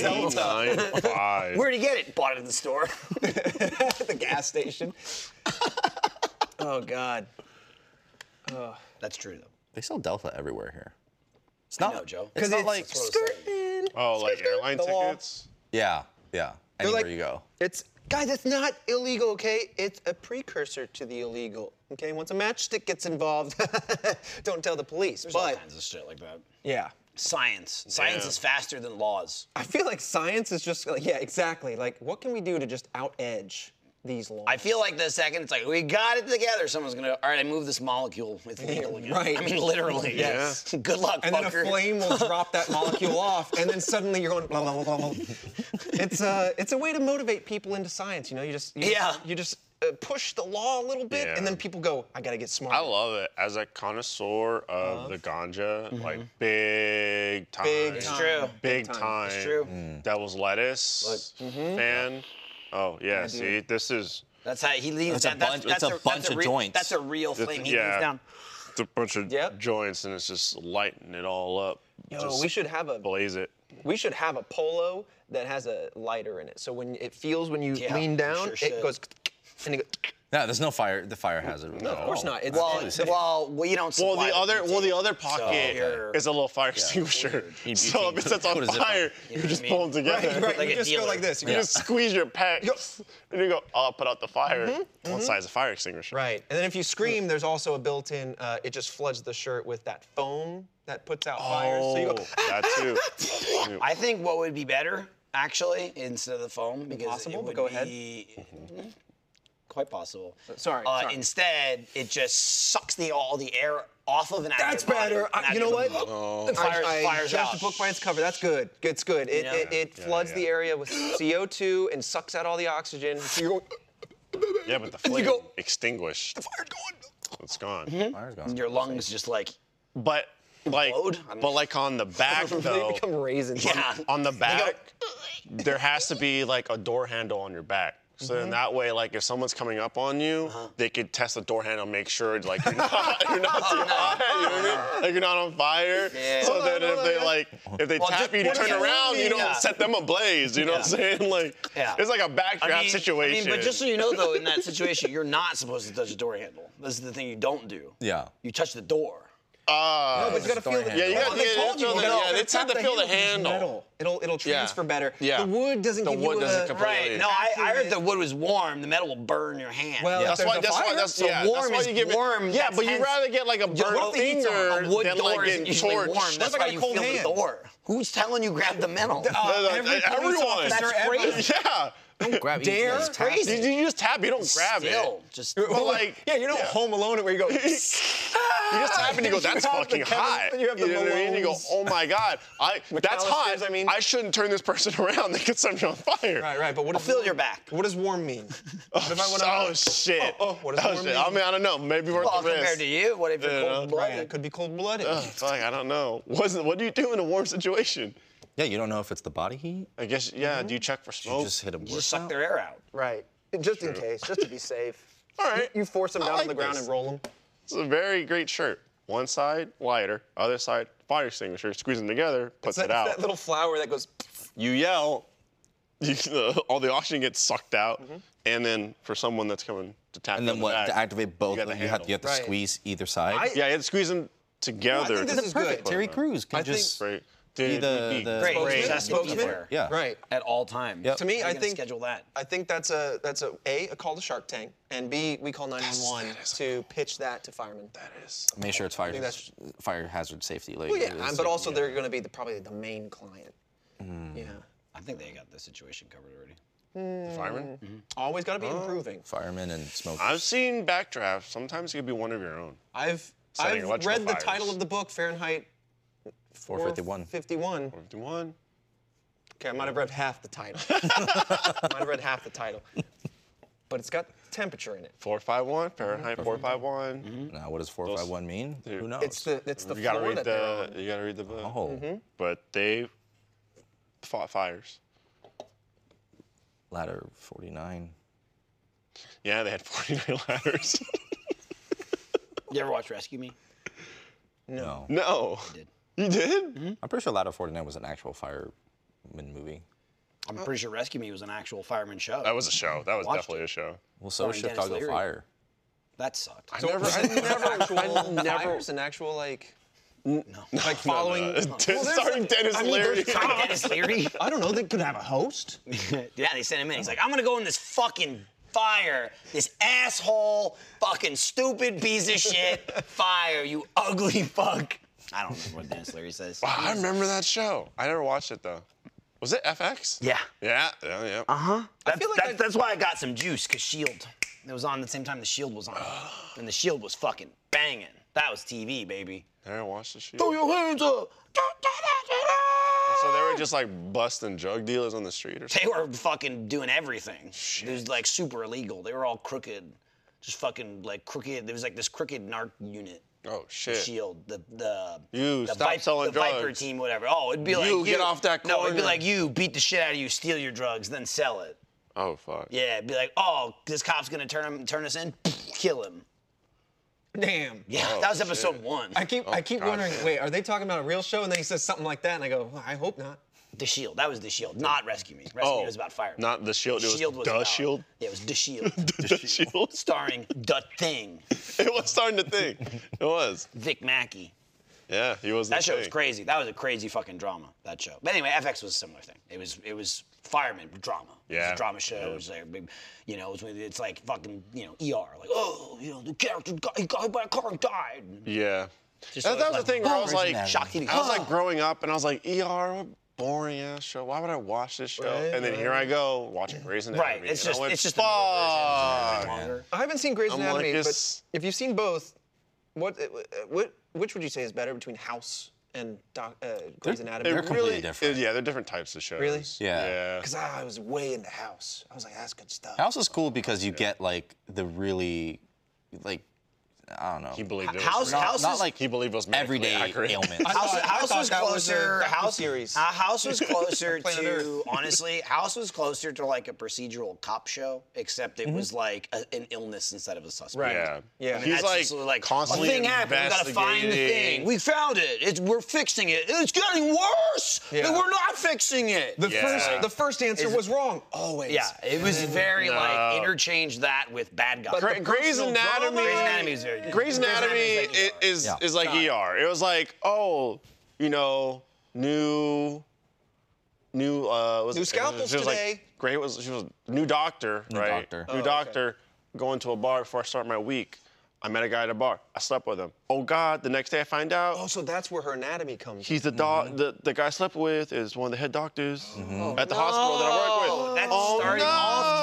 S2: Z9 five.
S1: Where'd he get it? Bought it at the store.
S4: At the gas station. oh God.
S1: That's true, though.
S3: they sell Delta everywhere here. It's
S1: I
S3: not
S1: know, Joe.
S3: It's not like
S1: That's what I was saying.
S2: Oh, like airline
S4: The wall.
S2: tickets?
S3: yeah, yeah. Anywhere
S4: like-
S3: you go.
S4: It's guys, it's not illegal, okay? It's a precursor to the illegal. Okay, once a matchstick gets involved, don't tell the police.
S1: There's all
S4: but
S1: kinds of shit like that.
S4: yeah.
S1: Science. Science
S2: Yeah.
S1: is faster than laws.
S4: I feel like science is just like, yeah, exactly. Like, what can we do to just out edge these laws?
S1: I feel like the second it's like we got it together, someone's gonna all right. I move this molecule. It's legal again.
S4: right.
S1: I mean, literally.
S4: Yes.
S1: Good luck,
S4: and then a
S1: fucker.
S4: flame will drop that molecule off, and then suddenly you're going blah blah blah blah. blah. It's a it's a way to motivate people into science. You know, you just you
S1: Yeah.
S4: just, you just uh, push the law a little bit,
S2: Yeah.
S4: and then people go, I gotta get smart.
S2: I love it. As a connoisseur of the ganja, like big time.
S4: Big It's
S1: true.
S4: time.
S2: Big
S4: Big
S2: time.
S4: time.
S1: It's true.
S2: Devil's lettuce fan. Oh, yeah. See, this is
S1: That's how he leans
S3: That's a
S1: down. That's,
S3: bunch-
S1: that's
S3: it's a bunch
S1: that's
S3: of
S1: re-
S3: joints.
S1: That's a real flame. He leans
S2: yeah.
S1: down.
S2: it's a bunch of
S4: Yep.
S2: joints and it's just lighting it all up.
S4: Yo,
S2: just
S4: we should have a
S2: blaze it.
S4: we should have a polo that has a lighter in it. So when it feels when you
S1: Yeah,
S4: lean
S1: we
S4: down,
S1: sure should.
S4: it goes and it goes.
S3: No, there's no fire. The fire hazard. No,
S4: Of course not. It's
S1: Oh. Well, well, well, you don't.
S2: Well,
S1: supply
S2: the other well, the
S1: detail.
S2: other
S1: So
S2: pocket
S1: you're-
S2: is a little fire extinguisher.
S3: You'd be
S2: So if
S3: thinking,
S2: it sets on
S3: put a zip on
S2: fire,
S3: it.
S2: you,
S1: know what
S2: just
S1: I mean?
S2: pull them together.
S4: Right,
S1: Like
S4: you
S1: a
S4: just
S1: dealer.
S4: go like this. You
S2: You
S4: just-
S2: just squeeze your pecs and you go, I'll put out the fire. One side's a fire extinguisher.
S4: Mm-hmm. Right. And then if you scream, there's also a built-in. Uh, it just floods the shirt with that foam that puts out fires. So you go.
S2: Oh, that too. Dude,
S1: I think what would be better, actually, instead of the foam, because
S4: Possible,
S1: it
S4: but
S1: would
S4: go ahead.
S1: be Mm-hmm. quite possible.
S4: sorry,
S1: Uh,
S4: sorry.
S1: Instead, it just sucks the all the air off of an.
S4: That's better. I, you know what?
S1: The fires,
S4: Oh. I, I
S1: fires
S4: judged
S1: out.
S4: the book by its cover. That's good. It's good. It,
S1: Yeah.
S4: it, it
S2: Yeah,
S4: floods
S2: yeah.
S4: the area with CO2 and sucks out all the oxygen. So you're going,
S2: yeah, but the flame
S4: go-
S2: extinguished. The fire's gone. It's gone.
S4: Mm-hmm.
S3: Fire's gone.
S1: Your lungs just like
S2: But like,
S1: Implode? I mean-
S2: but like on the back
S4: they
S2: though,
S4: become raisins.
S1: yeah.
S2: on the back, there has to be like a door handle on your back. So
S1: Mm-hmm.
S2: then that way, like if someone's coming up on you,
S1: Uh-huh.
S2: they could test the door handle, and make sure like you're not, you're not
S1: Oh,
S2: too hot, you know what I mean? like you're not on fire.
S1: Yeah.
S2: So
S1: Hold
S2: then if they like if they
S1: just
S2: tap you to
S1: put
S2: turn
S1: it on
S2: around,
S1: me.
S2: you don't
S1: Yeah.
S2: set them ablaze. You know what I'm saying? Like
S1: Yeah.
S2: it's like a backdrop
S1: I mean-
S2: situation.
S1: I mean, but just so you know, though, in that situation, you're not supposed to touch the door handle. This is the thing you don't do.
S3: Yeah.
S1: You touch the door.
S2: Ah.
S4: Oh, But you gotta feel the Oh,
S3: Yeah, you
S2: gotta-
S4: they
S2: yeah,
S4: told
S2: you
S4: you
S2: gotta-
S4: that.
S2: yeah, they said to feel the
S4: because it's
S2: handle.
S4: metal. It'll it'll transfer better.
S2: Yeah.
S4: The wood doesn't
S2: The
S4: give
S2: wood
S4: you
S2: doesn't
S4: a,
S2: completely-
S1: Right. No, I, I heard
S4: Activate.
S1: the wood was warm. The metal will burn your hand.
S4: Well,
S3: Yeah.
S4: if
S2: That's
S4: there's
S2: why.
S4: a
S2: That's why.
S4: fire,
S2: That's
S1: So
S2: yeah.
S1: warm
S2: that's why
S1: is
S2: you give
S1: warm,
S2: It, yeah,
S1: that's
S2: but you'd
S1: hence-
S2: rather get like a
S1: Yeah,
S2: burnt
S1: what if it's
S2: finger
S1: on? A wood
S2: than
S1: door
S2: like
S1: isn't
S2: getting
S1: usually
S2: torched.
S1: warm. That's
S4: Sounds like
S1: why
S4: a
S1: you
S4: cold
S1: feel the
S4: hand.
S1: door. Who's telling you grab the metal?
S2: Uh,
S4: every police
S2: everyone.
S4: officer
S1: That's
S4: ever-
S1: crazy.
S2: yeah.
S3: Grab
S4: Dare?
S3: It's crazy.
S2: You, you just tap. You don't grab
S1: Still,
S2: it.
S1: just
S2: But like,
S4: Yeah, you're not home alone it where you go.
S2: You just tap and you go, that's
S4: have the
S2: fucking
S4: Kevin-
S2: hot.
S4: you have the
S2: know what I mean? You go,
S4: Malones.
S2: oh my god, I that's hot.
S4: McAllisters, I mean.
S2: I shouldn't turn this person around. They could set me on fire.
S4: Right, right. But what
S1: I'll
S4: does
S1: feel
S4: warm-
S1: your back.
S4: What does warm mean? What if I went
S2: oh
S4: out-
S2: shit.
S4: Oh, oh, what does
S2: oh,
S4: warm
S2: shit.
S4: mean?
S2: I mean, I don't know. Maybe worth
S1: well,
S2: the risk.
S1: compared to you, what if you're
S2: Yeah.
S1: cold
S4: Right, it
S1: blooded?
S4: could be cold blooded.
S2: Ugh, fuck, I don't know. Wasn't what do you do in a warm situation?
S3: Yeah, you don't know if it's the body heat.
S2: I guess yeah.
S4: Mm-hmm.
S2: Do you check for
S3: You
S2: smoke?
S3: just hit a
S1: Just suck their air out.
S4: Right. Just in case, just to be safe.
S2: All right.
S4: You force them
S2: I
S4: down
S2: like
S4: on the ground
S2: this.
S4: and roll them.
S2: It's a very great shirt. One side lighter, other side fire extinguisher. Squeeze them together, puts
S4: That,
S2: it out.
S4: that little flower that goes.
S2: you yell, you, the, all the oxygen gets sucked out, and then for someone that's coming to tap
S3: And
S2: you
S3: then
S2: on the
S3: what?
S2: back,
S3: to activate both,
S2: got
S3: of them,
S2: the
S3: you have to,
S2: handle.
S3: you have to
S4: Right.
S3: squeeze either side.
S4: I-
S2: yeah, you had to squeeze them together.
S4: think
S2: to
S4: this is
S2: put
S4: good.
S2: it
S3: Terry
S2: on.
S3: Crews can
S4: I think-
S3: just.
S2: Right. Dude,
S3: the-
S2: we'd be
S3: the-
S1: Great.
S2: great.
S1: Just
S4: Yeah.
S1: have smoke
S4: Yeah.
S1: everywhere.
S3: Yeah.
S4: Right.
S1: At all times.
S3: Yep.
S4: To me,
S1: How are
S4: I
S1: you gonna
S4: think
S1: schedule that.
S4: I think that's a that's a a a call to Shark Tank, and b we call 911 to pitch that to firemen.
S3: Make sure it's fire,
S4: that's-
S3: fire hazard safety. Like,
S4: Well, yeah,
S3: it's
S4: and-
S3: like-
S4: but also they're going to be the, probably the main client. Yeah.
S1: I think they got the situation covered already.
S4: Mm-hmm.
S2: The fireman.
S5: Always got to be improving.
S3: Firemen and smokers.
S2: I've seen backdrafts. Sometimes it could be one of your own.
S5: I've
S2: Setting
S5: I've
S2: electrical
S5: read the
S2: fires.
S5: title of the book Fahrenheit
S3: 451.
S5: 51.
S2: 51.
S5: Okay, I might have read half the title. I might have read half the title, but it's got temperature in it.
S2: 451. Fahrenheit
S3: Mm-hmm.
S2: 451.
S3: Now, what does 451 mean? Who knows?
S5: It's the it's the
S2: Oh, You gotta
S5: floor
S2: read
S5: that they're on.
S2: the you gotta read the book.
S3: oh,
S2: But they fought fires.
S3: ladder 49.
S2: Yeah, they had 49 ladders.
S1: You ever watch Rescue Me?
S3: No.
S2: no.
S1: did.
S2: You did?
S3: I'm pretty sure Ladder 49 was an actual fireman movie.
S1: I'm pretty sure Rescue Me was an actual fireman show.
S2: That was a show. That was
S1: Watched
S2: definitely
S1: it.
S2: a show.
S3: Well, so was
S1: Starring Dennis
S3: Chicago
S1: Leary.
S3: Fire.
S1: that sucked.
S2: I never, I never,
S5: actual fires and actual like like following.
S1: Uh,
S2: Sorry, Dennis Leary.
S1: Sorry, Dennis Leary.
S5: I don't know. They could have a host.
S1: yeah, they sent him in. He's like, I'm gonna go in this fucking fire, this asshole, fucking stupid piece of shit, fire, you ugly fuck. I don't remember what Dennis Leary says.
S2: Wow, I remember that show. I never watched it though. Was it FX?
S1: Yeah. Uh-huh.
S2: Yeah. Yeah. yeah. Uh huh.
S1: That's,
S5: feel like
S1: that's,
S5: I-
S1: that's why I got some juice, cause Shield. It was on the same time the Shield E was on, and the Shield E was fucking banging. That was TV, baby.
S2: Never watched the show.
S1: your hands up.
S2: So they were just like busting drug dealers on the street or something.
S1: They were fucking doing everything. It was like super illegal. They were all crooked, just fucking like crooked. There was like this crooked narc unit.
S2: Oh shit.
S1: Shield, the the
S2: You,
S1: the,
S2: stop selling
S1: the Viper
S2: drugs.
S1: team, whatever. Oh, it'd be like
S2: You, get off that
S1: No, it'd be
S2: corner.
S1: like you beat the shit out of you, steal your drugs, then sell it.
S2: Oh fuck.
S1: Yeah, it'd be like, oh, this cop's gonna turn him, turn us in, kill him.
S5: Damn.
S1: Yeah,
S2: Oh,
S1: that was episode
S2: shit.
S1: one.
S5: I keep I keep
S2: God.
S5: wondering. Wait, are they talking about a real show? And then he says something like that, and I go, well, I hope not.
S1: The Shield, that was the Shield, not Rescue Me. Rescue
S2: Oh,
S1: Me was about fire.
S2: Not the shield. It was
S1: Shield was
S2: the
S1: about-
S2: shield.
S1: Yeah, it was the Shield,
S2: The shield.
S1: starring the Thing,
S2: It was starting to think. It was.
S1: Vic Mackey.
S2: Yeah, he was.
S1: That
S2: the
S1: show was
S2: thing.
S1: crazy. That was a crazy fucking drama. That show. But anyway, FX was a similar thing. It was it was fireman drama. It was
S2: Yeah.
S1: a drama show. It was like, big- you know, it was, it's like fucking you know ER. Like oh, you know, the character got, he got hit by a car and died.
S2: Yeah.
S1: Just
S2: That,
S1: so it's
S2: that was the
S1: like,
S2: thing where I was like,
S1: Shock TV.
S2: I was like growing up, and I was like, ER, what boring ass show. Why would I watch this show? and then here I go watching Grey's Anatomy.
S1: Right, it's
S2: and I
S1: just
S2: went,
S1: it's just
S2: fuck.
S1: longer.
S5: I haven't seen Grey's
S2: I'm like,
S5: Anatomy,
S2: it's-
S5: but if you've seen both, what uh, what which would you say is better between House and doc, uh, Grey's Anatomy?
S3: they're
S2: It
S3: completely
S2: really-
S3: different.
S2: yeah, they're different types of shows.
S5: Really?
S3: Yeah.
S2: Yeah.
S5: Because ah, I was way into House. I was like, that's good stuff.
S3: House is cool because you get like the really, like, I don't know.
S2: He believed it. Was
S1: House-
S2: real.
S1: House-
S3: not, not
S1: is-
S3: like
S2: He believed it was medically
S3: everyday
S2: accurate.
S3: ailments.
S1: House,
S5: thought- I
S1: House
S5: thought
S1: was
S5: that was a
S1: closer. House
S5: docuseries.
S1: uh, House was closer
S5: Planet
S1: to honestly. House was closer to like a procedural cop show, except it was like a, an illness instead of a suspect.
S5: Right.
S2: Mm-hmm. Yeah.
S5: Yeah.
S1: I mean,
S2: He's
S1: that's
S2: like,
S1: just sort of like
S2: constantly
S1: a thing happened. We gotta find the thing.
S2: investigating.
S1: We found it. It's, we're fixing it. It's getting worse.
S5: Yeah.
S1: And we're not fixing it.
S5: The
S2: Yeah.
S5: first the first answer
S1: Is-
S5: was wrong always.
S1: yeah, it was very
S2: No.
S1: like interchange that with bad guys.
S2: Grey- Grey's
S5: personal
S2: Anatomy.
S5: drama-
S1: Grey's Anatomy is very good.
S2: Grey's Anatomy
S1: Grey's Anatomy
S2: i- is
S3: Yeah.
S2: is like ER. It was like, oh, you know, new, new, uh, was
S5: New
S2: it-
S5: scalpels
S2: she was
S5: today. Oh,
S2: Like, Grey was she was new doctor,
S3: New
S2: right?
S3: doctor.
S2: New doctor. Going to a bar before I start my week. I met a guy at a bar. I slept with him. Oh God! The next day I find out
S5: Oh, so that's where her anatomy comes.
S2: he's the dog.
S1: Mm-hmm.
S2: The, the guy I slept with is one of the head doctors
S5: Oh,
S2: at the hospital that I work with.
S1: That's
S2: oh,
S1: starting
S2: no.
S1: off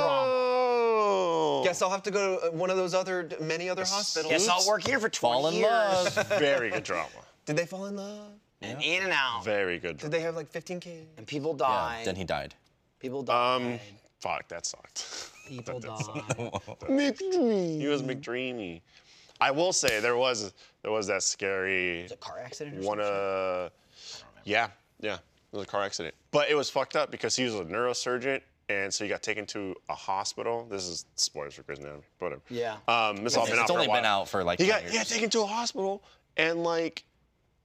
S1: strong.
S5: Guess I'll have to go to uh, one of those other many other hospitals.
S1: Guess I'll work here for 20
S3: Fall in
S1: years.
S3: love.
S2: Very good drama.
S5: Did they fall in love?
S1: And in and out.
S2: Very good.
S5: Did
S2: Drama.
S5: they have like 15 kids?
S1: And people
S3: yeah,
S1: die.
S3: then he died.
S1: people die.
S2: Um, fuck, that sucked.
S1: people die.
S2: McDreamy. He was McDreamy. I will say there was there was that scary
S1: a car accident or
S2: one. Uh, yeah, yeah, it was a car accident, but it was fucked up because he was a neurosurgeon. And so he got taken to a hospital. This is spoilers for Grey's Anatomy, but whatever.
S1: Yeah.
S2: Um, this all been
S3: It's
S2: out for a
S3: only been
S2: while.
S3: out for, like,
S2: He
S3: 10
S2: got yeah
S3: years.
S2: taken to a hospital, and like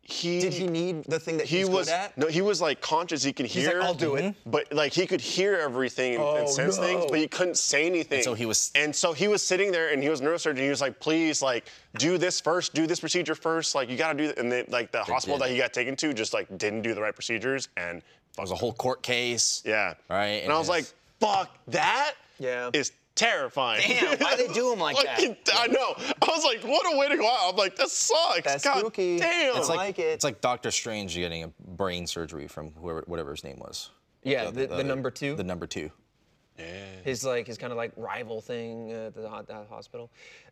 S2: he
S5: Did he need the thing that
S2: he
S5: he's
S2: was
S5: good at?
S2: no, he was like conscious. He could
S5: like,
S2: hear. Mhm.
S5: "I'll do it."
S2: But like he could hear everything and,
S5: Oh,
S2: and sense things,
S5: no.
S2: but he couldn't say anything.
S3: so he was-
S2: And so he was sitting there, and he was a neurosurgeon. He was like, "Please, like, do this first. Do this procedure first. Like, you gotta do." That. And they, like the hospital
S3: did.
S2: that he got taken to just like didn't do the right procedures, and
S3: It was a whole court case.
S2: yeah.
S3: Right,
S2: And,
S3: and
S2: I was
S3: his-
S2: like, "Fuck that."
S5: Yeah.
S2: Is terrifying.
S1: Damn, why they do him like that?
S2: I know. I was like, "What a way to go out." I'm like, "That sucks."
S5: That's
S2: God
S5: spooky.
S2: Damn.
S5: It's
S3: It's like,
S5: like it.
S3: It's like Doctor Strange getting a brain surgery from whoever, whatever his name was.
S4: Yeah, the, the, number two.
S3: The number two.
S4: his like his kind of like rival thing uh, at the, ho- that hospital.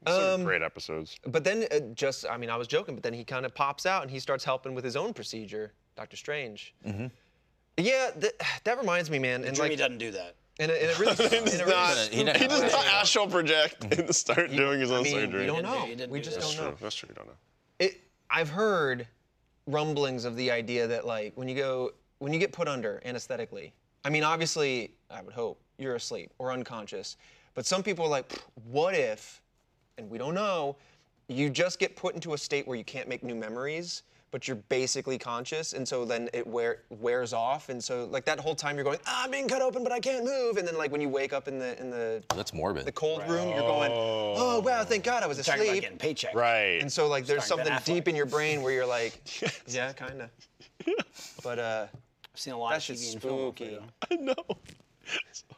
S2: Some
S4: Um,
S2: great episodes.
S4: but then uh, just I mean I was joking, but then he kind of pops out and he starts helping with his own procedure, Doctor Strange. Mm-hmm. Yeah, th- that reminds me, man. And
S1: Jeremy
S4: like,
S1: doesn't do that.
S4: and it, and it really, and it really
S2: Not-
S3: he
S2: he
S3: didn't-
S2: does not astral project and start doing his own
S4: I mean,
S2: surgery.
S4: we don't
S1: Didn't do-
S4: know.
S1: he didn't
S4: We
S1: do
S4: just
S1: that.
S4: don't
S2: That's
S4: know.
S2: true. That's true. You don't know.
S4: It, I've heard rumblings of the idea that like when you go when you get put under anesthetically. I mean, obviously, I would hope you're asleep or unconscious, but some people are like, "Pff, what if? And we don't know. You just get put into a state where you can't make new memories, but you're basically conscious, and so then it wear, wears off, and so like that whole time you're going, ah, I'm being cut open, but I can't move, and then like when you wake up in the in the
S3: That's morbid.
S4: the cold room, you're going, oh wow, thank God I was
S1: Talking about
S4: asleep.
S1: getting paycheck.
S2: Right.
S4: And so like there's
S1: Starring
S4: something
S1: Ben
S4: deep
S1: Affleck.
S4: in your brain where you're like, yeah, kind of. But uh,
S1: I've seen a lot
S4: that
S1: of TV
S4: shit's
S1: and film.
S4: spooky.
S1: Alfredo.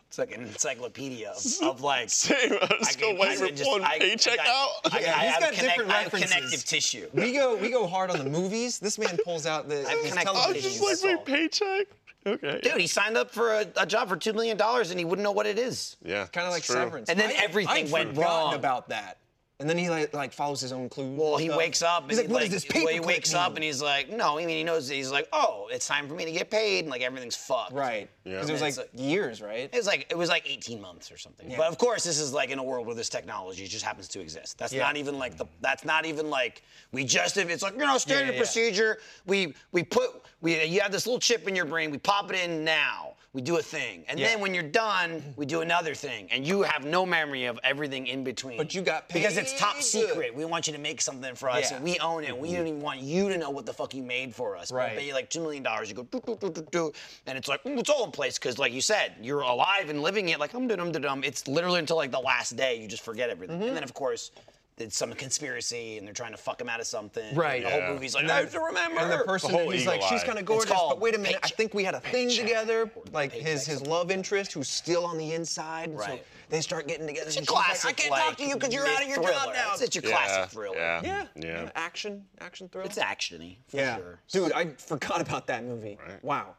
S1: It's like an encyclopedia of, of like.
S2: Same. I'm just gonna wait
S1: kinda
S2: for one
S1: I-
S2: paycheck
S1: I,
S2: out.
S1: I, I,
S4: Yeah, he's
S1: have
S4: got
S1: connect-
S4: different
S1: I have
S4: references.
S1: connective tissue.
S4: we go we go hard on the movies. This man pulls out the
S1: I've
S4: his
S1: connected
S2: I'm
S1: Dude,
S2: just
S4: television.
S2: like
S1: that's
S2: my
S1: all.
S2: paycheck. Okay.
S1: Dude, he signed up for a, a job for two million dollars and he wouldn't know what it is.
S2: Yeah.
S4: Kind of
S2: it's
S4: like
S2: true.
S4: Severance.
S1: And then
S4: I'd-
S1: everything
S4: I'd
S1: went
S4: forgotten
S1: wrong.
S4: about that. And then he like, like follows his own clues.
S1: Well,
S4: and
S1: he
S4: stuff.
S1: wakes up.
S4: He's
S1: and
S4: like,
S1: he,
S4: what is this paper?
S1: Well, he wakes up and he's like, no. I mean, he knows. He's like, oh, it's time for me to get paid, and like everything's fucked.
S4: right.
S2: Yeah.
S4: Because it was
S1: It's
S4: like,
S1: like-
S4: years, right?
S1: It was like it was like 18 months or something. But of course, this is like in a world where this technology just happens to exist. That's
S4: Yeah.
S1: not even like the. That's not even like we just. If it's like you know standard
S4: yeah.
S1: procedure, we we put we you have this little chip in your brain. We pop it in now. We do a thing, and then
S4: Yeah.
S1: when you're done, we do another thing, and you have no memory of everything in between.
S4: But you got
S1: because it's top
S4: paid.
S1: secret. We want you to make something for us,
S4: Yeah. Mm-hmm.
S1: and we own it. We don't even want you to know what the fuck you made for us. But we'll
S4: Right.
S1: pay you, like two million dollars. You go do do do do do, and it's like mm, it's all in place because, like you said, you're alive and living it. Like um dum dum dum. It's literally until like the last day you just forget everything. And then of course, it's some conspiracy, and they're trying to fuck him out of something.
S4: Right.
S1: And the
S2: Yeah.
S1: whole movie's like
S4: And
S1: I
S4: the-
S1: have to remember.
S4: And the person
S2: whole
S4: that he's
S2: eagle
S4: like, she's
S2: eye.
S4: kind of gorgeous, but
S1: called
S4: wait a minute, I
S1: paycheck-
S4: think we had a thing
S1: paycheck
S4: together.
S1: or
S4: Like his
S1: paycheck,
S4: his
S1: something
S4: love interest, who's still on the inside. and So
S1: Right.
S4: they start getting together.
S1: It's
S4: and
S1: your
S4: she's like,
S1: classic.
S4: I can't
S1: like,
S4: talk to you because you're out of your job
S1: thriller.
S4: now.
S1: It's, it's your
S2: Yeah.
S1: classic thriller.
S2: Yeah.
S4: yeah,
S2: Yeah.
S4: action, action thriller.
S1: It's actiony for sure.
S4: dude, I forgot about that movie. Wow.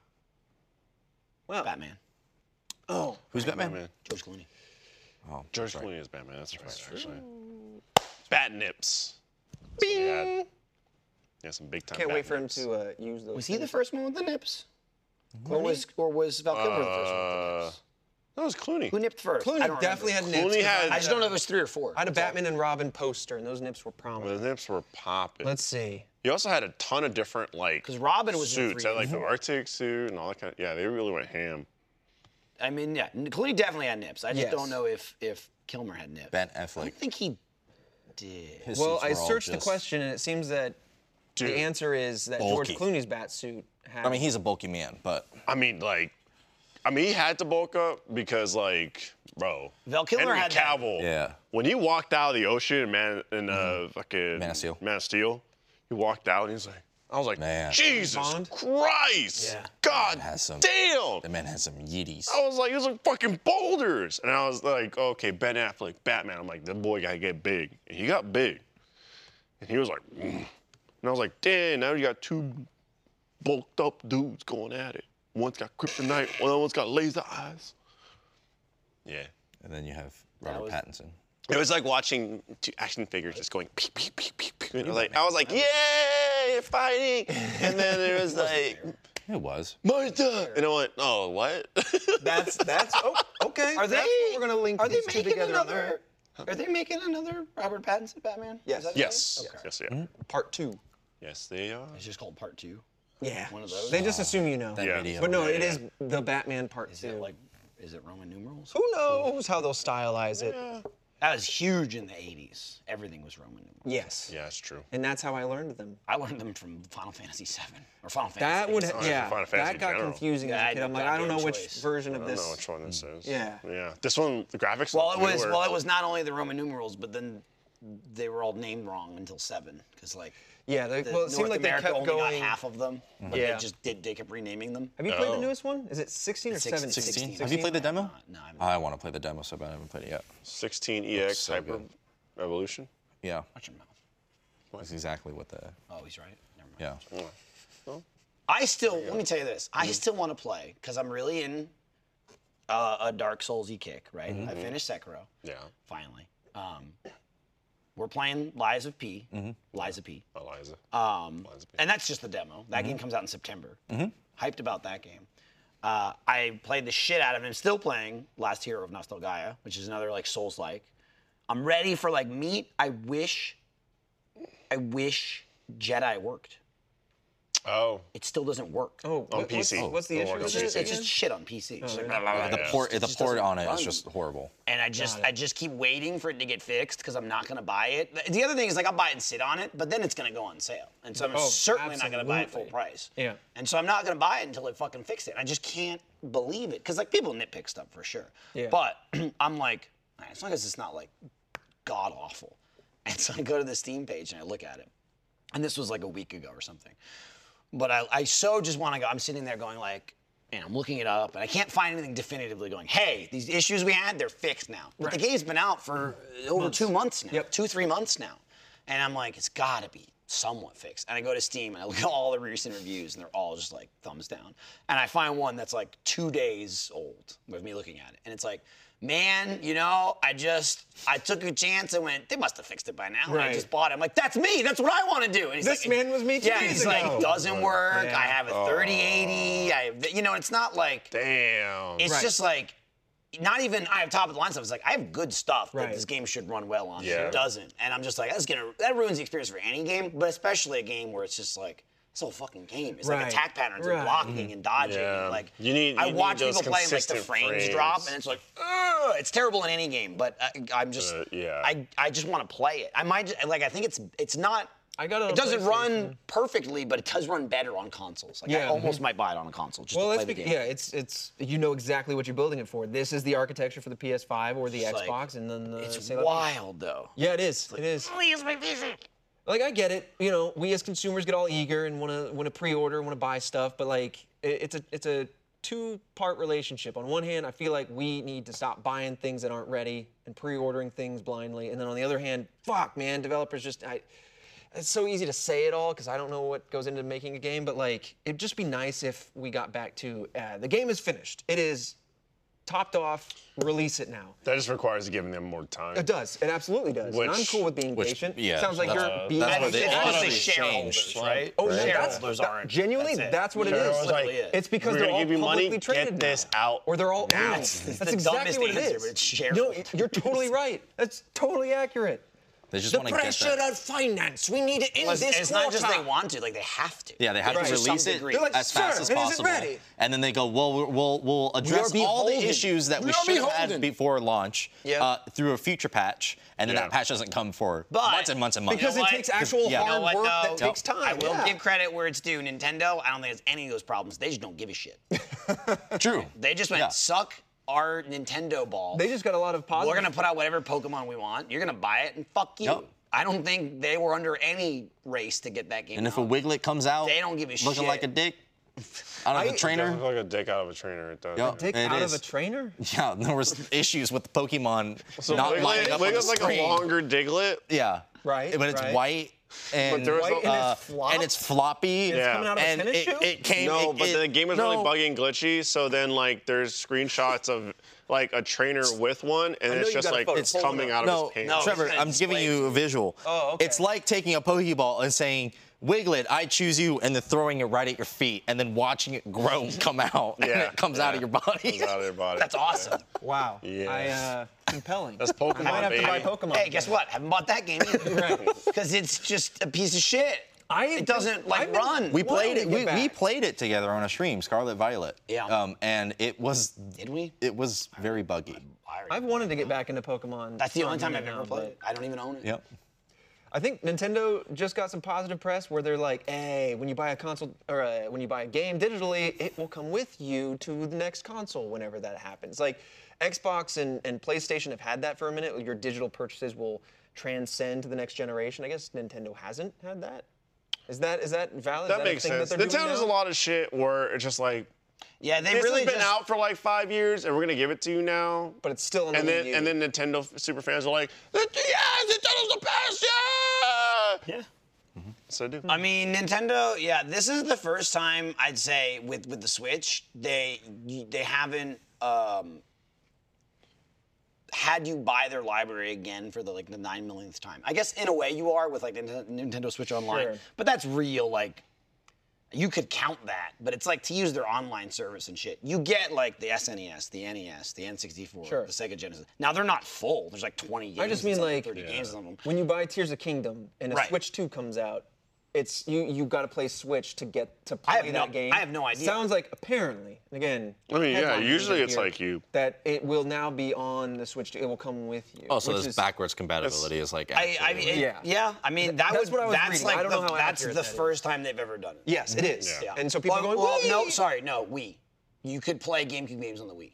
S4: Well,
S1: Batman.
S4: oh,
S3: Who's Batman?
S2: Batman.
S1: George Clooney.
S2: George Clooney is Batman. That's right. actually. Bat nips. That's what he had. Yeah, some big time.
S4: can't wait for him
S2: nips.
S4: to uh, use those.
S1: Was he the first one with the nips? Or was or was Val Kilmer the first one with the nips?
S2: That was Clooney.
S1: Who nipped first? I don't
S4: Clooney definitely
S1: remember.
S4: had nips. 'cause
S2: had-
S4: I,
S1: I just don't know if it was three or four.
S4: I had a Batman and Robin poster, and those nips were
S2: The
S4: prominent.
S2: nips were popping.
S4: Let's see.
S2: He also had a ton of different like
S1: Because Robin was in
S2: suits.
S1: three.
S2: Had like the Arctic suit and all that kind of. Yeah, they really went ham.
S1: I mean, yeah, Clooney definitely had nips. I just
S4: Yes.
S1: don't know if if Kilmer had nips.
S3: Ben
S1: I
S3: Affleck.
S1: don't think he did.
S3: His
S4: Well,
S3: suits
S4: I
S3: were all
S4: searched the
S3: just-
S4: question, and it seems that the answer is that
S3: Bulky.
S4: George Clooney's bat suit. Had
S3: I mean, he's a bulky man, but
S2: I mean, like, I mean, he had to bulk up because, like, bro,
S1: Val Kilmer
S2: Henry
S1: had that.
S2: Cavill.
S3: Yeah. Mm-hmm.
S2: When he walked out of the ocean in man in uh, fucking
S3: Man of Steel.
S2: Man of Steel, he walked out and he's like, I was like,
S3: Man.
S2: Jesus
S4: Bond?
S2: Christ,
S1: Yeah.
S2: God
S3: has some-
S2: damn.
S3: that man has some yeeties.
S2: I was like, those are fucking boulders. And I was like, okay, Ben Affleck, Batman. I'm like, the boy gotta get big. And he got big. And he was like, "Mm." and I was like, damn, now you got two bulked up dudes going at it. One's got kryptonite, one one's got laser eyes. Yeah.
S3: And then you have Robert Pattinson.
S2: It was like watching two action figures just going peep, peep, peep, peep, peep. And I was like, I was like, yay, you're fighting. And then it was like,
S3: It was.
S2: Martha. And I went, oh, what?
S4: That's that's oh, okay.
S1: Are they?
S4: That's what we're gonna link
S1: Are they
S4: these two
S1: making
S4: together on
S1: another? Are they making another Robert Pattinson Batman?
S4: Yes.
S1: Is that what
S2: yes.
S1: it is? Okay.
S2: Yes, they are.
S4: part two.
S2: Yes, they are.
S1: It's just called Part Two.
S4: Yeah.
S1: One of those?
S4: They just assume you know.
S3: That
S2: Yeah.
S3: video.
S4: But no, it is the Batman part
S1: Is
S4: two.
S1: it like? Is it Roman numerals?
S4: Who knows how they'll stylize it?
S1: That was huge in the 80s. Everything was Roman numerals.
S4: Yes.
S2: Yeah, it's true.
S4: And that's how I learned them.
S1: I learned them from Final Fantasy VII or Final Fantasy.
S4: That would
S1: VII.
S2: Fantasy.
S4: yeah.
S2: Final Fantasy
S4: That
S2: in
S4: got
S2: general.
S4: confusing
S1: Yeah,
S4: as
S1: I
S4: a kid. I'm
S1: did
S4: like,
S1: not
S4: I don't
S1: get a
S4: know which
S1: choice.
S4: version of
S2: I don't know
S4: this.
S2: which one
S3: Mm.
S2: this is.
S4: Yeah.
S2: Yeah. This one, the graphics.
S1: Well,
S2: look
S1: it was
S2: newer.
S1: well, it was not only the Roman numerals, but then they were all named wrong until seven, because like
S4: Yeah. They,
S1: the
S4: well, it
S1: North
S4: seemed like they
S1: America
S4: kept
S1: only
S4: going.
S1: got half of them, but
S4: Yeah.
S1: they just did. They kept renaming them.
S4: Have you played
S2: Oh.
S4: the newest one? Is it 16 or 17?
S1: 16.
S3: 16. Have you played the demo?
S1: No, I'm
S3: I want to play the demo so bad. I haven't played it yet.
S2: 16 EX
S3: so
S2: E Hyper
S3: good.
S2: Evolution.
S3: Yeah,
S1: watch your mouth.
S3: that's exactly what the
S1: Oh, he's right. Never mind.
S3: yeah.
S1: I still let me tell you this.
S4: Mm-hmm.
S1: I still want to play because I'm really in uh, a Dark Soulsy kick. Right.
S4: Mm-hmm.
S1: I finished Sekiro
S2: Yeah,
S1: finally. Um, we're playing Lies of P.
S4: Mm-hmm.
S1: Lies of P.
S2: Eliza.
S3: Uh,
S1: Um,
S2: Lies of P.
S1: and that's just the demo. That game comes out in September. Hyped about that game. Uh, I played the shit out of it. I'm still playing Last Hero of Nostalgia, which is another like Souls-like. I'm ready for like meat. I wish, I wish Jedi worked.
S2: oh,
S1: It still doesn't work.
S5: Oh,
S2: on
S5: what's-
S2: PC.
S5: What's the
S2: Oh,
S5: issue?
S2: on
S5: with
S1: it's just,
S5: it
S1: it's just
S5: again?
S1: shit on PC. It's just like,
S3: uh, The
S2: Yeah.
S3: port, the port
S1: doesn't
S3: on it is
S1: run.
S3: just horrible.
S1: and I just I just keep waiting for it to get fixed because I'm not gonna buy it. The- The other thing is like I'll buy it and sit on it, but then it's gonna go on sale, and so I'm certainly not gonna buy it full
S5: absolutely.
S1: price.
S4: Oh, Yeah.
S1: And so I'm not gonna buy it until they fucking fix it. I just can't believe it because like people nitpick stuff for sure.
S4: Yeah.
S1: But I'm like, "All right, as long as it's not like god awful, and so I go to the Steam page and I look at it, and this was like a week ago or something. But I, I so just want to go. I'm sitting there going like, and I'm looking it up, and I can't find anything definitively going. Hey, these issues we had, they're fixed now. But the game's been out for uh, over two months now, two three months now, and I'm like, it's got to be somewhat fixed. And I go to Steam and I look at all the recent reviews, and they're all just like thumbs down. And I find one that's like two days old with me looking at it, and it's like. Man, you know, I just I took a chance and went. They must have fixed it by now. And I
S4: Right.
S1: just bought it. I'm like, that's me. That's what I want to do. And he's
S4: This man was me two
S1: yeah, and
S4: days
S1: he's like,
S4: ago.
S1: "It doesn't work. I have a
S2: Oh.
S1: 3080. I have, you know, it's not like,
S2: Damn.
S1: it's just like, not even I have top of the line stuff. It's like I have good stuff that
S4: Right.
S1: this game should run well on.
S2: Yeah.
S1: It doesn't, and I'm just like, that's gonna that ruins the experience for any game, but especially a game where it's just like. This whole fucking game. It's like
S4: Right.
S1: attack patterns
S4: Right.
S1: and blocking and dodging.
S2: Yeah.
S1: And like
S2: You need-
S1: I
S2: you need
S1: watch
S2: those
S1: people play and like the
S2: consistent
S1: frames,
S2: frames.
S1: drop, and it's like, Ugh! it's terrible in any game. But I, I'm just,
S2: Uh, yeah.
S1: I, I just want to play it. I might ju- like, I think it's, it's not.
S4: I got it on
S1: It doesn't run
S4: PlayStation.
S1: perfectly, but it does run better on consoles. Like I
S4: Yeah.
S1: almost might buy it on a console just
S4: Well,
S1: to
S4: that's
S1: play the
S4: because,
S1: game.
S4: yeah, it's it's you know exactly what you're building it for. This is the architecture for the PS5 or the
S1: It's like-
S4: Xbox, and then the
S1: It's
S4: say like-
S1: wild though.
S4: Yeah, it is. it is. Like I get it. You know, we as consumers get all eager and want to want to pre-order, want to buy stuff, but like it, it's a it's a two-part relationship. On one hand, I feel like we need to stop buying things that aren't ready and pre-ordering things blindly, and then on the other hand, fuck, man, developers just I. It's so easy to say it all because I don't know what goes into making a game, but like it'd just be nice if we got back to uh, the game is finished. It is topped off. Release it now.
S2: that just requires giving them more time.
S4: It does. It absolutely does. and I'm
S2: Which-
S4: cool with being
S3: which-
S4: patient.
S3: yeah,
S4: Sounds like
S3: that's-
S4: you're being
S3: that's what
S1: It's
S3: they
S1: it's
S3: all
S1: honestly
S3: changed,
S1: shareholders,
S3: like,
S1: right?
S4: Oh, no, that's,
S1: Shareholders
S4: that-
S1: aren't.
S4: genuinely,
S1: it.
S4: that's, what it
S2: Sure,
S4: is.
S2: I was like,
S1: Literally it.
S4: it's because
S2: we're
S4: they're
S2: gonna
S4: all
S2: give you money,
S4: publicly traded
S2: get
S4: now.
S2: this out
S4: or they're all
S2: now.
S4: owned.
S2: It's-
S1: it's
S4: that's
S1: the
S4: exactly
S1: dumbest
S4: what it
S1: answer,
S4: is.
S1: but it's
S4: no,
S1: shareholders.
S4: you're totally right. That's totally accurate.
S3: They just
S4: The
S3: want to get
S4: pressure
S3: that.
S4: of finance. We need to end
S1: Plus,
S4: this
S1: it's not just they
S4: quarter.
S1: want to, like they have to.
S3: Yeah, they have
S1: Right.
S3: to
S1: some
S3: release it
S1: degree.
S4: They're like,
S3: as fast
S4: "Sir,
S3: as
S4: it isn't
S3: possible.
S4: ready."
S3: And then they go, well, we're- we'll, we'll address all the
S1: beholden.
S3: issues that we,
S1: We are
S3: should have had
S1: beholden.
S3: before launch
S4: Yeah.
S3: uh, through a future patch, and then
S2: Yeah.
S3: that patch doesn't come for
S1: But-
S3: months and months and months.
S4: Because
S1: You know
S4: it
S1: what?
S4: takes actual
S3: Yeah. You know
S4: hard
S1: what,
S4: work that
S1: though?
S4: takes time.
S1: I will
S4: yeah.
S1: give credit where it's due. Nintendo, I don't think it's any of those problems. They just don't give a shit.
S3: True.
S1: They just went
S3: Yeah.
S1: suck our Nintendo ball.
S4: They just got a lot of positive.
S1: We're gonna put out whatever Pokemon we want. You're gonna buy it, and fuck you.
S3: Yep.
S1: I don't think they were under any race to get that game.
S3: And if a
S1: out.
S3: wiglet comes out,
S1: They don't give a
S3: looking
S1: shit.
S3: like a dick, out of a
S2: It
S3: trainer.
S2: looks like a dick out of a trainer. It does.
S3: Yup.
S4: Dick
S3: It
S4: out
S3: is.
S4: of a trainer?
S3: Yeah, there was issues with the Pokemon
S2: So
S3: not
S2: Wiglet-
S3: lining up on the
S2: Wiglet's like a
S3: screen.
S2: longer diglet.
S3: yeah,
S4: Right,
S3: But it's
S4: right.
S3: white and uh,
S2: there was White
S4: no- and it's
S3: and it's floppy.
S2: It's coming out
S4: of a
S3: and
S4: tennis
S3: it,
S4: shoe?
S3: it came.
S2: No,
S3: it-
S2: but
S3: it-
S2: the game is
S3: no.
S2: really buggy and glitchy. So then, like, there's screenshots of like a trainer with one, and it's
S4: you
S2: just
S4: got a
S2: like
S4: photo.
S2: it's
S4: Hold it
S2: coming
S4: up.
S2: out
S3: No,
S2: of his
S1: No,
S2: pants.
S1: he's
S3: Trevor,
S1: gonna
S3: I'm giving
S1: display
S3: you a visual.
S4: Oh, okay.
S3: It's like taking a Pokeball and saying, Wiglet, I choose you, and then throwing it right at your feet, and then watching it grow and come out, and
S2: Yeah,
S3: it comes out of your
S2: yeah.
S3: body.
S2: Comes out of your body.
S1: That's awesome.
S4: Wow.
S2: Yeah.
S4: I, uh, compelling.
S2: That's Pokemon,
S4: I might have
S2: baby.
S4: to buy Pokemon.
S1: Hey, guess
S4: again.
S1: what? Haven't bought that game either. Because it's just a piece of shit.
S4: I-
S1: it doesn't like
S4: I've been-
S1: run.
S3: We
S4: Why
S3: played
S4: don't
S3: it.
S4: we
S3: We,
S4: get
S3: we
S4: back?
S3: played it together on a stream, Scarlet Violet.
S1: Yeah.
S3: Um, and it was.
S1: Did we?
S3: It was very buggy.
S1: I already-
S4: I've wanted to get back into Pokemon.
S1: That's the only
S4: for a
S1: time I've
S4: minute
S1: ever
S4: now,
S1: played
S4: but-
S1: it. I don't even own it.
S3: Yep.
S4: I think Nintendo just got some positive press where they're like, "Hey, when you buy a console or uh, when you buy a game digitally, it will come with you to the next console whenever that happens." Like Xbox and, and PlayStation have had that for a minute. Your digital purchases will transcend to the next generation. I guess Nintendo hasn't had that. Is that is that valid? Is
S2: That
S4: a
S2: makes
S4: thing
S2: sense.
S4: they're doing
S2: Nintendo's a
S4: now?
S2: lot of shit where it's just like
S1: Yeah, they
S2: this
S1: really
S2: has been
S1: just,
S2: out for like five years, and we're gonna give it to you now.
S4: but it's still in
S2: and
S4: the
S2: then
S4: Wii U.
S2: and then Nintendo f- super fans are like, "Yes, Nintendo's the best!" Yeah.
S1: Yeah.
S2: Yes, I do.
S1: I mean, Nintendo. Yeah, this is the first time I'd say with with the Switch they they haven't um, had you buy their library again for the like the nine millionth time. I guess in a way you are with like Nintendo, Nintendo Switch Online,
S4: Sure.
S1: but that's real. Like you could count that, but it's like to use their online service and shit. You get like the SNES, the NES, the N64,
S4: Sure.
S1: the Sega Genesis. Now they're not full. There's like 20 games.
S4: I just
S1: it's
S4: mean like
S1: 30 games on them.
S4: when you buy Tears of Kingdom and a
S1: Right.
S4: Switch 2 comes out, it's you you got to play Switch to get to play
S1: have
S4: that
S1: no-
S4: game.
S1: I have no idea.
S4: Sounds like apparently and again.
S2: I mean, yeah,
S4: headline
S2: usually
S4: reason
S2: it's
S4: here,
S2: like you-
S4: that it will now be on the Switch. 2. It will come with you.
S3: Oh, so
S4: which
S3: this
S4: is-
S3: backwards compatibility is like.
S1: I, I mean,
S3: absolutely-
S1: yeah.
S4: Yeah.
S1: yeah. I mean, that
S4: That's
S1: was,
S4: what I was
S1: that's
S4: reading.
S1: like
S4: I don't
S1: the,
S4: know how
S1: that's
S4: accurate
S1: the
S4: that is.
S1: first time they've ever done it.
S4: Yes, it is.
S2: Yeah.
S4: And so people
S1: well,
S4: are going,
S1: well, no,
S4: "Wii!"
S1: sorry, no, Wii. You could play GameCube games on the Wii.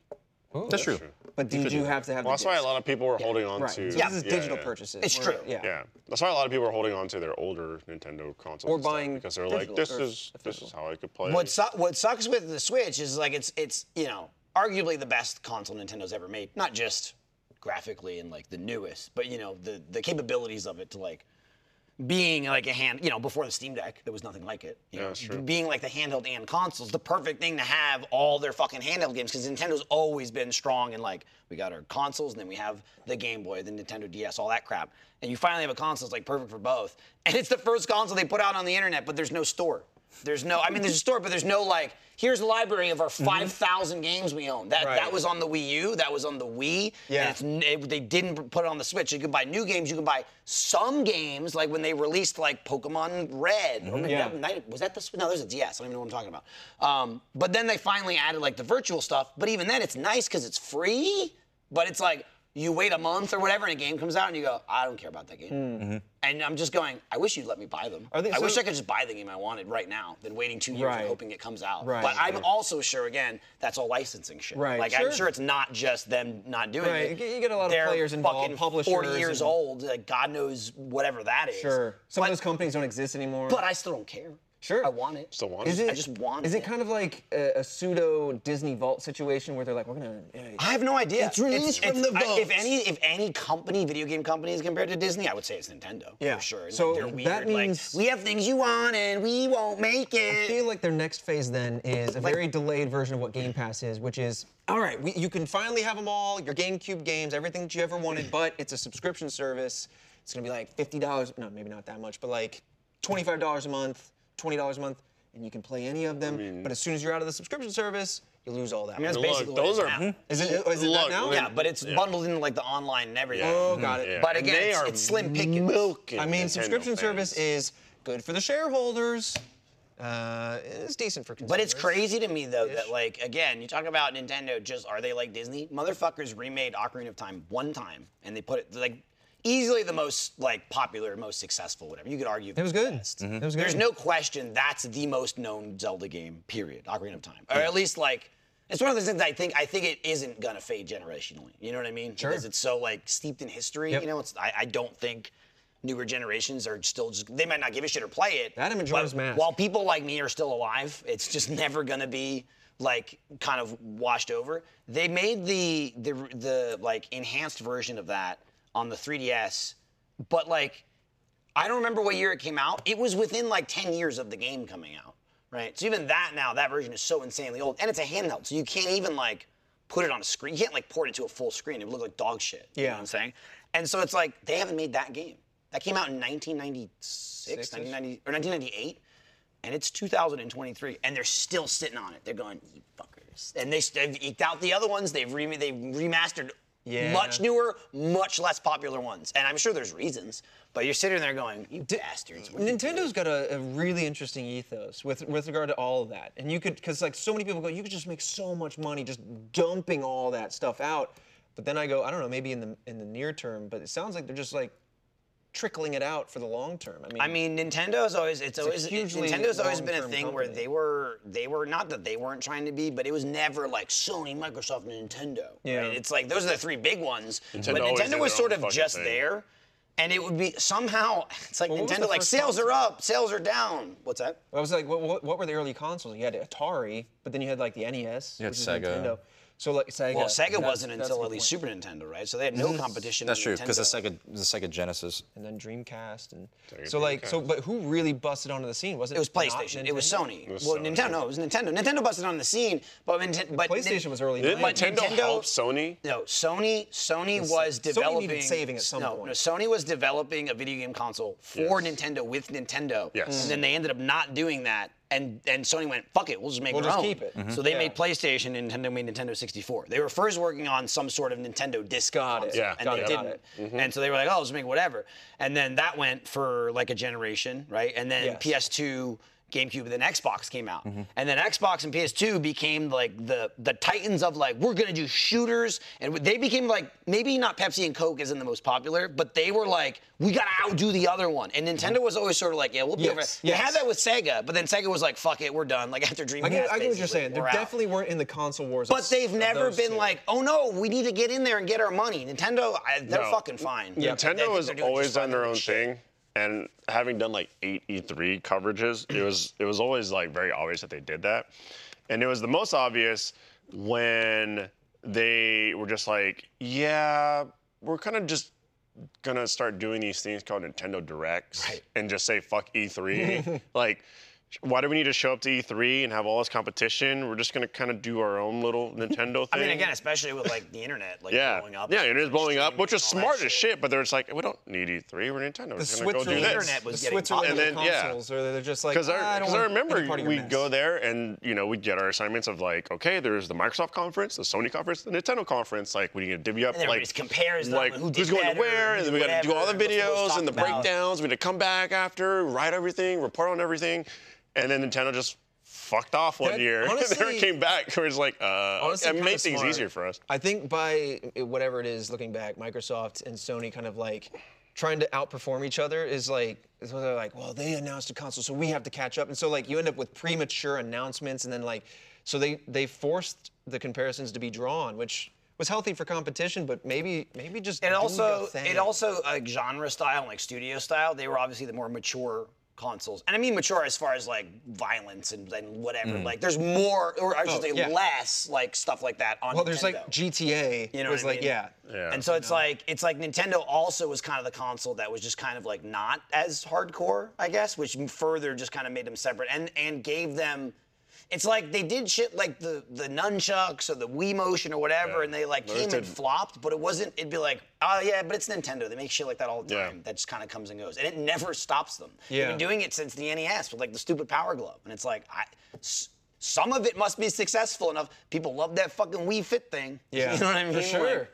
S3: That's true.
S4: But did you have to have
S2: Well,
S4: the
S2: that's why a
S4: disc?
S2: lot of people were holding on
S4: Right.
S2: to.
S4: So this is digital purchases.
S1: It's
S4: We're-
S1: true.
S4: Yeah.
S2: Yeah, that's why a lot of people are holding on to their older Nintendo consoles
S4: Or
S2: and stuff,
S4: buying
S2: because they're
S4: digital
S2: like, this
S4: or
S2: is this
S4: physical.
S2: is how I could play.
S1: What, su- what sucks with the Switch is like it's it's you know arguably the best console Nintendo's ever made. Not just graphically and like the newest, but you know the the capabilities of it to like being like a hand. You know before the Steam Deck, there was nothing like it. You
S2: Yeah,
S1: know?
S2: that's true.
S1: Being like the handheld and consoles, the perfect thing to have all their fucking handheld games because Nintendo's always been strong in like we got our consoles and then we have the Game Boy, the Nintendo DS, all that crap, and you finally have a console that's like perfect for both. And it's the first console they put out on the internet, but there's no store. There's no, I mean, there's a store, but there's no like, here's a library of our
S2: Mm-hmm.
S1: 5,000 games we own. That that
S4: Right.
S1: was on the Wii U, that was on the Wii.
S4: Yeah.
S1: And it's, it, they didn't put it on the Switch. You could buy new games, you could buy some games, like when they released like Pokemon Red. Or maybe
S4: Yeah.
S1: that might- was that the Switch? No, there's a DS. I don't even know what I'm talking about. Um, but then they finally added like the virtual stuff. But even then, it's nice because it's free, but it's like, you wait a month or whatever, and a game comes out, and you go, I don't care about that game. And I'm just going, I wish you'd let me buy them. I,
S4: think Hmm. so-
S1: wish I could just buy the game I wanted right now than waiting two years
S4: Right.
S1: and hoping it comes out.
S4: Right.
S1: But I'm also sure, again, that's all licensing shit.
S4: Right,
S1: Like, I'm
S4: sure.
S1: sure it's not just them not doing
S4: Right,
S1: it.
S4: you get- you get a lot of
S1: They're
S4: players involved,
S1: fucking
S4: publishers
S1: 40 years
S4: and-
S1: old. Like, God knows whatever that is.
S4: Sure. Some
S1: But,
S4: of those companies don't exist anymore.
S1: but I still don't care.
S4: Sure.
S1: I want it.
S2: Still want
S4: is
S2: it?
S4: it,
S1: I just want
S4: Is it kind of like a, a pseudo Disney Vault situation where they're like, we're gonna?
S1: I have no idea.
S4: It's released from the
S1: I- if
S4: vault.
S1: any, if any company, video game company is compared to Disney, I would say it's Nintendo.
S4: Yeah.
S1: For sure.
S4: So
S1: They're weird.
S4: that means-
S1: like, we have things you want and we won't make
S4: I
S1: it.
S4: feel like their next phase then is a very delayed version of what Game Pass is, which is all right, we, you can finally have them all, your GameCube games, everything that you ever wanted, but it's a subscription service. It's gonna be like fifty dollars, no, maybe not that much, but like twenty-five dollars a month, twenty dollars a month, and you can play any of them. but as soon as you're out of the subscription service, you lose all that.
S1: I mean, that's
S2: Look,
S1: basically
S2: those
S1: what it
S2: are-
S1: is now.
S4: is it, is it that
S2: Look,
S4: now?
S1: Yeah, but it's bundled into like the online and everything.
S4: Oh, got it.
S2: Yeah.
S1: But
S2: And
S1: again,
S2: they
S1: it's,
S2: are
S1: it's slim pickings.
S2: milking
S4: I mean,
S2: Nintendo
S4: subscription
S2: fans.
S4: service is good for the shareholders. Uh, it's decent for consumers.
S1: But it's crazy to me though that like again, you talk about Nintendo. Just are they like Disney? Motherfuckers remade Ocarina of Time one time, and they put it like easily the most like popular, most successful, whatever. You could argue
S4: It was good.
S2: Mm-hmm.
S4: It was good.
S1: There's no question that's the most known Zelda game, period. Ocarina of Time. Or at least like it's one of those things I think I think it isn't gonna fade generationally. You know what I mean? Sure. Because it's so like steeped in history.
S4: Yep.
S1: You know, it's I, I don't think newer generations are still just they might not give a shit or play it.
S4: That and Majora's
S1: but
S4: Mask.
S1: While people like me are still alive, it's just never gonna be like kind of washed over. They made the the the like enhanced version of that on the 3DS, but like I don't remember what year it came out. It was within like 10 years of the game coming out, right? So even that now, that version is so insanely old, and it's a handheld, so you can't even like put it on a screen. You can't like port it to a full screen. It would look like dog shit. You know
S4: Yeah.
S1: what I'm saying? And so it's like they haven't made that game. That came out in 1996, 1990, or 1998, and it's 2023, and they're still sitting on it. They're going, you fuckers. And they, st- they've eked out the other ones. They've, re- they've remastered
S4: Yeah.
S1: much newer, much less popular ones. And I'm sure there's reasons, but you're sitting there going, you bastards. what did you do?"
S4: Nintendo's got a, a really interesting ethos with with regard to all of that, and you could because like so many people go, you could just make so much money just dumping all that stuff out. But then I go, I don't know, maybe in the in the near term, but it sounds like they're just like trickling it out for the long term. I mean,
S1: I mean, Nintendo's always it's, always
S4: hugely
S1: Nintendo's always been a
S4: long-term
S1: thing where
S4: company.
S1: they were they were not that they weren't trying to be, but it was never like Sony, Microsoft, and Nintendo.
S4: Yeah.
S1: right? it's like those are the three big ones. but
S2: Nintendo always did
S1: Nintendo
S2: their
S1: was sort
S2: own
S1: of
S2: fucking
S1: just
S2: thing.
S1: there, and it would be somehow it's like
S4: Well, what was
S1: Nintendo
S4: the
S1: like
S4: first
S1: sales
S4: console?
S1: are up, sales are down. What's that?
S4: I was like, what, what, what were the early consoles? You had Atari, but then you had like the NES,
S3: had
S4: which is
S3: Sega.
S4: Nintendo. So like Sega.
S1: Well, Sega
S4: That's-
S1: wasn't
S4: that's a
S1: until
S4: good
S1: at least
S4: point.
S1: Super Nintendo, right? So they had no competition.
S3: That's
S1: in
S3: true because the
S1: Nintendo.
S3: Sega, the Sega Genesis.
S4: and then Dreamcast and
S2: Sega
S4: so like so
S2: Dreamcast.
S4: but who really busted onto the scene? Was it
S1: It was
S4: not
S1: PlayStation. It was
S4: Nintendo?
S1: Sony.
S2: was
S1: well,
S2: Sony.
S1: Nintendo. No, it was Nintendo. Nintendo busted on the scene, but Nintendo. But
S4: PlayStation was early
S2: Didn't
S4: But
S2: Nintendo,
S1: Nintendo-
S2: help Sony?
S1: No, Sony. Sony was
S4: needed
S1: developing.
S4: saving at some
S1: no,
S4: point.
S1: No, Sony was developing a video game console for Nintendo with Nintendo.
S2: Yes.
S1: And then they ended up not doing that, and and Sony went, "Fuck it, we'll just make
S4: We'll
S1: our
S4: just
S1: own."
S4: keep it. Mm-hmm.
S1: So they made PlayStation. and Nintendo made Nintendo 64. They were first working on some sort of Nintendo disc.
S4: Got it.
S1: console,
S2: Yeah,
S1: And
S2: got
S1: they
S2: it.
S1: didn't.
S4: Got it.
S1: And so they were like, "Oh, let's make whatever." And then that went for like a generation, right? And then
S4: Yes. Mm-hmm.
S1: PS2. GameCube, and then Xbox came out, and then Xbox and PS2 became like the the titans of like we're gonna do shooters, and they became like maybe not Pepsi and Coke isn't the most popular, but they were like we gotta outdo the other one, and Nintendo was always sort of like yeah we'll be over.
S4: Mm-hmm.
S1: They
S4: Yes,
S1: had
S4: yes.
S1: that with Sega, but then Sega was like fuck it we're done like after Dreamcast.
S4: I get, I get what
S1: basically,
S4: you're saying. They
S1: we're out.
S4: definitely weren't in the console wars. of-
S1: But they've
S4: of
S1: never
S4: those
S1: been
S4: two.
S1: like, oh no, we need to get in there and get our money. Nintendo, I, they're
S2: No.
S1: fucking fine. They-
S2: Nintendo
S1: they're
S2: has
S1: doing just
S2: always
S1: fine
S2: done their
S1: with
S2: own
S1: shit.
S2: thing, and having done like eight E3 coverages, it was it was always like very obvious that they did that, and it was the most obvious when they were just like, yeah, we're kind of just gonna start doing these things called Nintendo Directs and just say fuck E3. like, why do we need to show up to E3 and have all this competition? We're just gonna kind of do our own little Nintendo
S1: I
S2: thing.
S1: mean, again, especially with like the internet, like
S2: Yeah.
S1: blowing up.
S2: Yeah, it is blowing up,
S1: streaming
S2: which is
S1: and all that
S2: smart as shit, but they're just like, we don't need E3, we're Nintendo. We're just gonna go do
S4: Switzerland
S2: this.
S1: internet was
S4: the
S1: getting
S4: Switzerland
S2: popular. And then, yeah.
S4: consoles, or they're just like.
S2: Because
S4: "Ah,
S2: I,
S4: don't
S2: 'cause I
S4: want any
S2: remember
S4: part of your
S2: we'd
S4: mess."
S2: go there and you know we'd get our assignments of like, okay, there's the Microsoft conference, the Sony conference, the Nintendo conference. Like we need to divvy up
S1: And everybody
S2: like
S1: just compares them
S2: like
S1: and who did
S2: who's going
S1: better
S2: to where,
S1: and
S2: and then we got to do all the
S1: whatever, and what's the most
S2: videos and the
S1: talked about.
S2: breakdowns. We had to come back after, write everything, report on everything, and then Nintendo just fucked off one
S4: That-
S2: year. they never
S4: honestly-
S2: came back. It was like, uh,
S4: Honestly,
S2: it
S4: kinda
S2: made things
S4: smart.
S2: easier for us.
S4: I think by uh, whatever it is, looking back, Microsoft and Sony kind of like trying to outperform each other is like is when they're like, well, they announced a console, so we have to catch up, and so like you end up with premature announcements, and then like, so they they forced the comparisons to be drawn, which was healthy for competition, but maybe maybe just
S1: And
S4: do
S1: also,
S4: your thing.
S1: it also like genre style and like studio style, they were obviously the more mature consoles. And I mean mature as far as like violence and, and whatever. Like there's more, or I should say
S4: Mm. Oh, yeah.
S1: less, like stuff like that on.
S4: well, there's like
S1: Nintendo.
S4: GTA
S1: You know
S4: was
S1: what I
S4: like
S1: mean?
S4: yeah.
S2: Yeah.
S1: And so it's like it's like Nintendo also was kind of the console that was just kind of like not as hardcore, I guess, which further just kind of made them separate and and gave them. It's like they did shit like the the nunchucks or the Wii Motion or whatever,
S2: Yeah.
S1: and they like
S2: Those
S1: came and
S2: didn't-
S1: flopped, but it wasn't. It'd be like, oh yeah, but it's Nintendo. They make shit like that all the
S2: Yeah.
S1: time. That just kind of comes and goes, and it never stops them. They've
S4: Yeah.
S1: been doing it since the NES with like the stupid Power Glove, and it's like I. S- some of it must be successful enough. People love that fucking Wii Fit thing.
S4: Yeah,
S1: you know what I mean?
S4: For
S1: Like,
S4: sure.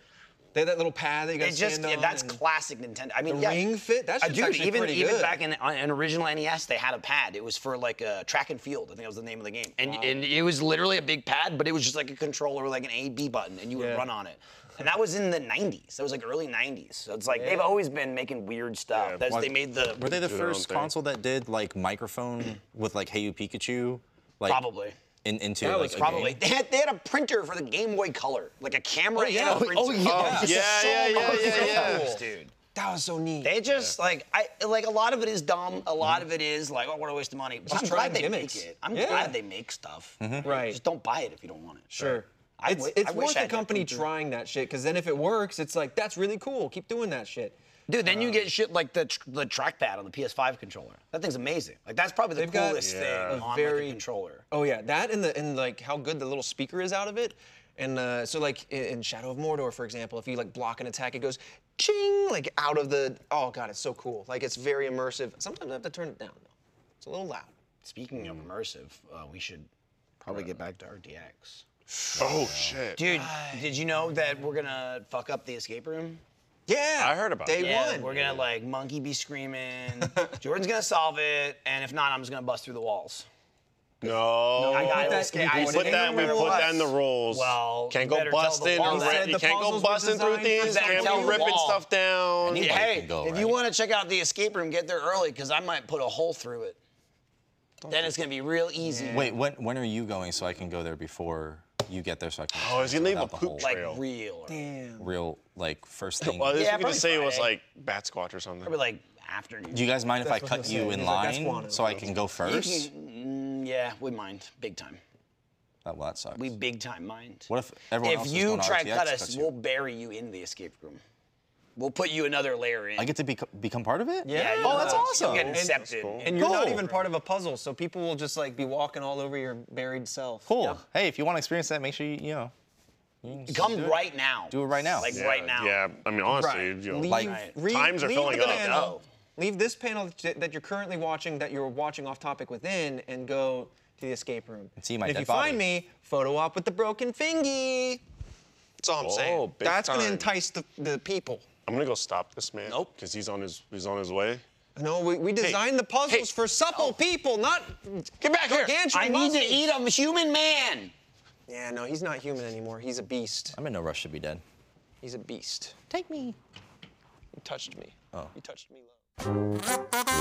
S4: they had that little pad that you got to
S1: it just
S4: stand
S1: yeah,
S4: on
S1: that's
S4: and-
S1: classic Nintendo. I mean,
S4: The
S1: yeah.
S4: ring fit? That
S1: Uh,
S4: shit's
S1: dude,
S4: actually
S1: even
S4: pretty
S1: even
S4: good.
S1: back in on an original NES, they had a pad. It was for like a track and field. I think that was the name of the game, and and it was literally a big pad, but it was just like a controller with like an A B button, and you would
S4: Yeah.
S1: run on it. And that was in the 90s. That was like early 90s. So it's like they've always been making weird stuff.
S2: Yeah.
S1: That's,
S3: Why-
S1: they made the
S3: Were they the
S2: Do their own
S3: first
S2: thing.
S3: console that did like microphone with like Hey You Pikachu? Like,
S1: probably.
S3: in, into
S4: That
S3: like,
S4: was
S3: a
S1: Probably
S3: game?
S1: they had, they had a printer for the Game Boy Color, like a camera.
S4: Oh, yeah.
S1: and a printer.
S4: Oh, yeah.
S2: Oh,
S4: This is
S2: yeah,
S4: so
S2: yeah, yeah,
S4: cool.
S2: yeah, yeah.
S4: Cool.
S1: dude.
S4: That was so neat.
S1: They just like I like a lot of it is dumb. A lot of it is like oh, what a waste of money. But I'm
S4: Mm-hmm. trying
S1: glad they
S4: gimmicks.
S1: make it. I'm
S4: Yeah. Mm-hmm.
S1: glad they make stuff.
S4: Right.
S1: Just don't buy it if you don't want it.
S4: Sure.
S1: I
S4: it's
S1: wi- I
S4: it's
S1: wish
S4: worth
S1: I
S4: a
S1: had that
S4: company
S1: computer.
S4: trying that shit because then if it works, it's like that's really cool. Keep doing that shit.
S1: Dude,
S4: Um,
S1: then you get shit like the tr- the trackpad on the PS5 controller. That thing's amazing. Like that's probably the
S4: They've got
S1: coolest
S2: Yeah.
S1: thing
S4: a
S1: on like,
S4: very-
S1: a controller.
S4: Oh yeah, that and the and like how good the little speaker is out of it. And uh, so like i- in Shadow of Mordor, for example, if you like block an attack, it goes ching like out of the. Oh god, it's so cool. Like it's very immersive. Sometimes I have to turn it down though. It's a little loud.
S1: Speaking of immersive, uh, we should Uh, probably get back to RDX.
S2: Oh shit.
S1: Dude,
S4: Ah,
S1: did you know that we're gonna fuck up the escape room?
S4: Yeah.
S2: I heard about
S4: day
S2: that.
S1: Yeah,
S4: one.
S1: we're gonna like monkey be screaming. Jordan's gonna solve it, and if not, I'm just gonna bust through the walls.
S2: No.
S1: I got
S4: that-
S1: it.
S4: you
S1: Okay, I
S4: put
S1: said
S2: Put
S4: They
S1: no
S2: that, we
S1: matter
S2: put
S1: what.
S2: that in the rules.
S1: Well,
S2: can't
S1: you
S2: go
S1: better tell the
S2: busting.
S1: wall.
S2: Or
S1: He
S2: rip-
S1: said
S2: you
S4: the
S2: can't go
S4: puzzles were
S2: busting through
S4: designed for
S2: things.
S1: that.
S2: Can't
S1: Tell
S2: be
S1: the
S2: ripping
S1: wall.
S2: stuff down.
S3: Anyway.
S1: Hey,
S3: can go,
S1: if you
S3: right?
S1: want to check out the escape room, get there early because I might put a hole through it. then it's gonna be real easy.
S3: Wait, when when are you going so I can go there before you get there so I can.
S2: Oh, is he leaving
S3: without
S2: a
S3: the
S2: poop
S3: whole
S1: Like
S2: trail?
S1: real.
S3: Real like first thing.
S2: Well,
S1: Yeah,
S2: yeah, you could
S1: probably
S2: just say it was
S1: Friday.
S2: like bat squatch or something.
S1: Probably like afternoon.
S3: Do you guys mind if I
S4: what I
S3: cut
S4: was
S3: you
S4: saying.
S3: in
S4: He's like, "That's
S3: line
S4: Guano."
S3: so I can go first?
S1: Mm, yeah, we mind big time.
S3: That, well, that sucks.
S1: We big time mined.
S3: What if everyone
S1: If
S3: else is
S1: you
S3: going
S1: try to
S3: RTX
S1: cut us,
S3: cuts you?
S1: we'll bury you in the escape room. We'll put you another layer in.
S3: I get to be, become part of it?
S1: Yeah,
S3: Oh, that's
S1: you'll-
S3: awesome.
S1: You'll get incepted.
S4: And you're not
S3: Cool.
S4: even part of a puzzle, so people will just like be walking all over your buried self.
S3: Cool. Hey, if you want to experience that, make sure you, you know,
S1: Come right now.
S3: do it right now.
S1: Like
S2: Yeah,
S1: right now.
S2: Yeah, I mean honestly,
S1: Right.
S2: you know,
S3: Like-
S4: Re-
S2: times are
S4: leave
S2: filling
S4: the
S2: up. Oh.
S4: Panel,
S1: No.
S4: Leave this panel that that you're currently watching, that you're watching off topic within, and go to the escape room. And
S3: see my
S4: if
S3: dead
S4: you
S3: body.
S4: find me, photo op with the broken fingy.
S2: that's all I'm
S4: Dang, That's gonna entice the, the people.
S2: oh, I'm gonna go stop this man.
S1: Nope.
S2: Because he's on his he's on his way.
S4: No, we, we designed the puzzles
S2: Hey. Oh.
S4: for supple people, not
S2: Get back here.
S4: gargantuan
S1: I need to
S4: muscles.
S1: eat a human man.
S4: Yeah, no, he's not human anymore. He's a beast.
S3: I'm in no rush to be dead.
S4: He's a beast.
S3: Take me. Oh.
S4: You touched me. You touched me. Low.